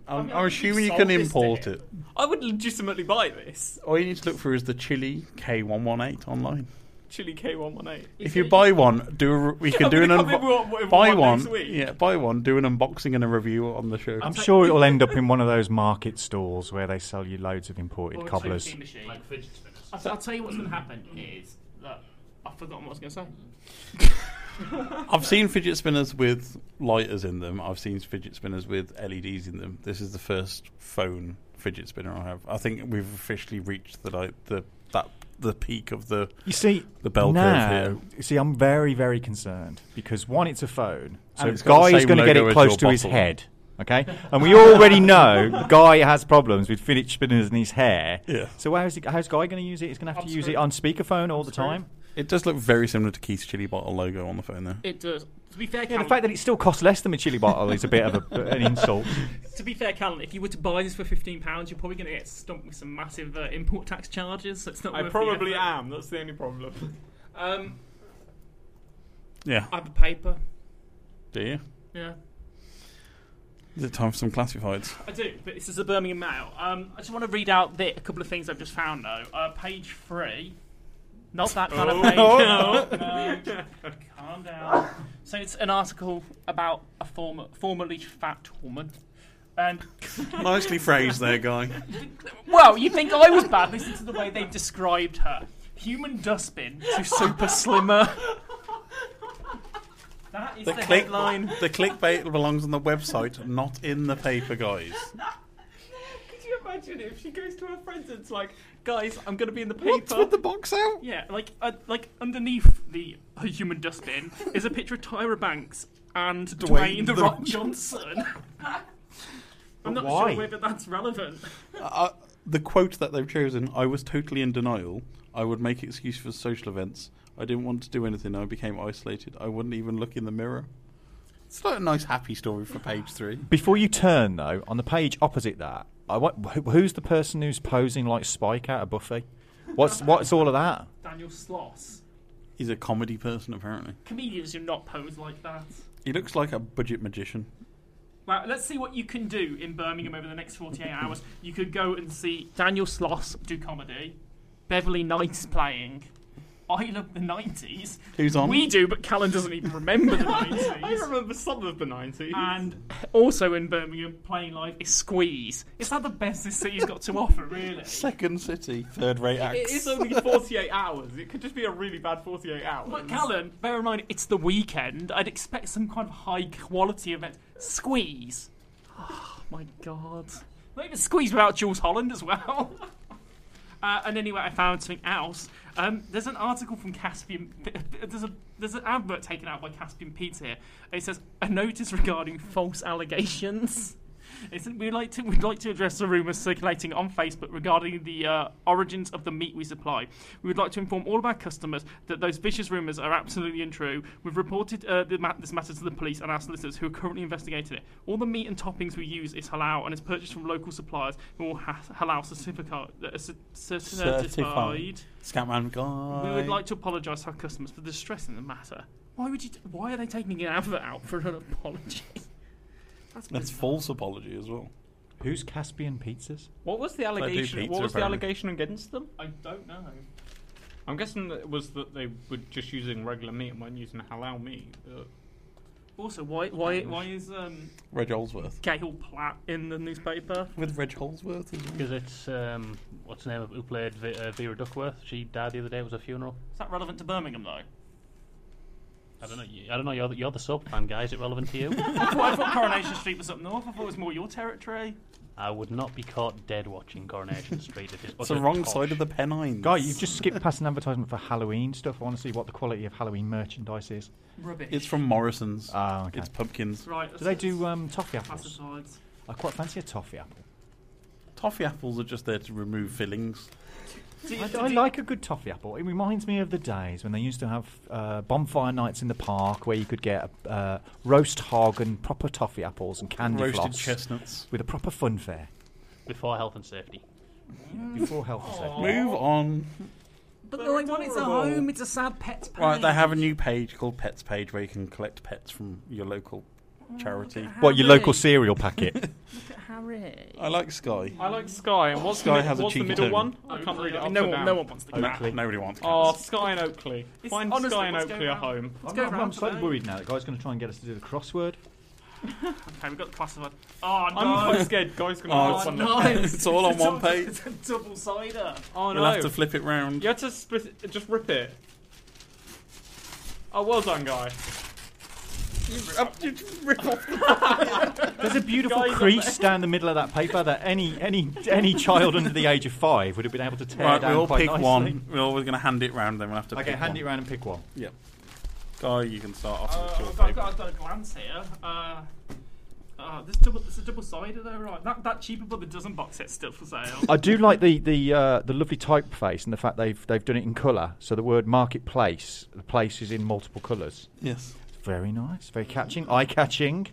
A: I'm,
B: mean,
A: I'm
B: you
A: assuming you
B: sold
A: can
B: this to
A: import
B: him.
A: it.
G: I would legitimately buy this.
A: All you need to look for is the Chili K118 online.
G: Chili K118.
A: If you buy one, do a, re- we can do an
G: Come in
A: unbo-
G: with one- with
A: buy
G: one
A: one,
G: next week.
A: yeah, buy one, do an unboxing and a review on the show.
C: I'm sure it'll end up in one of those market stalls where they sell you loads of imported
B: Or a
C: cobblers.
B: sewing machine.
K: Like fidget spinners.
B: I'll, I'll tell you what's going to happen is that I've forgotten what I was going to say.
A: I've seen fidget spinners with lighters in them. I've seen fidget spinners with LEDs in them. This is the first phone fidget spinner I have. I think we've officially reached the like the that the peak of the
C: You see,
A: The bell curve
C: now,
A: here.
C: You see, I'm very, very concerned because one, it's a phone,
A: So
C: so
A: it's got the
C: Guy is
A: same
C: going to get
A: logo
C: it
A: as
C: close
A: your
C: to his
A: bottle.
C: head. Okay, and we already know Guy has problems with fidget spinners in his hair.
A: Yeah.
C: So how's he, how's Guy going to use it? He's going to have to use it
B: Absolutely.
C: on speakerphone all the time.
A: It does look very similar to Keith's Chili Bottle logo on the phone, though.
B: It does. To be fair,
C: Yeah,
B: Callan,
C: the fact that it still costs less than a chili bottle is a bit of a, an insult.
B: to be fair, Callan, if you were to buy this for fifteen pounds, you're probably going to get stumped with some massive uh, import tax charges. So it's not.
G: I
B: worth
G: probably
B: the effort.
G: am. That's the only problem.
B: Um,
A: Yeah.
B: I have a paper.
A: Do you?
B: Yeah,
A: Is it time for some classifieds?
B: I do. But this is the Birmingham Mail. Um, I just want to read out the, a couple of things I've just found though. Uh, page three. Not that kind
A: Oh.
B: of page. No, no. Calm down. So it's an article about a former, formerly fat woman, and
A: Nicely phrased there, guy.
B: Well, you think I was bad? Listen to the way they've described her. Human dustbin to super slimmer. That is the,
A: The click
B: headline.
A: line, the clickbait belongs on the website, not in the paper, guys.
G: Could you imagine if she goes to her friends and it's like, guys, I'm going to be in the paper?
A: What's with the box out?
B: Yeah, like uh, like underneath the uh, human dustbin is a picture of Tyra Banks and Dwayne,
A: Dwayne
B: the
A: The
B: Rock
A: Rock
B: Johnson. I'm not
C: why?
B: sure whether that's relevant.
A: Uh, the quote that they've chosen: "I was totally in denial. I would make excuse for social events. I didn't want to do anything. I became isolated. I wouldn't even look in the mirror." It's not a nice happy story for page three.
C: Before you turn, though, on the page opposite that, I want, who- who's the person who's posing like Spike out of Buffy? What's what's all of that?
B: Daniel Sloss,
A: He's a comedy person, apparently.
B: comedians do not pose like that.
A: He looks like a budget magician.
B: Right, let's see what you can do in Birmingham over the next 48 hours. You could go and see Daniel Sloss do comedy, Beverly Knight's playing. I love the 90s.
A: Who's on?
B: We do, but Callan doesn't even remember the 90s.
G: I remember some of the 90s.
B: And also in Birmingham, playing live is Squeeze. Is that the best this city's got to offer, really?
A: Second City, third rate acts.
G: it is only 48 hours. It could just be a really bad 48 hours.
B: But Callan, bear in mind, it's the weekend. I'd expect some kind of high quality event. Squeeze. Oh my god. Not even squeeze without Jules Holland as well. Uh, and anyway, I found something else. Um, there's an article from Caspian. There's a there's an advert taken out by Caspian Pizza here. It says a notice regarding false allegations. Isn't we like to we'd like to address the rumours circulating on Facebook regarding the uh, origins of the meat we supply. We would like to inform all of our customers that those vicious rumours are absolutely untrue. We've reported uh, the ma- this matter to the police and our solicitors, who are currently investigating it. All the meat and toppings we use is halal and is purchased from local suppliers who all ha- halal certificate, uh, cer- certified.
A: Certified. Scatman guy.
B: We would like to apologise to our customers for the stress in the matter. Why would you? T- why are they taking an advert out for an apology?
A: That's false apology as well.
C: Who's Caspian Pizzas?
G: What was the
A: do
G: allegation?
A: pizza,
G: what was the
A: apparently.
G: allegation against them?
B: I don't know.
G: I'm guessing that it was that they were just using regular meat and weren't using halal meat. Uh,
B: Also, why why why is um,
A: Reg Holsworth.
B: Gail Platt in the newspaper?
A: With Reg Holsworth as well.
D: Because it's um, what's the name of who played v- uh, Vera Duckworth? She died the other day. It was her funeral.
B: Is that relevant to Birmingham though?
D: I don't know. you- I don't know. You're the, you're the soap fan guy. Is it relevant to you?
B: I, thought, I thought Coronation Street was up north. I thought it was more your territory.
D: I would not be caught dead watching Coronation Street if it's.
A: It's the wrong side of the Pennines.
C: Guy, you've just skipped past an advertisement for Halloween stuff. I want to see what the quality of Halloween merchandise is.
B: Rubbish.
A: It's from Morrison's.
C: Ah, okay.
A: It's pumpkins.
B: right.
C: do they do um, toffee apples?
B: pesticides?
C: I quite fancy a toffee apple.
A: Toffee apples are just there to remove fillings.
C: I, I like a good toffee apple. It reminds me of the days when they used to have uh, bonfire nights in the park where you could get uh, roast hog and proper toffee apples and candy
A: Roasted
C: floss
A: chestnuts.
C: with a proper fun fair
D: before health and safety.
C: before health and
B: Oh.
C: safety.
A: Move on.
B: But the one it's at home, it's a sad pet.
A: Right, they have a new page called Pets Page where you can collect pets from your local
B: Oh,
A: charity.
C: What your local cereal packet?
B: Harry.
A: I like Sky.
G: I like Sky. And what's
A: Sky
G: the, mid-
A: has a
G: what's the
A: cheeky
G: middle
A: tone.
G: one? Uh, I can't read it. Up
B: no
G: or
B: one,
G: down.
B: no one wants to.
A: Nah, nobody wants
G: Oh,
A: cats.
G: Sky and Oakley.
B: It's-
G: Find
B: honestly,
G: Sky and
B: what's going
G: Oakley at
B: round?
G: home.
B: Let's
C: I'm,
B: go
C: I'm
B: round
C: slightly
B: today.
C: worried now. The guy's going to try and get us to do the crossword.
B: Okay, we've got the classified. Oh no!
G: I'm quite scared. Guy's gonna.
A: Oh,
G: ask
A: it's
G: one.
A: not- It's all on one page.
B: It's a double sider.
G: oh
A: You'll
G: no!
A: have to flip it round.
G: you had to split it, just rip it. Oh, well done, guy.
C: There's a beautiful
G: Guys, I'm-
C: crease down the middle of that paper that any any any child under the age of five would have been able to tear
A: Right,
C: down
A: we'll
C: quite
A: pick
C: nicely.
A: one. We're always going to hand it round, then we'll have to
C: Okay,
A: pick
C: hand
A: one.
C: it round and pick one.
A: Yep. Guy, you can start off
B: Uh,
A: with your
B: I've, got, I've
A: favourite.
B: got- I've got a glance here. Uh, Ah, this double, this is double sided though, right? That that cheaper but the dozen box set's still for sale.
C: I do like the the uh, the lovely typeface and the fact they've they've done it in colour. So the word marketplace, the place is in multiple colours.
A: Yes.
C: Very nice, very catching, eye catching.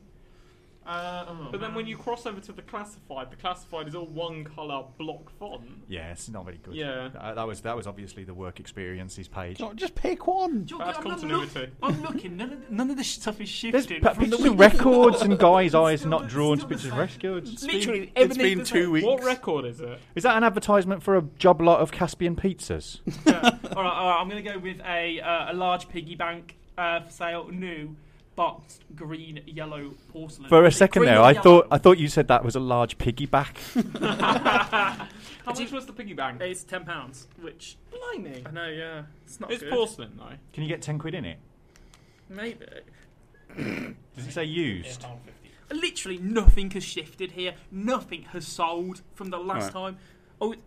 B: uh, oh,
G: But then when you cross over to the classified, the classified is all one colour block font.
C: Yeah, it's not very good.
G: Yeah.
C: Uh, that was that was obviously the work experiences page.
A: Oh, just pick one.
B: Joe,
G: That's
B: I'm not
G: continuity.
B: look- I'm looking. None of, none of this stuff is
C: There's
B: shifted.
C: p-
B: from the
C: pictures of
B: week
C: records
B: before.
C: and guys'
B: It's
C: eyes
B: still
C: not
B: the-
C: drawn to
B: still the
C: pictures of
B: same.
C: records.
B: Literally,
A: It's
B: everything
A: been
B: the
A: two
B: same.
A: weeks.
G: What record is it?
C: Is that an advertisement for a job lot of Caspian pizzas?
B: all, right, all right, I'm going to go with a uh, a large piggy bank uh, for sale, new, boxed, green, yellow porcelain.
C: For a second
B: Green
C: there,
B: and
C: I
B: yellow.
C: thought I thought you said that was a large piggyback.
G: How much was the piggy bank?
B: it's ten pounds, which
G: Blimey.
B: I know, yeah, it's not
G: It's
B: good.
G: porcelain though.
C: Can you get ten quid in it?
B: Maybe.
C: Does it say used?
B: Literally nothing has shifted here. Nothing has sold from the last time. Oh, it-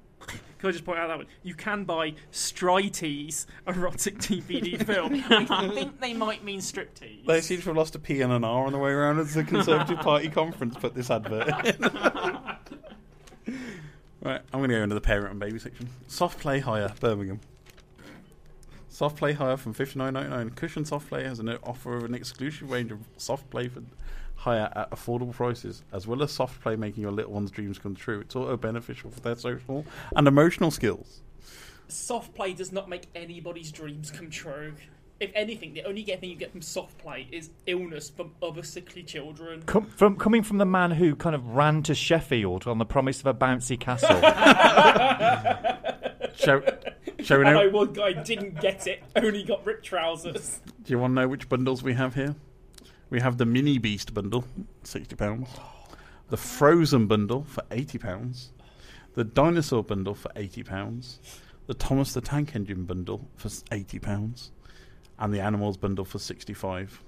B: can I just point out that one? You can buy Strites erotic DVD film. I think they might mean striptease.
A: They seem to have lost a P and an R on the way around as the Conservative Party conference put this advert in. right, I'm going to go into the parent and baby section. Soft play hire, Birmingham. Soft play hire from 59.99. Cushion Soft Play has an offer of an exclusive range of soft play for hire at affordable prices, as well as soft play making your little one's dreams come true. It's also beneficial for their social and emotional skills.
B: soft play does not make anybody's dreams come true. If anything, the only thing you get from soft play is illness from other sickly children.
C: Com- from coming from the man who kind of ran to Sheffield on the promise of a bouncy castle.
A: Show, shall we
B: I know
A: know?
B: one guy didn't get it, only got ripped trousers.
A: Do you want to know which bundles we have here? We have the Mini Beast bundle, sixty pounds. The Frozen bundle for eighty pounds. The Dinosaur bundle for eighty pounds. The Thomas the Tank Engine bundle for s- eighty pounds, and the Animals bundle for sixty-five.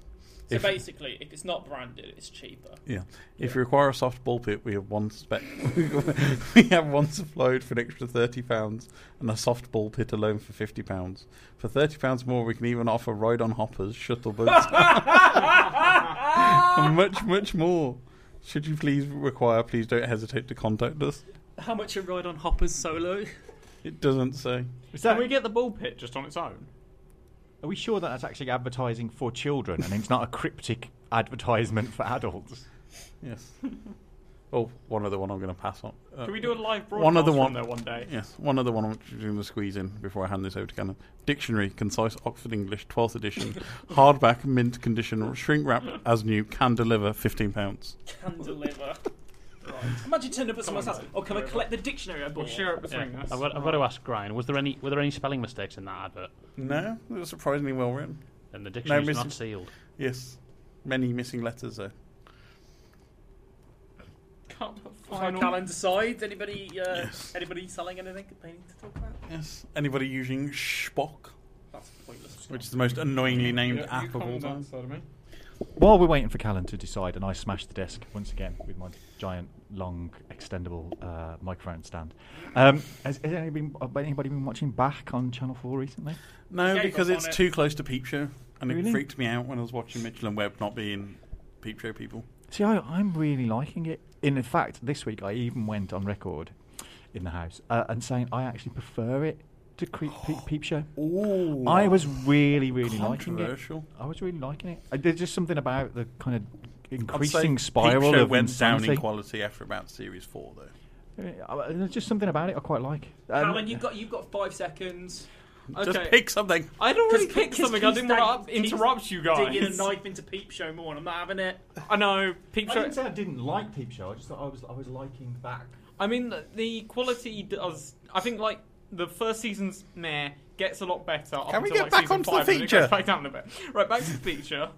B: So
A: If-
B: basically, if it's not branded, it's cheaper.
A: Yeah. If you require a soft ball pit, we have one spec. we have one supplied for an extra thirty pounds, and a soft ball pit alone for fifty pounds. For thirty pounds more, we can even offer ride-on hoppers, shuttle boats, and much, much more. Should you please require, please don't hesitate to contact us.
B: How much a ride on Hopper's solo?
A: It doesn't say.
C: Is
G: Can
C: that,
G: we get the ball pit just on its own?
C: are we sure that that's actually advertising for children and it's not a cryptic advertisement for adults?
A: Yes. oh, one other one I'm going to pass on. Uh,
G: Can we do a live broadcast
A: One other one.
G: from there one day?
A: Yes, one other one which we're going to squeeze in before I hand this over to Cannon. Dictionary, concise Oxford English, 12th edition, hardback, mint condition, shrink wrap as new, can deliver, £15. pounds.
B: Can deliver. Imagine turning up at someone's house. Oh, can I collect the dictionary I
G: We'll
B: bought?
G: share it
D: Yeah.
G: between us.
D: I've, got, I've got to ask Brian. Was there any were there any spelling mistakes in that advert?
A: No, it was surprisingly well written.
D: And the dictionary's
A: miss-
D: not sealed.
A: Yes, many missing letters there.
B: Final
G: Final-
B: calendar side. Anybody? Uh,
A: Yes.
B: Anybody selling anything that they need to talk about?
A: Yes, anybody using Spock,
B: That's pointless.
A: which is the most annoyingly named
G: You- you
A: app of
G: calm
A: all
G: down,
A: time.
G: Sodomy.
C: While we're waiting for Callan to decide, and I smash the desk once again with my giant, long, extendable uh, microphone stand. Um, has, has anybody, been, have anybody been watching back on Channel Four recently?
A: No,
B: Gave
A: because
B: up on
A: it's
B: it.
A: too close to Peep Show, and
C: Really?
A: it freaked me out when I was watching Mitchell and Webb not being Peep Show people.
C: See, I, I'm really liking it. And in fact, this week I even went on record in the house uh, and saying I actually prefer it to Creep Peep, Peep Show.
A: Ooh,
C: I was really, really liking it.
A: controversial.
C: I was really liking it. Uh, There's just something about the kind of
A: I'd say
C: increasing
A: Peep
C: spiral
A: Show
C: of
A: went down in
C: insanity.
A: quality after about series four, though.
C: Uh, uh, There's just something about it I quite like. Um,
B: Alan, you've got you've got five seconds.
A: Just pick something.
G: I'd already
B: Because-
G: picked
B: because
G: something. I
B: Keith
G: didn't want to
B: Stag- Keith
G: interrupt you
B: Digging a
G: guys.
B: knife into Peep Show more, and I'm not having it.
G: I know. Peep
C: I
G: Show.
C: didn't say I didn't like Peep Show. I just thought I was I was liking back.
G: I mean, the quality does. I think like the first season's meh gets a lot better. up
A: Can we
G: until,
A: get
G: like,
A: back
G: season
A: onto the
G: five, and then it
A: feature?
G: goes Back down a bit. Right, back to the feature.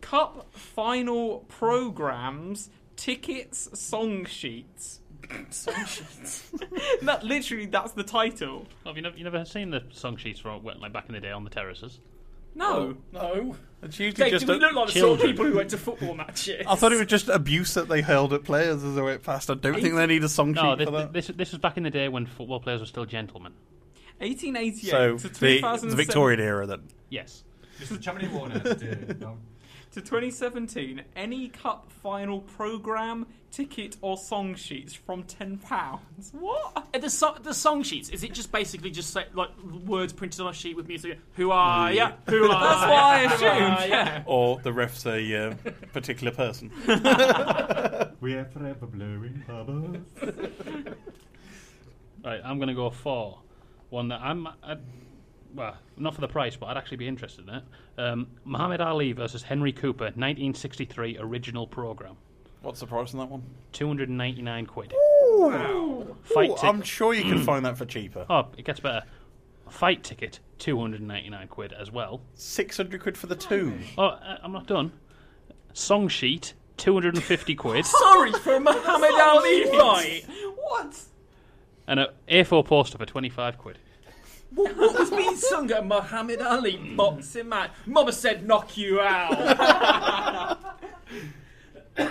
G: Cup final programs, tickets, song sheets.
B: Song sheets.
G: That literally, that's the title.
D: Oh, have you never you never seen the song sheets from when- like back in the day on the terraces?
G: No,
B: Oh. No.
A: It's usually
B: Jake,
A: just.
B: do we
A: A,
B: look like the sort of
D: children.
B: people who went to football matches?
A: I thought it was just abuse that they hurled at players as they went past. I don't think they need a song sheet
D: No,
A: for that.
D: this, this this was back in the day when football players were still gentlemen.
G: 1888
A: so
G: to
A: the,
G: 2007.
A: the Victorian era, then.
D: Yes.
C: This was Chumley Warner.
G: to 2017 any cup final program, ticket, or song sheets from £10. What?
B: Uh, The, so- the song sheets, is it just basically just like, like words printed on a sheet with music? Who are ya? Who are
G: That's what I
B: ya?
G: assumed.
B: Who are ya?
G: yeah.
A: Or the ref's a uh, particular person.
C: We are forever blurring bubbles.
D: Right, I'm going to go for one that I'm. I'd, well, not for the price, but I'd actually be interested in it. Um, Muhammad Ali versus Henry Cooper, 1963 original program,
A: What's the price on that one?
D: 299 quid.
A: Wow.
D: Fight tick-
A: I'm sure you can find that for cheaper.
D: Oh, it gets better. Fight ticket, 299 quid as well.
A: 600 quid for the two.
D: Oh, uh, I'm not done. Song sheet, 250 quid,
B: Sorry for Muhammad Ali fight.
G: What?
D: and a A4 poster for 25 quid.
B: What, what was being sung at Muhammad Ali boxing match? Mama said knock you out.
C: okay,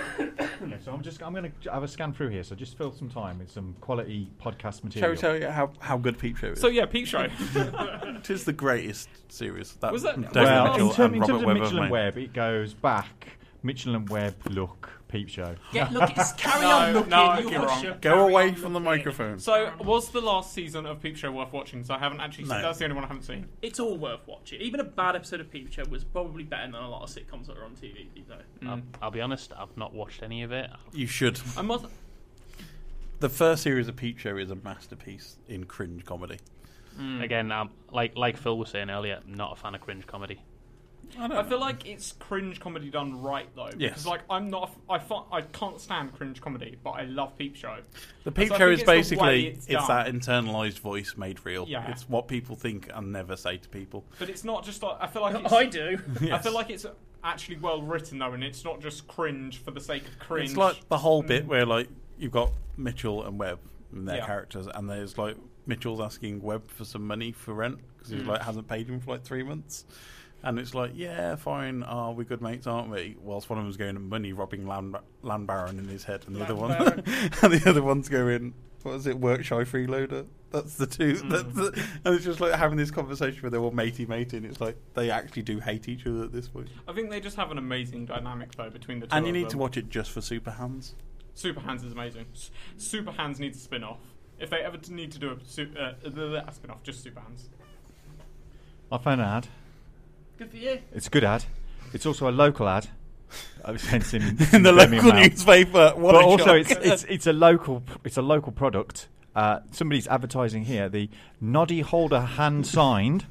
C: so I'm just I'm going to have a scan through here. So just fill some time with some quality podcast
A: Shall we
C: material.
A: tell you how, how good Peep Show is?
G: So, yeah, Peep Show.
A: it is the greatest series. That
G: Was that-
A: David
C: well,
A: Mitchell
C: in, term,
A: and
C: in
A: Robert
C: terms of
A: Webber
C: Mitchell
A: made.
C: and Webb, it goes back. Mitchell and Webb look peep show.
B: yeah, look, it's carry
G: No,
B: on looking.
G: no,
B: you
G: you're wrong.
B: usher.
A: Go away from the microphone.
G: so, was the last season of Peep Show worth watching? So, I haven't actually
A: No.
G: That's the only one I haven't seen.
B: It's all worth watching. Even a bad episode of Peep Show was probably better than a lot of sitcoms that are on TV. You know.
D: I'll, I'll be honest, I've not watched any of it.
A: you should.
G: I must.
A: The first series of Peep Show is a masterpiece in cringe comedy.
D: Again, i like like Phil was saying earlier, not a fan of cringe comedy.
G: I feel like it's cringe comedy done right though.
A: Yes.
G: Because like I'm not, a f- I fi- I can't stand cringe comedy, but I love Peep Show.
A: The Peep
G: So I
A: Show is
G: think it's the way
A: basically
G: it's
A: it's,
G: done.
A: that internalized voice made real.
G: Yeah.
A: It's what people think and never say to people.
G: But it's not just like I feel like it's,
B: I do.
G: I feel like it's actually well written though, and it's not just cringe for the sake of cringe. Mm.
A: It's like the whole bit where like you've got Mitchell and Webb and their
G: Yeah.
A: characters, and there's like Mitchell's asking Webb for some money for rent because
G: Mm.
A: he like hasn't paid him for like three months, and it's like yeah, fine, ah, we're good mates, aren't we? Whilst one of them's going money robbing land, land baron in his head, and the other one,
G: Land
A: and the other one's going what is it, work shy freeloader. That's the two.
G: Mm.
A: That's the, and it's just like having this conversation where they're all matey matey, and it's like they actually do hate each other at this point.
G: I think they just have an amazing dynamic though between the two.
A: And you
G: of
A: need
G: them.
A: to watch it just for super hands.
G: Super Hands is amazing. S- Super Hands needs a spin off. If they ever need to do a, su- uh, a spin off, just Super Hands.
C: I found an ad.
B: Good for you.
C: It's a good ad. It's also a local ad. I was sensing
A: in the
C: Birmingham
A: local
C: now.
A: newspaper. What
C: but
A: a
C: also
A: shock.
C: it's, it's it's a local it's a local product. Uh, somebody's advertising here the Noddy Holder hand signed.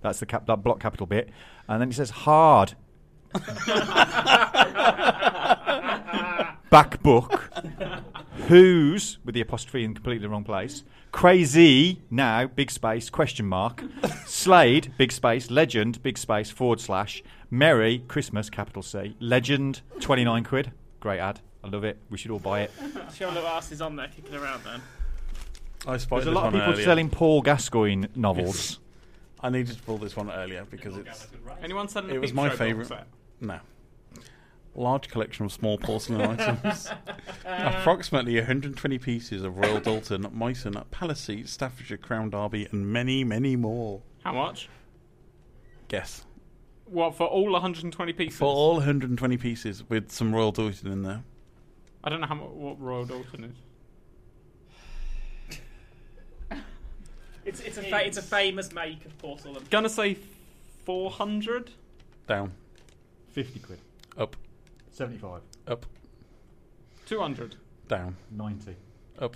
C: That's the cap, that block capital bit, and then it says hard. Back book. Who's with the apostrophe in completely the wrong place? Crazy now big space question mark. Slade big space legend big space forward slash Merry Christmas capital C legend twenty nine quid. Great ad. I love it. We should all buy it.
B: Show little asses on there kicking around then.
A: I spotted
C: There's a
A: this
C: lot
A: one
C: of people
A: earlier.
C: selling Paul Gascoigne novels.
A: I needed to pull this one earlier because it's
G: Anyone said
A: it was my favourite. No, large collection of small porcelain items, approximately 120 pieces of Royal Dalton, Meissen, Palace Seat, Staffordshire Crown Derby, and many, many more.
G: How much?
A: Guess
G: What for all 120 pieces?
A: for all 120 pieces with some Royal Dalton in there.
G: I don't know how mu what Royal Dalton is.
B: It's, it's, a fa- it's a famous make of porcelain.
G: Gonna say 400.
A: Down,
C: Fifty quid,
A: up,
C: seventy five,
A: up,
G: 200.
A: down,
C: ninety.
A: up,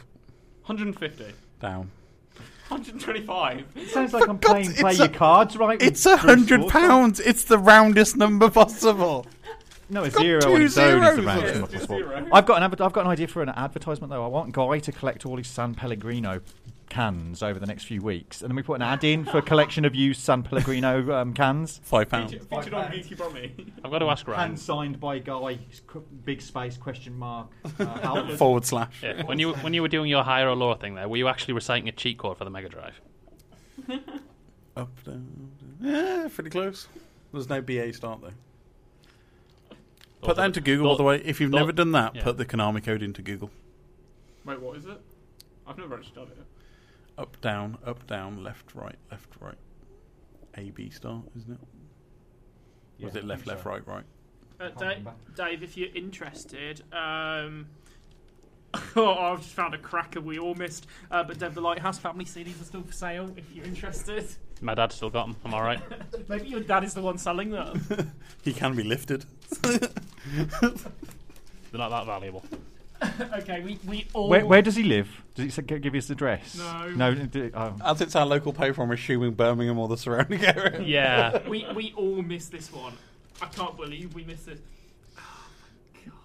G: 150.
A: down.
G: 125.
C: It sounds like I'm
A: God's-
C: playing
A: it's
C: play
A: a-
C: your cards right. with
A: It's a
C: Bruce
A: hundred
C: Forsyth.
A: pounds. It's the roundest number possible.
C: No, a
A: got
C: zero
A: two
C: on its own is
A: zeros
C: the
A: on
C: round
A: it.
C: number
G: Just
C: for-
G: zero.
C: I've got an adver- I've got an idea for an advertisement though. I want Guy to collect all his San Pellegrino cans over the next few weeks, and then we put an ad in for a collection of used San Pellegrino um, cans.
A: Five pounds.
G: Featured featured on BT Brummy.
D: I've got to ask Ryan.
C: And signed by Guy, big space question mark. Uh,
A: Forward slash.
D: Yeah, when you when you were doing your higher or lower thing there, were you actually reciting a cheat code for the Mega Drive?
A: Up, down, down. Yeah, pretty close. There's no BA start though.
D: Those
A: Put that
D: are
A: into Google, by the way. If you've
D: those-
A: never done that,
D: yeah.
A: put the Konami code into Google.
G: Wait, what is it? I've never actually done it.
A: Up, down, up, down, left, right, left, right. A, B start, isn't it? Was it left, left, right, right?
B: Uh, Dave, Dave, if you're interested, um, oh, I've just found a cracker we all missed. Uh, but Dave, the Lighthouse family CDs are still for sale if you're interested.
D: My dad's still got them. I'm all right.
B: Maybe your dad is the one selling them.
A: He can be lifted.
D: They're not that valuable.
B: okay, we, we all.
C: Where, where does he live? Does it say- give you his address?
B: No.
C: No. d- oh.
A: As it's our local paper, I'm assuming Birmingham or the surrounding area.
D: Yeah.
B: we, we all missed this one. I can't believe we missed this. Oh my god.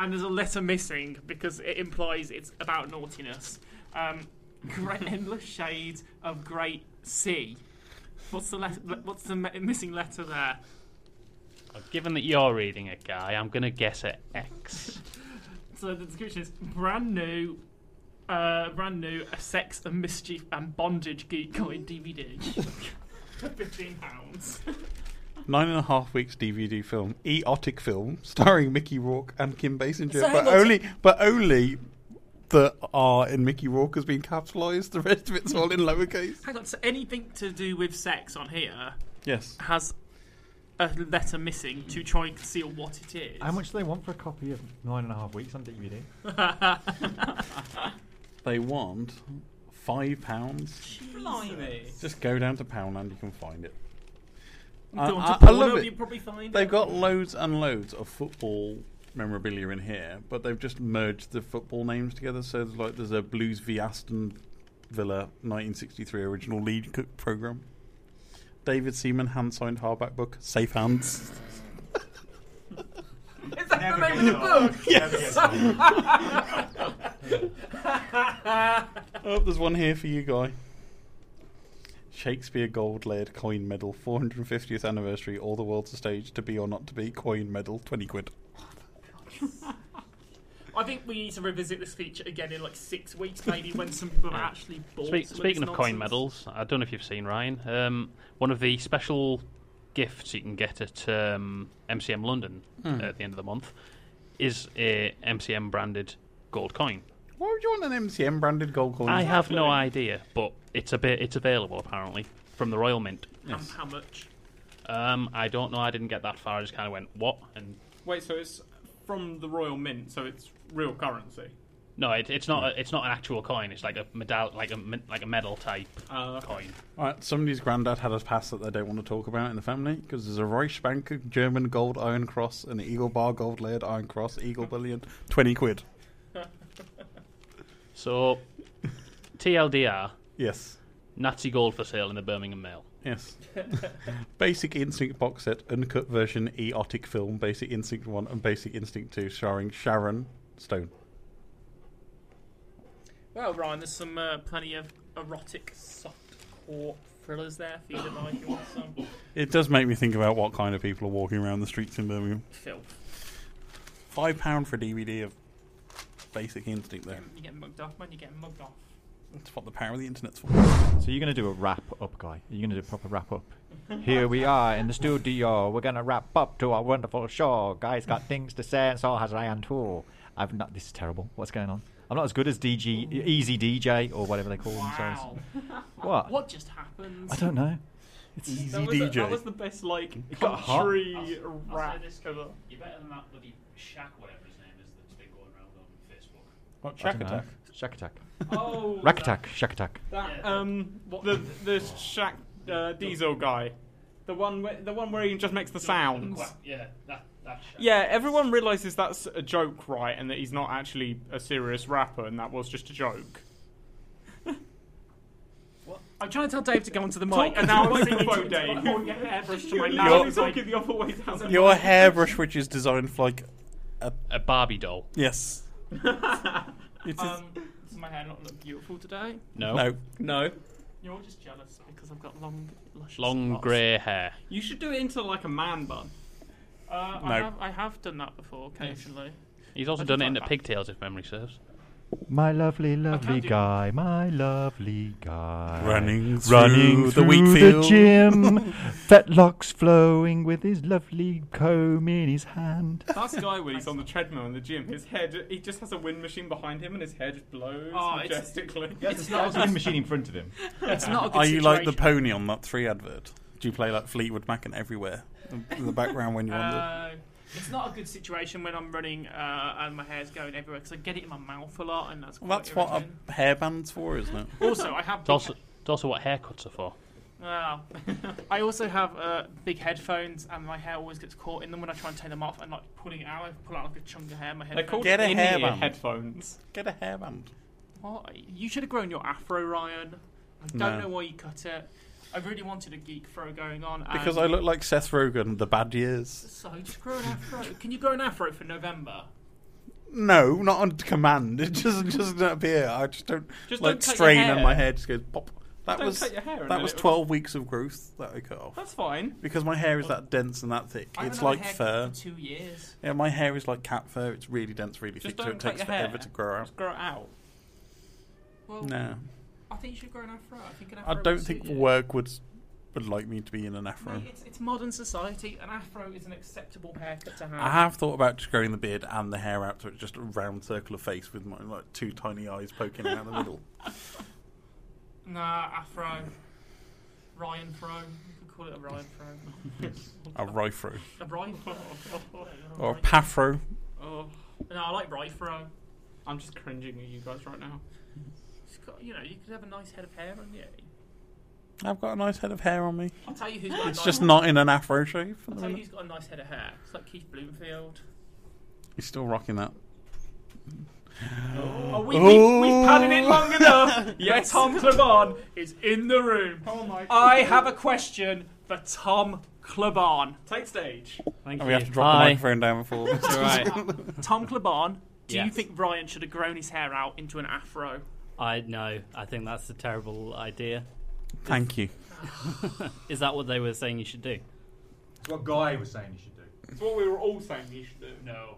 B: And there's a letter missing because it implies it's about naughtiness. Um, great endless shades of great C. What's the let- what's the me- missing letter there?
D: Given that you're reading it, guy, I'm gonna guess at X.
B: So the description is brand new, uh, brand new, a sex and mischief and bondage geek guide DVD. Fifteen pounds.
A: Nine and a half weeks DVD film, eotic film, starring Mickey Rourke and Kim Basinger,
L: So
A: but
L: what's-
A: only but only the R in Mickey Rourke has been capitalised. The rest of it's all in lowercase.
B: Hang on. So anything to do with sex on here
A: Yes,
B: has a letter missing to try and conceal what it is.
C: How much do they want for a copy of Nine and a Half Weeks on DVD?
A: they want five pounds.
G: Blimey.
A: Just go down to Poundland, you can find it. I-
B: Go on
A: I-
B: to
A: I love
B: Pornhub,
A: it.
B: You probably find
A: They've
B: it.
A: got loads and loads of football memorabilia in here, but they've just merged the football names together. So there's like there's a Blues v Aston Villa 1963 original league cook program. David Seaman hand signed hardback book Safe Hands.
B: Is that the name of the book?
A: oh, there's one here for you, guy. Shakespeare gold layered coin medal 450th anniversary. All the world's a stage. To be or not to be. Coin medal 20 quid.
B: I think we need to revisit this feature again in like six weeks, maybe when some people are actually bored.
D: Speak, speaking of coin medals, I don't know if you've seen Ryan. Um, one of the special gifts you can get at um, MCM London at the end of the month is a MCM branded gold coin.
A: Why would you want an MCM branded gold coin?
D: I have no idea, but it's a bit it's available apparently from the Royal Mint.
B: And how much?
D: Um, I don't know. I didn't get that far. I just kind of went what and
G: Wait, so it's from the Royal Mint, so it's real currency.
D: no, it, it's not. A, it's not an actual coin. It's like a medal, like a me- like a medal type
G: Uh,
D: coin.
A: Right, somebody's granddad had a past that they don't want to talk about in the family because there's a Reichsbanker German gold iron cross and an Eagle Bar gold layered iron cross, Eagle Bullion, 20 quid.
D: So, TLDR,
A: Yes,
D: Nazi gold for sale in the Birmingham Mail.
A: yes. Basic Instinct box set, uncut version, eotic film, Basic Instinct 1 and Basic Instinct 2, starring Sharon Stone.
B: Well, Ryan, there's some uh, plenty of erotic soft core thrillers there for you tonight. if You want some
A: It does make me think about what kind of people are walking around the streets in Birmingham.
B: filth?
A: £5 pound for a DVD of Basic Instinct, though.
B: You're getting mugged off, man. You're getting mugged off.
A: That's what the power of the internet's for.
C: So you're going to do a wrap up, guy. You're going to do a proper wrap up. Here we are in the studio. We're going to wrap up to our wonderful show. Guy's got things to say, and so has Ryan too. I've not. This is terrible. What's going on? I'm not as good as DG, Easy DJ, or whatever they call
B: Wow.
C: themselves. What?
B: What just happened?
C: I don't know.
A: Easy
G: that, was the, that was the best, like,
C: got hot.
G: country
M: I'll say
G: rap
M: this,
G: ever.
M: You're better than that bloody Shaq, whatever his name is, that's been going around on Facebook.
A: What,
C: I don't know. Shack attack.
G: Oh,
C: Rack attack. Shack attack.
G: That, um, the the Shaq uh, Diesel guy, the one where, the one where he just makes the sounds.
M: Quack, yeah, that, that Shaq.
G: Yeah, everyone realizes that's a joke, right? And that he's not actually a serious rapper, and that was just a joke.
B: I'm trying to tell Dave to go onto the mic,
G: Talk
B: and now
G: into
B: I'm
G: the
B: seeing
G: microphone,
B: you to
G: Dave.
B: my horn get hairbrush to my
G: You're
B: mouth.
G: literally
B: It's like-
G: talking the other way down.
A: Your hairbrush, which is designed for like
D: A Barbie doll.
A: yes,
B: It is- Um, does my hair not look beautiful today?
D: No.
A: no,
G: No,
B: You're all just jealous because I've got long, luscious
D: Long
B: locks.
D: grey hair.
G: you should do it into like a man bun.
B: Uh, I,
A: No.
B: have, I have done that before occasionally.
D: He's also
B: I
D: done it
B: just like
D: in the
B: that.
D: pigtails, if memory serves.
C: My lovely,
B: lovely
C: lovely
B: do-
C: guy. My lovely guy.
A: running through
C: running
A: the
C: through
A: wheat
C: the,
A: field.
C: gym, fetlocks flowing with his lovely comb in his hand.
G: That guy when he's on the treadmill in the gym, his head he just has a wind machine behind him, and his hair just blows
B: Oh, it's-
G: majestically.
B: It's not,
C: wind machine in front of him.
B: it's not a good
A: Are you like the
B: situation.
A: pony on that three advert? Do you play like Fleetwood Mac and everywhere in the background when you're on
B: Uh, It's not a good situation when I'm running uh, and my hair's going everywhere because I get it in my mouth a lot, and that's quite
A: Well, that's what
B: irritating.
A: a hairband's for, isn't it?
B: Also, I have.
D: It's also, it's also what haircuts are for.
B: Wow. I also have uh, big headphones, and my hair always gets caught in them when I try and take them off. And like pulling it out, I pull out like a chunk of hair. in My head.
G: They're called
A: Get a
G: in-ear
A: hairband.
G: headphones.
A: Get a hairband.
B: What? You should have grown your afro, Ryan. I don't
A: No.
B: know why you cut it. I really wanted a geek fro going on. And
A: Because I look like Seth Rogen, the bad years.
B: So just grow an afro. Can you grow an afro for November?
A: No, not on command. It just doesn't appear. I just don't
G: Just
A: like
G: don't cut your
A: strain,
G: hair.
A: and my hair just goes pop. That
G: Don't
A: was
G: cut your hair and
A: that
G: then
A: was
G: it'll-
A: twelve weeks of growth that I cut off
G: That's fine.
A: because my hair is that dense and that thick.
B: I
A: it's
B: haven't
A: like
B: had a
A: fur.
B: haircut For two years.
A: Yeah, my hair is like cat fur. It's really dense, really thick,
G: Just
A: so
G: don't
A: it
G: cut
A: takes
G: your hair. Oh,
A: forever to grow out.
G: Just grow it out.
B: Well,
A: No,
B: I think you should grow an afro. I think an afro.
A: I don't
B: would
A: think
B: suit you.
A: work would would like me to be in an afro.
B: Mate, it's, it's modern society. An afro is an acceptable haircut to have.
A: I have thought about just growing the beard and the hair out, so it's just a round circle of face with my like two tiny eyes poking out the middle.
B: Nah, afro. Ryan fro. You could call it a Ryan fro.
A: A rifro
B: A Ryan fro.
A: or a paffro.
G: Oh,
B: No, I like right fro.
G: I'm just cringing at you guys right now.
B: It's got- You know, you could have a nice head of hair on you.
A: I've got a nice head of hair on me.
B: I'll tell you who's got a
A: It's
B: nice
A: just not in an afro shave. at
B: I'll
A: the
B: tell you
A: minute.
B: who's got a nice head of hair. It's like Keith Bloomfield.
A: He's still rocking that.
B: Oh, we, we, we've padded it long enough.
G: Yes.
B: Tom Clabon is in the room.
G: Oh my.
B: I have a question for Tom Clabon.
G: Take stage.
D: Thank
A: And we have to drop the microphone down before.
G: All right.
B: Tom Clabon, do you
N: Yes.
B: think Ryan should have grown his hair out into an afro?
N: I know. I think that's a terrible idea.
A: Thank you.
N: Is that what they were saying you should do?
C: That's what Guy was saying you should do.
G: It's what we were all saying you should do.
O: No. no.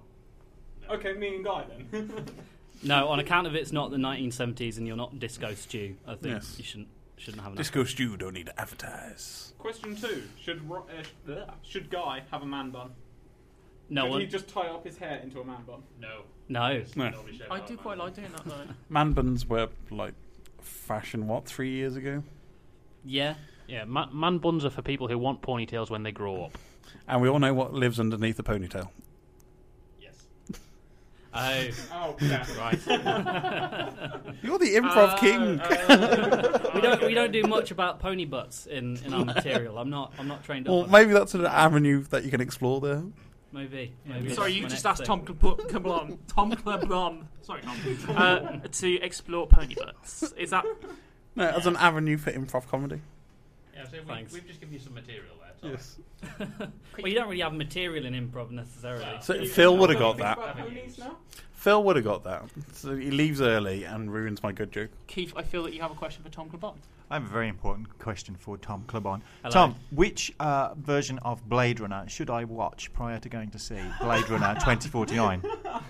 G: Okay, me and Guy then.
N: No, on account of it's not the 1970s and you're not disco stew. I think
A: Yes.
N: you shouldn't shouldn't have an
A: Disco Stew don't need to advertise.
G: Question two: Should Ro- uh, sh- bleh, should Guy have a man bun?
N: No
G: should he
N: one.
G: just tie up his hair into a man bun?
O: No.
N: No.
A: No.
O: Nobody shaved
B: I
O: that
B: do
O: man.
B: quite like doing that though.
A: Man buns were like fashion what three years ago,
N: Yeah.
D: Yeah, man, man buns are for people who want ponytails when they grow up.
A: and we all know what lives underneath a ponytail.
O: Yes.
N: Oh.
G: Oh, yeah.
N: Right.
A: You're the improv
N: Oh,
A: king.
N: we don't we don't do much about pony butts in, in our material. I'm not I'm not trained up.
A: well,
N: on
A: maybe that's an avenue that you can explore there.
N: it. maybe. maybe
B: Sorry,
N: that's
B: you
N: my
B: just
N: next
B: asked Tom
N: thing.
B: Clabon. Tom Clabon. Sorry, Tom. Uh, to explore pony butts. Is that
A: No, as an avenue for improv comedy.
O: Yeah, so we,
N: Thanks.
O: we've just given you some material there. Tom.
N: Well, you don't really have material in improv necessarily.
A: So Phil would have
G: Don't
A: got
G: think
A: that.
G: about ponies now?
A: Phil would have got that. So he leaves early and ruins my good joke.
B: Keith? I feel that you have a question for Tom Clabon.
C: I have a very important question for Tom Clubon.
N: Hello.
C: Tom, which uh, version of Blade Runner should I watch prior to going to see Blade Runner 2049?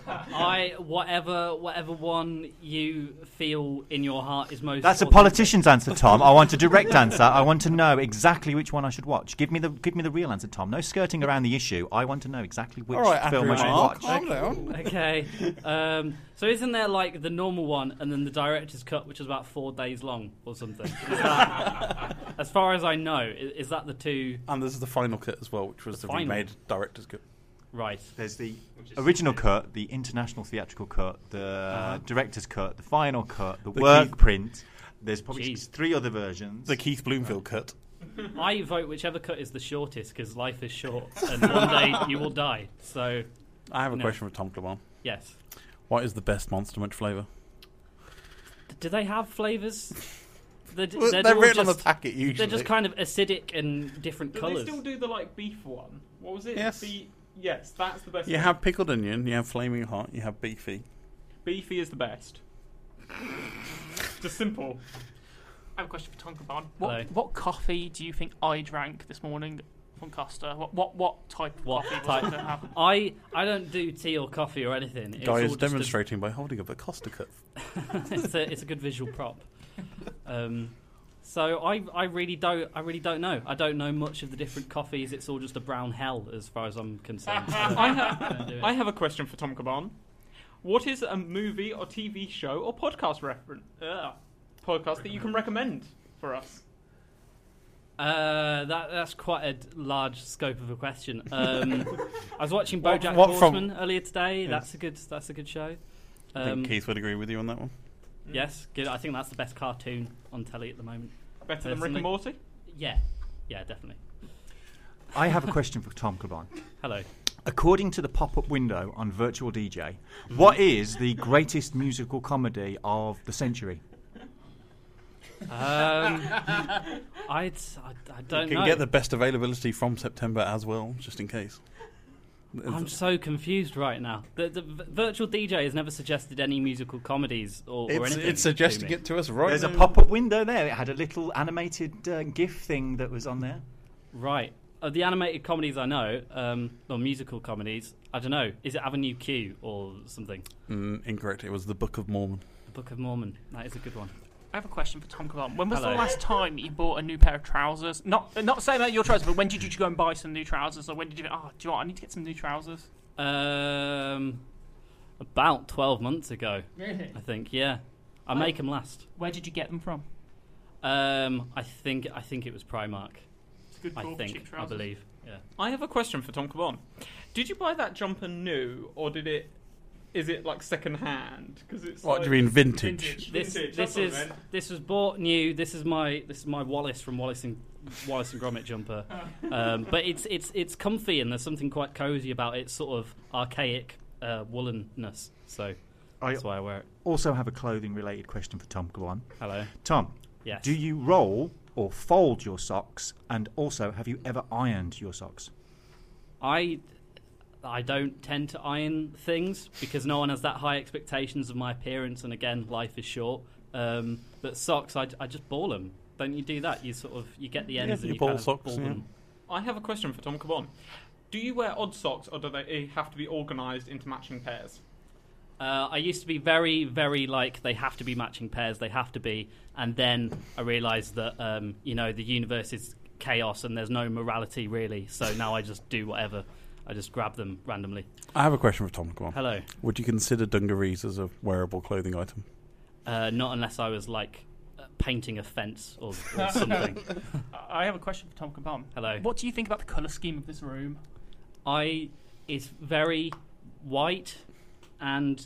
N: I whatever whatever one you feel in your heart is most.
C: That's a
N: authentic.
C: politician's answer, Tom. I want a direct answer. I want to know exactly which one I should watch. Give me the give me the real answer, Tom. No skirting around the issue. I want to know exactly which
A: all right,
C: film
A: Andrew,
C: I should
A: Mark,
C: watch.
A: calm down.
N: Okay. Um, so isn't there like the normal one and then the director's cut, which is about four days long or something? Is that, as far as I know, i- is that the two?
A: And this is the final cut as well, which was the,
N: The final?
A: remade director's cut.
N: Right.
C: There's the
O: Which is-
C: original cut, the international theatrical cut, the director's cut, the final cut, the,
A: The
C: work
A: key-
C: print. There's probably
N: Jeez.
C: three other versions.
A: The Keith Bloomfield
N: Oh.
A: cut.
N: I vote whichever cut is the shortest because life is short and one day you will die. So
A: I have a
N: No.
A: question for Tom Clement.
N: yes.
A: What is the best Monster Munch flavour?
N: Do they have flavors? They're, d-
A: Well,
N: they're
A: they're
N: all
A: written on
N: just-
A: the packet usually.
N: They're just kind of acidic and different
G: Do
N: colours.
G: they still do the like beef one? What was it?
A: Yes.
G: Be- yes, that's the best.
A: You
G: one.
A: have pickled onion, you have flaming hot, you have beefy.
G: beefy is the best. just simple.
B: I have a question for Tom Clabon.
N: Hello.
B: What, what coffee do you think I drank this morning from Costa? What what what type of
N: What
B: coffee was
N: type?
B: I gonna have?
N: I I don't do tea or coffee or anything. It's
A: Guy
N: all
A: is
N: just a-
A: demonstrating by holding up a Costa cup.
N: it's, a, it's a good visual prop. Um, so I I really don't I really don't know. I don't know much of the different coffees. It's all just a brown hell as far as I'm concerned. So
G: I
N: I
G: have,
N: don't do it.
G: I have a question for Tom Caban. What is a movie or TV show or podcast reference uh, podcast that you can recommend for us?
N: Uh, that that's quite a d- large scope of a question. Um, I was watching
A: What-
N: BoJack
A: what from-
N: Horseman earlier today.
A: Yes.
N: That's a good. That's a good show.
A: I
N: Um,
A: think Keith would agree with you on that one.
N: Yes, good. I think that's the best cartoon on telly at the moment.
G: Better than Rick
N: Personally.
G: and Morty?
N: Yeah, yeah, definitely.
C: I have a question for Tom Kleban.
N: Hello.
C: According to the pop-up window on Virtual DJ, what is the greatest musical comedy of the century?
N: Um, I'd, I, I don't
A: You can
N: know.
A: get the best availability from September as well, just in case.
N: I'm so confused right now. The, the v- virtual DJ has never suggested any musical comedies or, or
A: It's,
N: anything.
A: it's suggesting
N: to me.
A: it to us right
C: There's a
A: now.
C: pop-up window there. It had a little animated uh, GIF thing that was on there.
N: Right. Of the animated comedies I know, um, or musical comedies, I don't know. Is it Avenue Q or something?
A: Mm, incorrect. It was the Book of Mormon.
N: The Book of Mormon. That is a good one.
B: I have a question for Tom Kalam. When was
N: Hello.
B: the last time you bought a new pair of trousers? Not uh, not saying about your trousers, but when did you go and buy some new trousers? Or when did you? Oh, do you know what? I need to get some new trousers.
N: Um, about 12 months ago,
B: Really?
N: I think, yeah. I
B: Oh.
N: make them last.
B: Where did you get them from?
N: Um, I think I think it was Primark.
P: It's a good
N: I
P: call.
N: think,
P: cheap
N: I
P: trousers.
N: believe. Yeah.
G: I have a question for Tom Cabon. Did you buy that jumper new, or did it? Is it like second hand? Because it's
A: What
G: like,
A: do you mean, vintage?
N: This, this is this was bought new. This is my this is my Wallace from Wallace and Wallace and Gromit jumper. Um, but it's it's it's comfy and there's something quite cozy about its sort of archaic uh, woolenness. So
C: I-
N: that's why I wear it.
C: Also have a clothing-related question for Tom Kleban.
N: Hello.
C: Tom,
N: Yes.
C: do you roll or fold your socks? And also, have you ever ironed your socks?
N: I I don't tend to iron things because no one has that high expectations of my appearance. And again, life is short. Um, but socks, I, I just ball them. Don't you do that? You sort of you get the ends and
A: you
N: you,
A: ball
N: kind of
A: socks,
N: ball
A: yeah.
N: them.
G: I have a question for Tom Cabon. Do you wear odd socks, or do they eh, have to be organised into matching pairs?
N: Uh, I used to be very, very like they have to be matching pairs. They have to be, and then I realised that um, you know the universe is chaos and there's no morality really. So now I just do whatever. I just grab them randomly.
A: I have a question for Tom. Come on.
N: Hello.
A: Would you consider dungarees as a wearable clothing item?
N: Uh, not unless I was like uh, painting a fence or, or something.
B: I I have a question for Tom Kalam.
N: Hello.
B: What do you think about the colour scheme of this room?
N: I it's very white and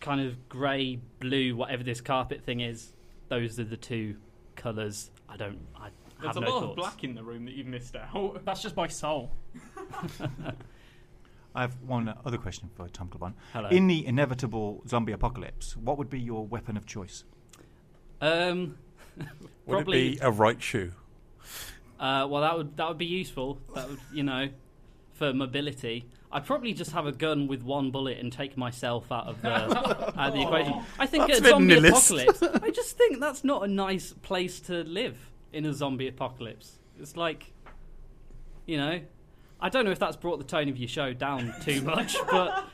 N: kind of grey, blue, whatever this carpet thing is. Those are the two colours. I don't. I
G: There's
N: have
G: a
N: no
G: lot
N: thoughts.
G: of black in the room that you've missed
P: Oh.
G: out.
B: That's just by soul.
C: I have one other question for Tom Kleban.
N: Hello.
C: In the inevitable zombie apocalypse, what would be your weapon of choice?
N: Um,
A: Would
N: probably.
A: it be a right shoe?
N: uh, well, that would that would be useful. That would you know, for mobility. I'd probably just have a gun with one bullet and take myself out of the out of the equation. I think
A: That's a
N: a
A: bit
N: zombie
A: nihilist.
N: apocalypse. I just think that's not a nice place to live in a zombie apocalypse. It's like, you know, I don't know if that's brought the tone of your show down too much, but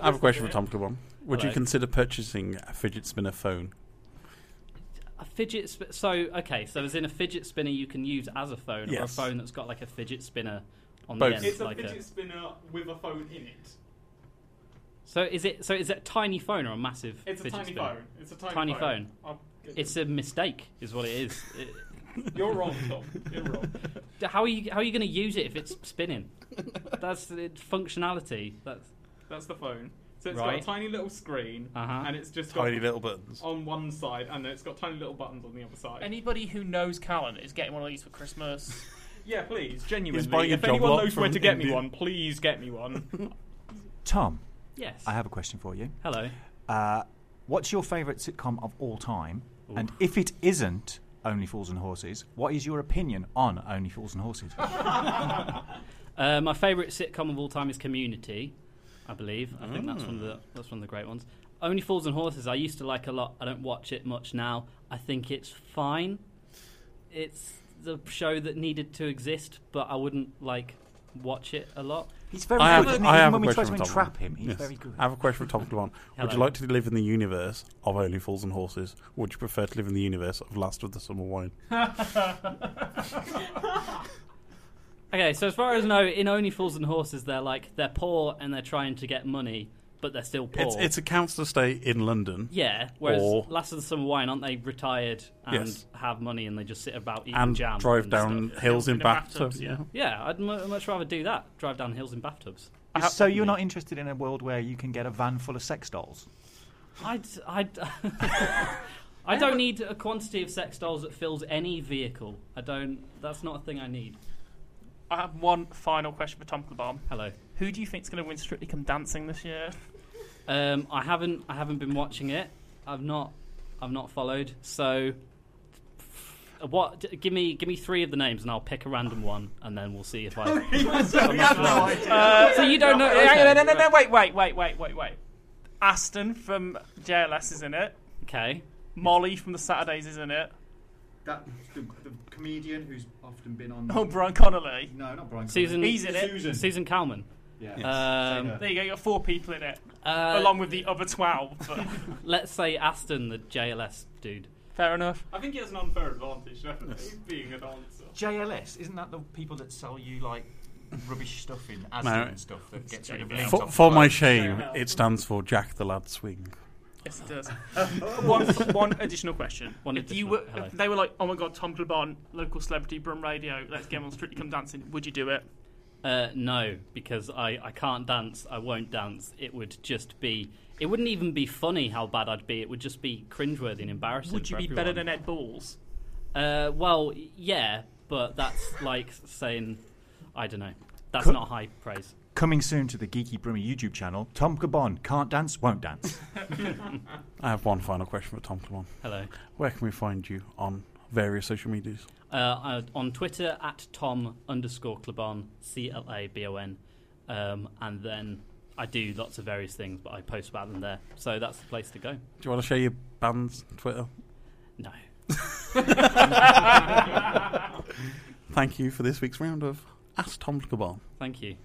A: I have a question for Tom. Come on. Would you
N: Hello.
A: consider purchasing a fidget spinner phone?
N: A fidget sp- so okay so as in a fidget spinner you can use as a phone or a
A: Yes.
N: phone that's got like a fidget spinner on
A: Both.
N: the end
G: It's a
N: like
G: fidget spinner with a phone in it.
N: so is it so is it a tiny phone or a massive
G: It's a
N: fidget
G: tiny
N: spinner
G: phone. It's a tiny,
N: Tiny
G: phone.
N: phone.
G: I'll get
N: it's a mistake is what it is It-
G: it. You're wrong, Tom. You're wrong.
N: how are you how are you going to use it if it's spinning that's the functionality that's
G: That's the phone. So it's got
N: Right.
G: a tiny little screen,
N: Uh-huh.
G: and it's just got
A: Tiny little buttons.
G: on one side, and it's got tiny little buttons on the other side.
B: Anybody who knows Callan is getting one of these for Christmas.
G: yeah, please,
A: buying
G: genuinely.
A: a
G: If
A: job
G: anyone
A: lot
G: knows where
A: from
G: to get me
A: India.
G: one, please get me one.
C: Tom,
N: yes
C: I have a question for you.
N: hello
C: Uh, what's your favourite sitcom of all time? And if it isn't Only Fools and Horses, what is your opinion on Only Fools and Horses?
N: Uh, my favourite sitcom of all time is Community, I believe. I think that's one of the that's one of the great ones. Only Fools and Horses I used to like a lot. I don't watch it much now. I think it's fine. It's the show that needed to exist, but I wouldn't like watch it a lot.
C: He's very
A: I have,
C: good. isn't he?
A: I
C: Even
A: have
C: when
A: a
C: we
A: question
C: try to
A: for Tom.
C: entrap him, he's
A: Yes.
C: very good.
A: I have a question for Tom. Come on. Would you
N: Hello.
A: like to live in the universe of Only Fools and Horses? Or would you prefer to live in the universe of Last of the Summer Wine?
N: Okay, so as far as I know, in Only Fools and Horses, they're like they're poor and they're trying to get money, but they're still poor.
A: It's, it's a council estate in London.
N: yeah, whereas
A: or-
N: Last of the Summer Wine, aren't they retired and
A: Yes.
N: have money and they just sit about eating
A: And
N: jam
A: drive
N: and
A: down
N: stuff?
A: hills in
P: In a bathtub,
A: bathtubs. Yeah.
N: Yeah, I'd mu much rather do that. Drive down hills in bathtubs.
C: so you're not interested in a world where you can get a van full of sex dolls?
N: I'd, I'd, I don't need a quantity of sex dolls that fills any vehicle. I don't. That's not a thing I need.
P: I have one final question for Tom Clabom.
N: Hello.
P: Who do you think's going to win Strictly Come Dancing this year?
N: Um, I haven't. I haven't been watching it. I've not. I've not followed. So, what? d- Give me. Give me three of the names, and I'll pick a random one, and then we'll see if I.
P: Uh,
N: So you don't know-
P: No,
N: okay.
P: no, no, no, no, wait, wait, wait, wait, wait, wait. Aston from JLS is in it.
N: Okay.
P: Molly from the Saturdays is in it.
Q: That the, the comedian who's often been on.
P: Oh, Brian Connolly.
Q: no, not Brian.
N: Susan.
P: He's in it.
Q: Susan.
N: Susan Kalman.
Q: Yeah.
N: Um,
P: There you go. You got four people in it,
N: uh,
P: along with the other twelve. But
N: let's say Aston, the JLS dude.
P: fair enough.
G: I think he has an unfair advantage, definitely, being a dancer.
C: JLS isn't that the people that sell you like rubbish stuff in Asda
A: No.
C: and stuff that gets rid of
G: JLS.
C: limbs
A: For,
C: off
A: for
C: the
A: my
C: clothes?
A: shame, it stands for Jack the Lad Swing.
P: Yes, it does. one, one additional question.
N: One
P: if you
N: additional-
P: were,
N: hello.
P: if they were like, "Oh my God, Tom Clabon, local celebrity, Brum Radio, let's get him on Strictly Come Dancing," would you do it?
N: Uh, no, because I, I can't dance. I won't dance. It would just be. It wouldn't even be funny how bad I'd be. It would just be cringeworthy and embarrassing.
P: Would you
N: for
P: be better than
N: everyone.
P: Ed Balls?
N: Uh, well, yeah, but that's like saying, I don't know. That's
C: Could-
N: not high praise.
C: Coming soon to the Geeky Brummy YouTube channel, Tom Cabon can't dance, won't dance.
A: I have one final question for Tom Clemon.
N: Hello.
A: Where can we find you on various social medias?
N: Uh, I- on Twitter at Tom underscore Clabon C L A B O N, um, and then I do lots of various things, but I post about them there. So that's the place to go.
A: Do you want to share your band's Twitter?
N: No.
A: Thank you for this week's round of Ask Tom Cabal.
N: Thank you.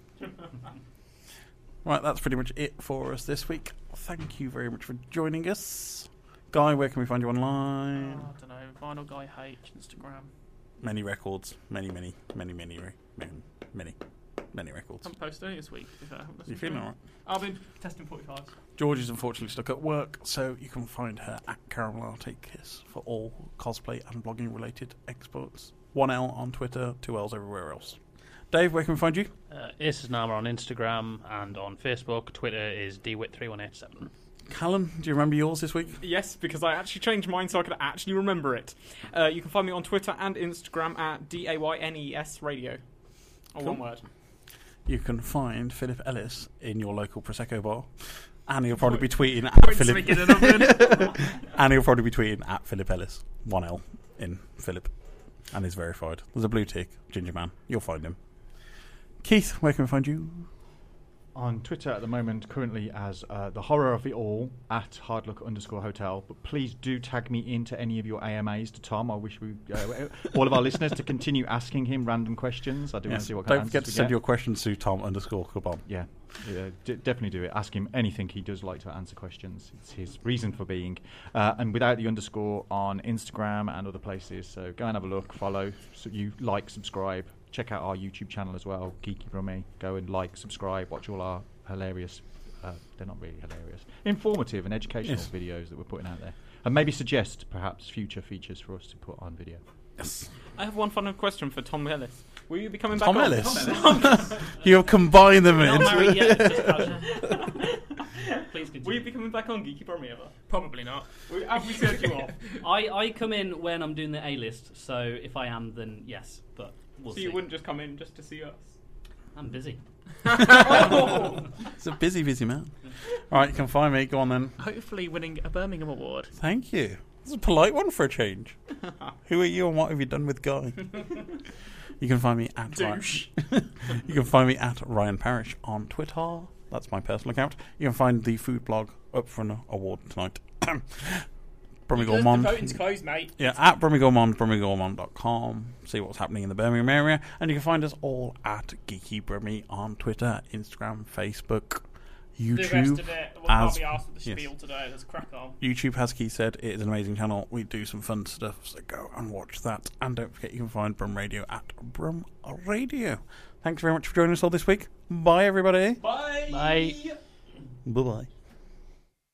A: Right, that's pretty much it for us this week. Thank you very much for joining us. Guy, where can we find you
P: Oh,
A: online?
P: I don't know. Vinyl Guy H Instagram.
A: Many records. Many, many, many, many, re- many, many, many records.
P: I'm posting this week. If I haven't
A: You
P: listened to
A: feeling
P: it.
A: alright?
P: I've been testing 45s.
A: George is unfortunately stuck at work, so you can find her at Caramel Latte Kiss for all cosplay and blogging related exports. 1L on Twitter, 2Ls everywhere else. Dave, where can we find you?
D: Uh, Ace is Nama on Instagram and on Facebook. Twitter is dwit3187.
A: Callum, do you remember yours this week?
G: Yes, because I actually changed mine so I could actually remember it. Uh, you can find me on Twitter and Instagram at D A Y N E S Radio. Or one word.
A: You can find Philip Ellis in your local Prosecco bar. And he'll probably be tweeting at
P: Points to
A: Philip.
P: begin and
A: And he'll probably be tweeting at Philip Ellis. 1L in Philip. And he's verified. There's a blue tick, Ginger Man. You'll find him. Keith, where can we find you?
C: on Twitter at the moment, currently as uh, the horror of it all at hardluck underscore hotel. But please do tag me into any of your AMAs to Tom. I wish we uh, all of our listeners to continue asking him random questions. I do want
A: Yes.
C: to see what kind
A: Don't
C: of
A: forget to
C: answers
A: send
C: we
A: your questions to Tom underscore Kabom.
C: get. yeah, yeah d- definitely do it. Ask him anything. He does like to answer questions. It's his reason for being. Uh, and without the underscore on Instagram and other places. So go and have a look, follow, so you like, subscribe. Check out our YouTube channel as well, Geeky Brummy. Go and like, subscribe, watch all our hilarious. Uh, they're not really hilarious. Informative and educational
A: Yes.
C: videos that we're putting out there, and maybe suggest perhaps future features for us to put on video.
G: I have one final question for Tom Ellis. Will you be coming back
A: Tom
G: on?
A: Ellis. You'll combine them
N: Not
A: in.
N: married yet. just casual. Please
G: Will you
N: continue.
G: be coming back on Geeky Brummy ever?
P: Probably not.
G: Will- Have we turned you off?
N: I, I come in when I'm doing the A list, so if I am, then yes, but we'll
G: so
N: see.
G: you wouldn't just come in just to see us?
N: I'm busy.
A: It's a busy, busy man. All right, you can find me. Go on then.
P: Hopefully, winning a Birmingham award.
A: Thank you. It's a polite one for a change. Who are you and what have you done with Guy? you can find me at Douche. you can find me at Ryan Parrish on Twitter. That's my personal account. You can find the food blog up for an award tonight. Probably
P: The,
A: go
P: the
A: mom.
P: voting's closed, mate.
A: Yeah, at Brummygormond, brummygormond.com. See what's happening in the Birmingham area. And you can find us all at Geeky Brummy on Twitter, Instagram, Facebook,
P: The rest
A: YouTube.
P: of it, we'll
A: as-
P: probably ask for the
A: yes.
P: spiel today. Let's crack on.
A: YouTube, as Keith said, it is an amazing channel. We do some fun stuff, so go and watch that. And don't forget, you can find Brum Radio at Brum Radio. Thanks very much for joining us all this week. Bye, everybody.
G: Bye.
D: Bye.
A: Bye bye.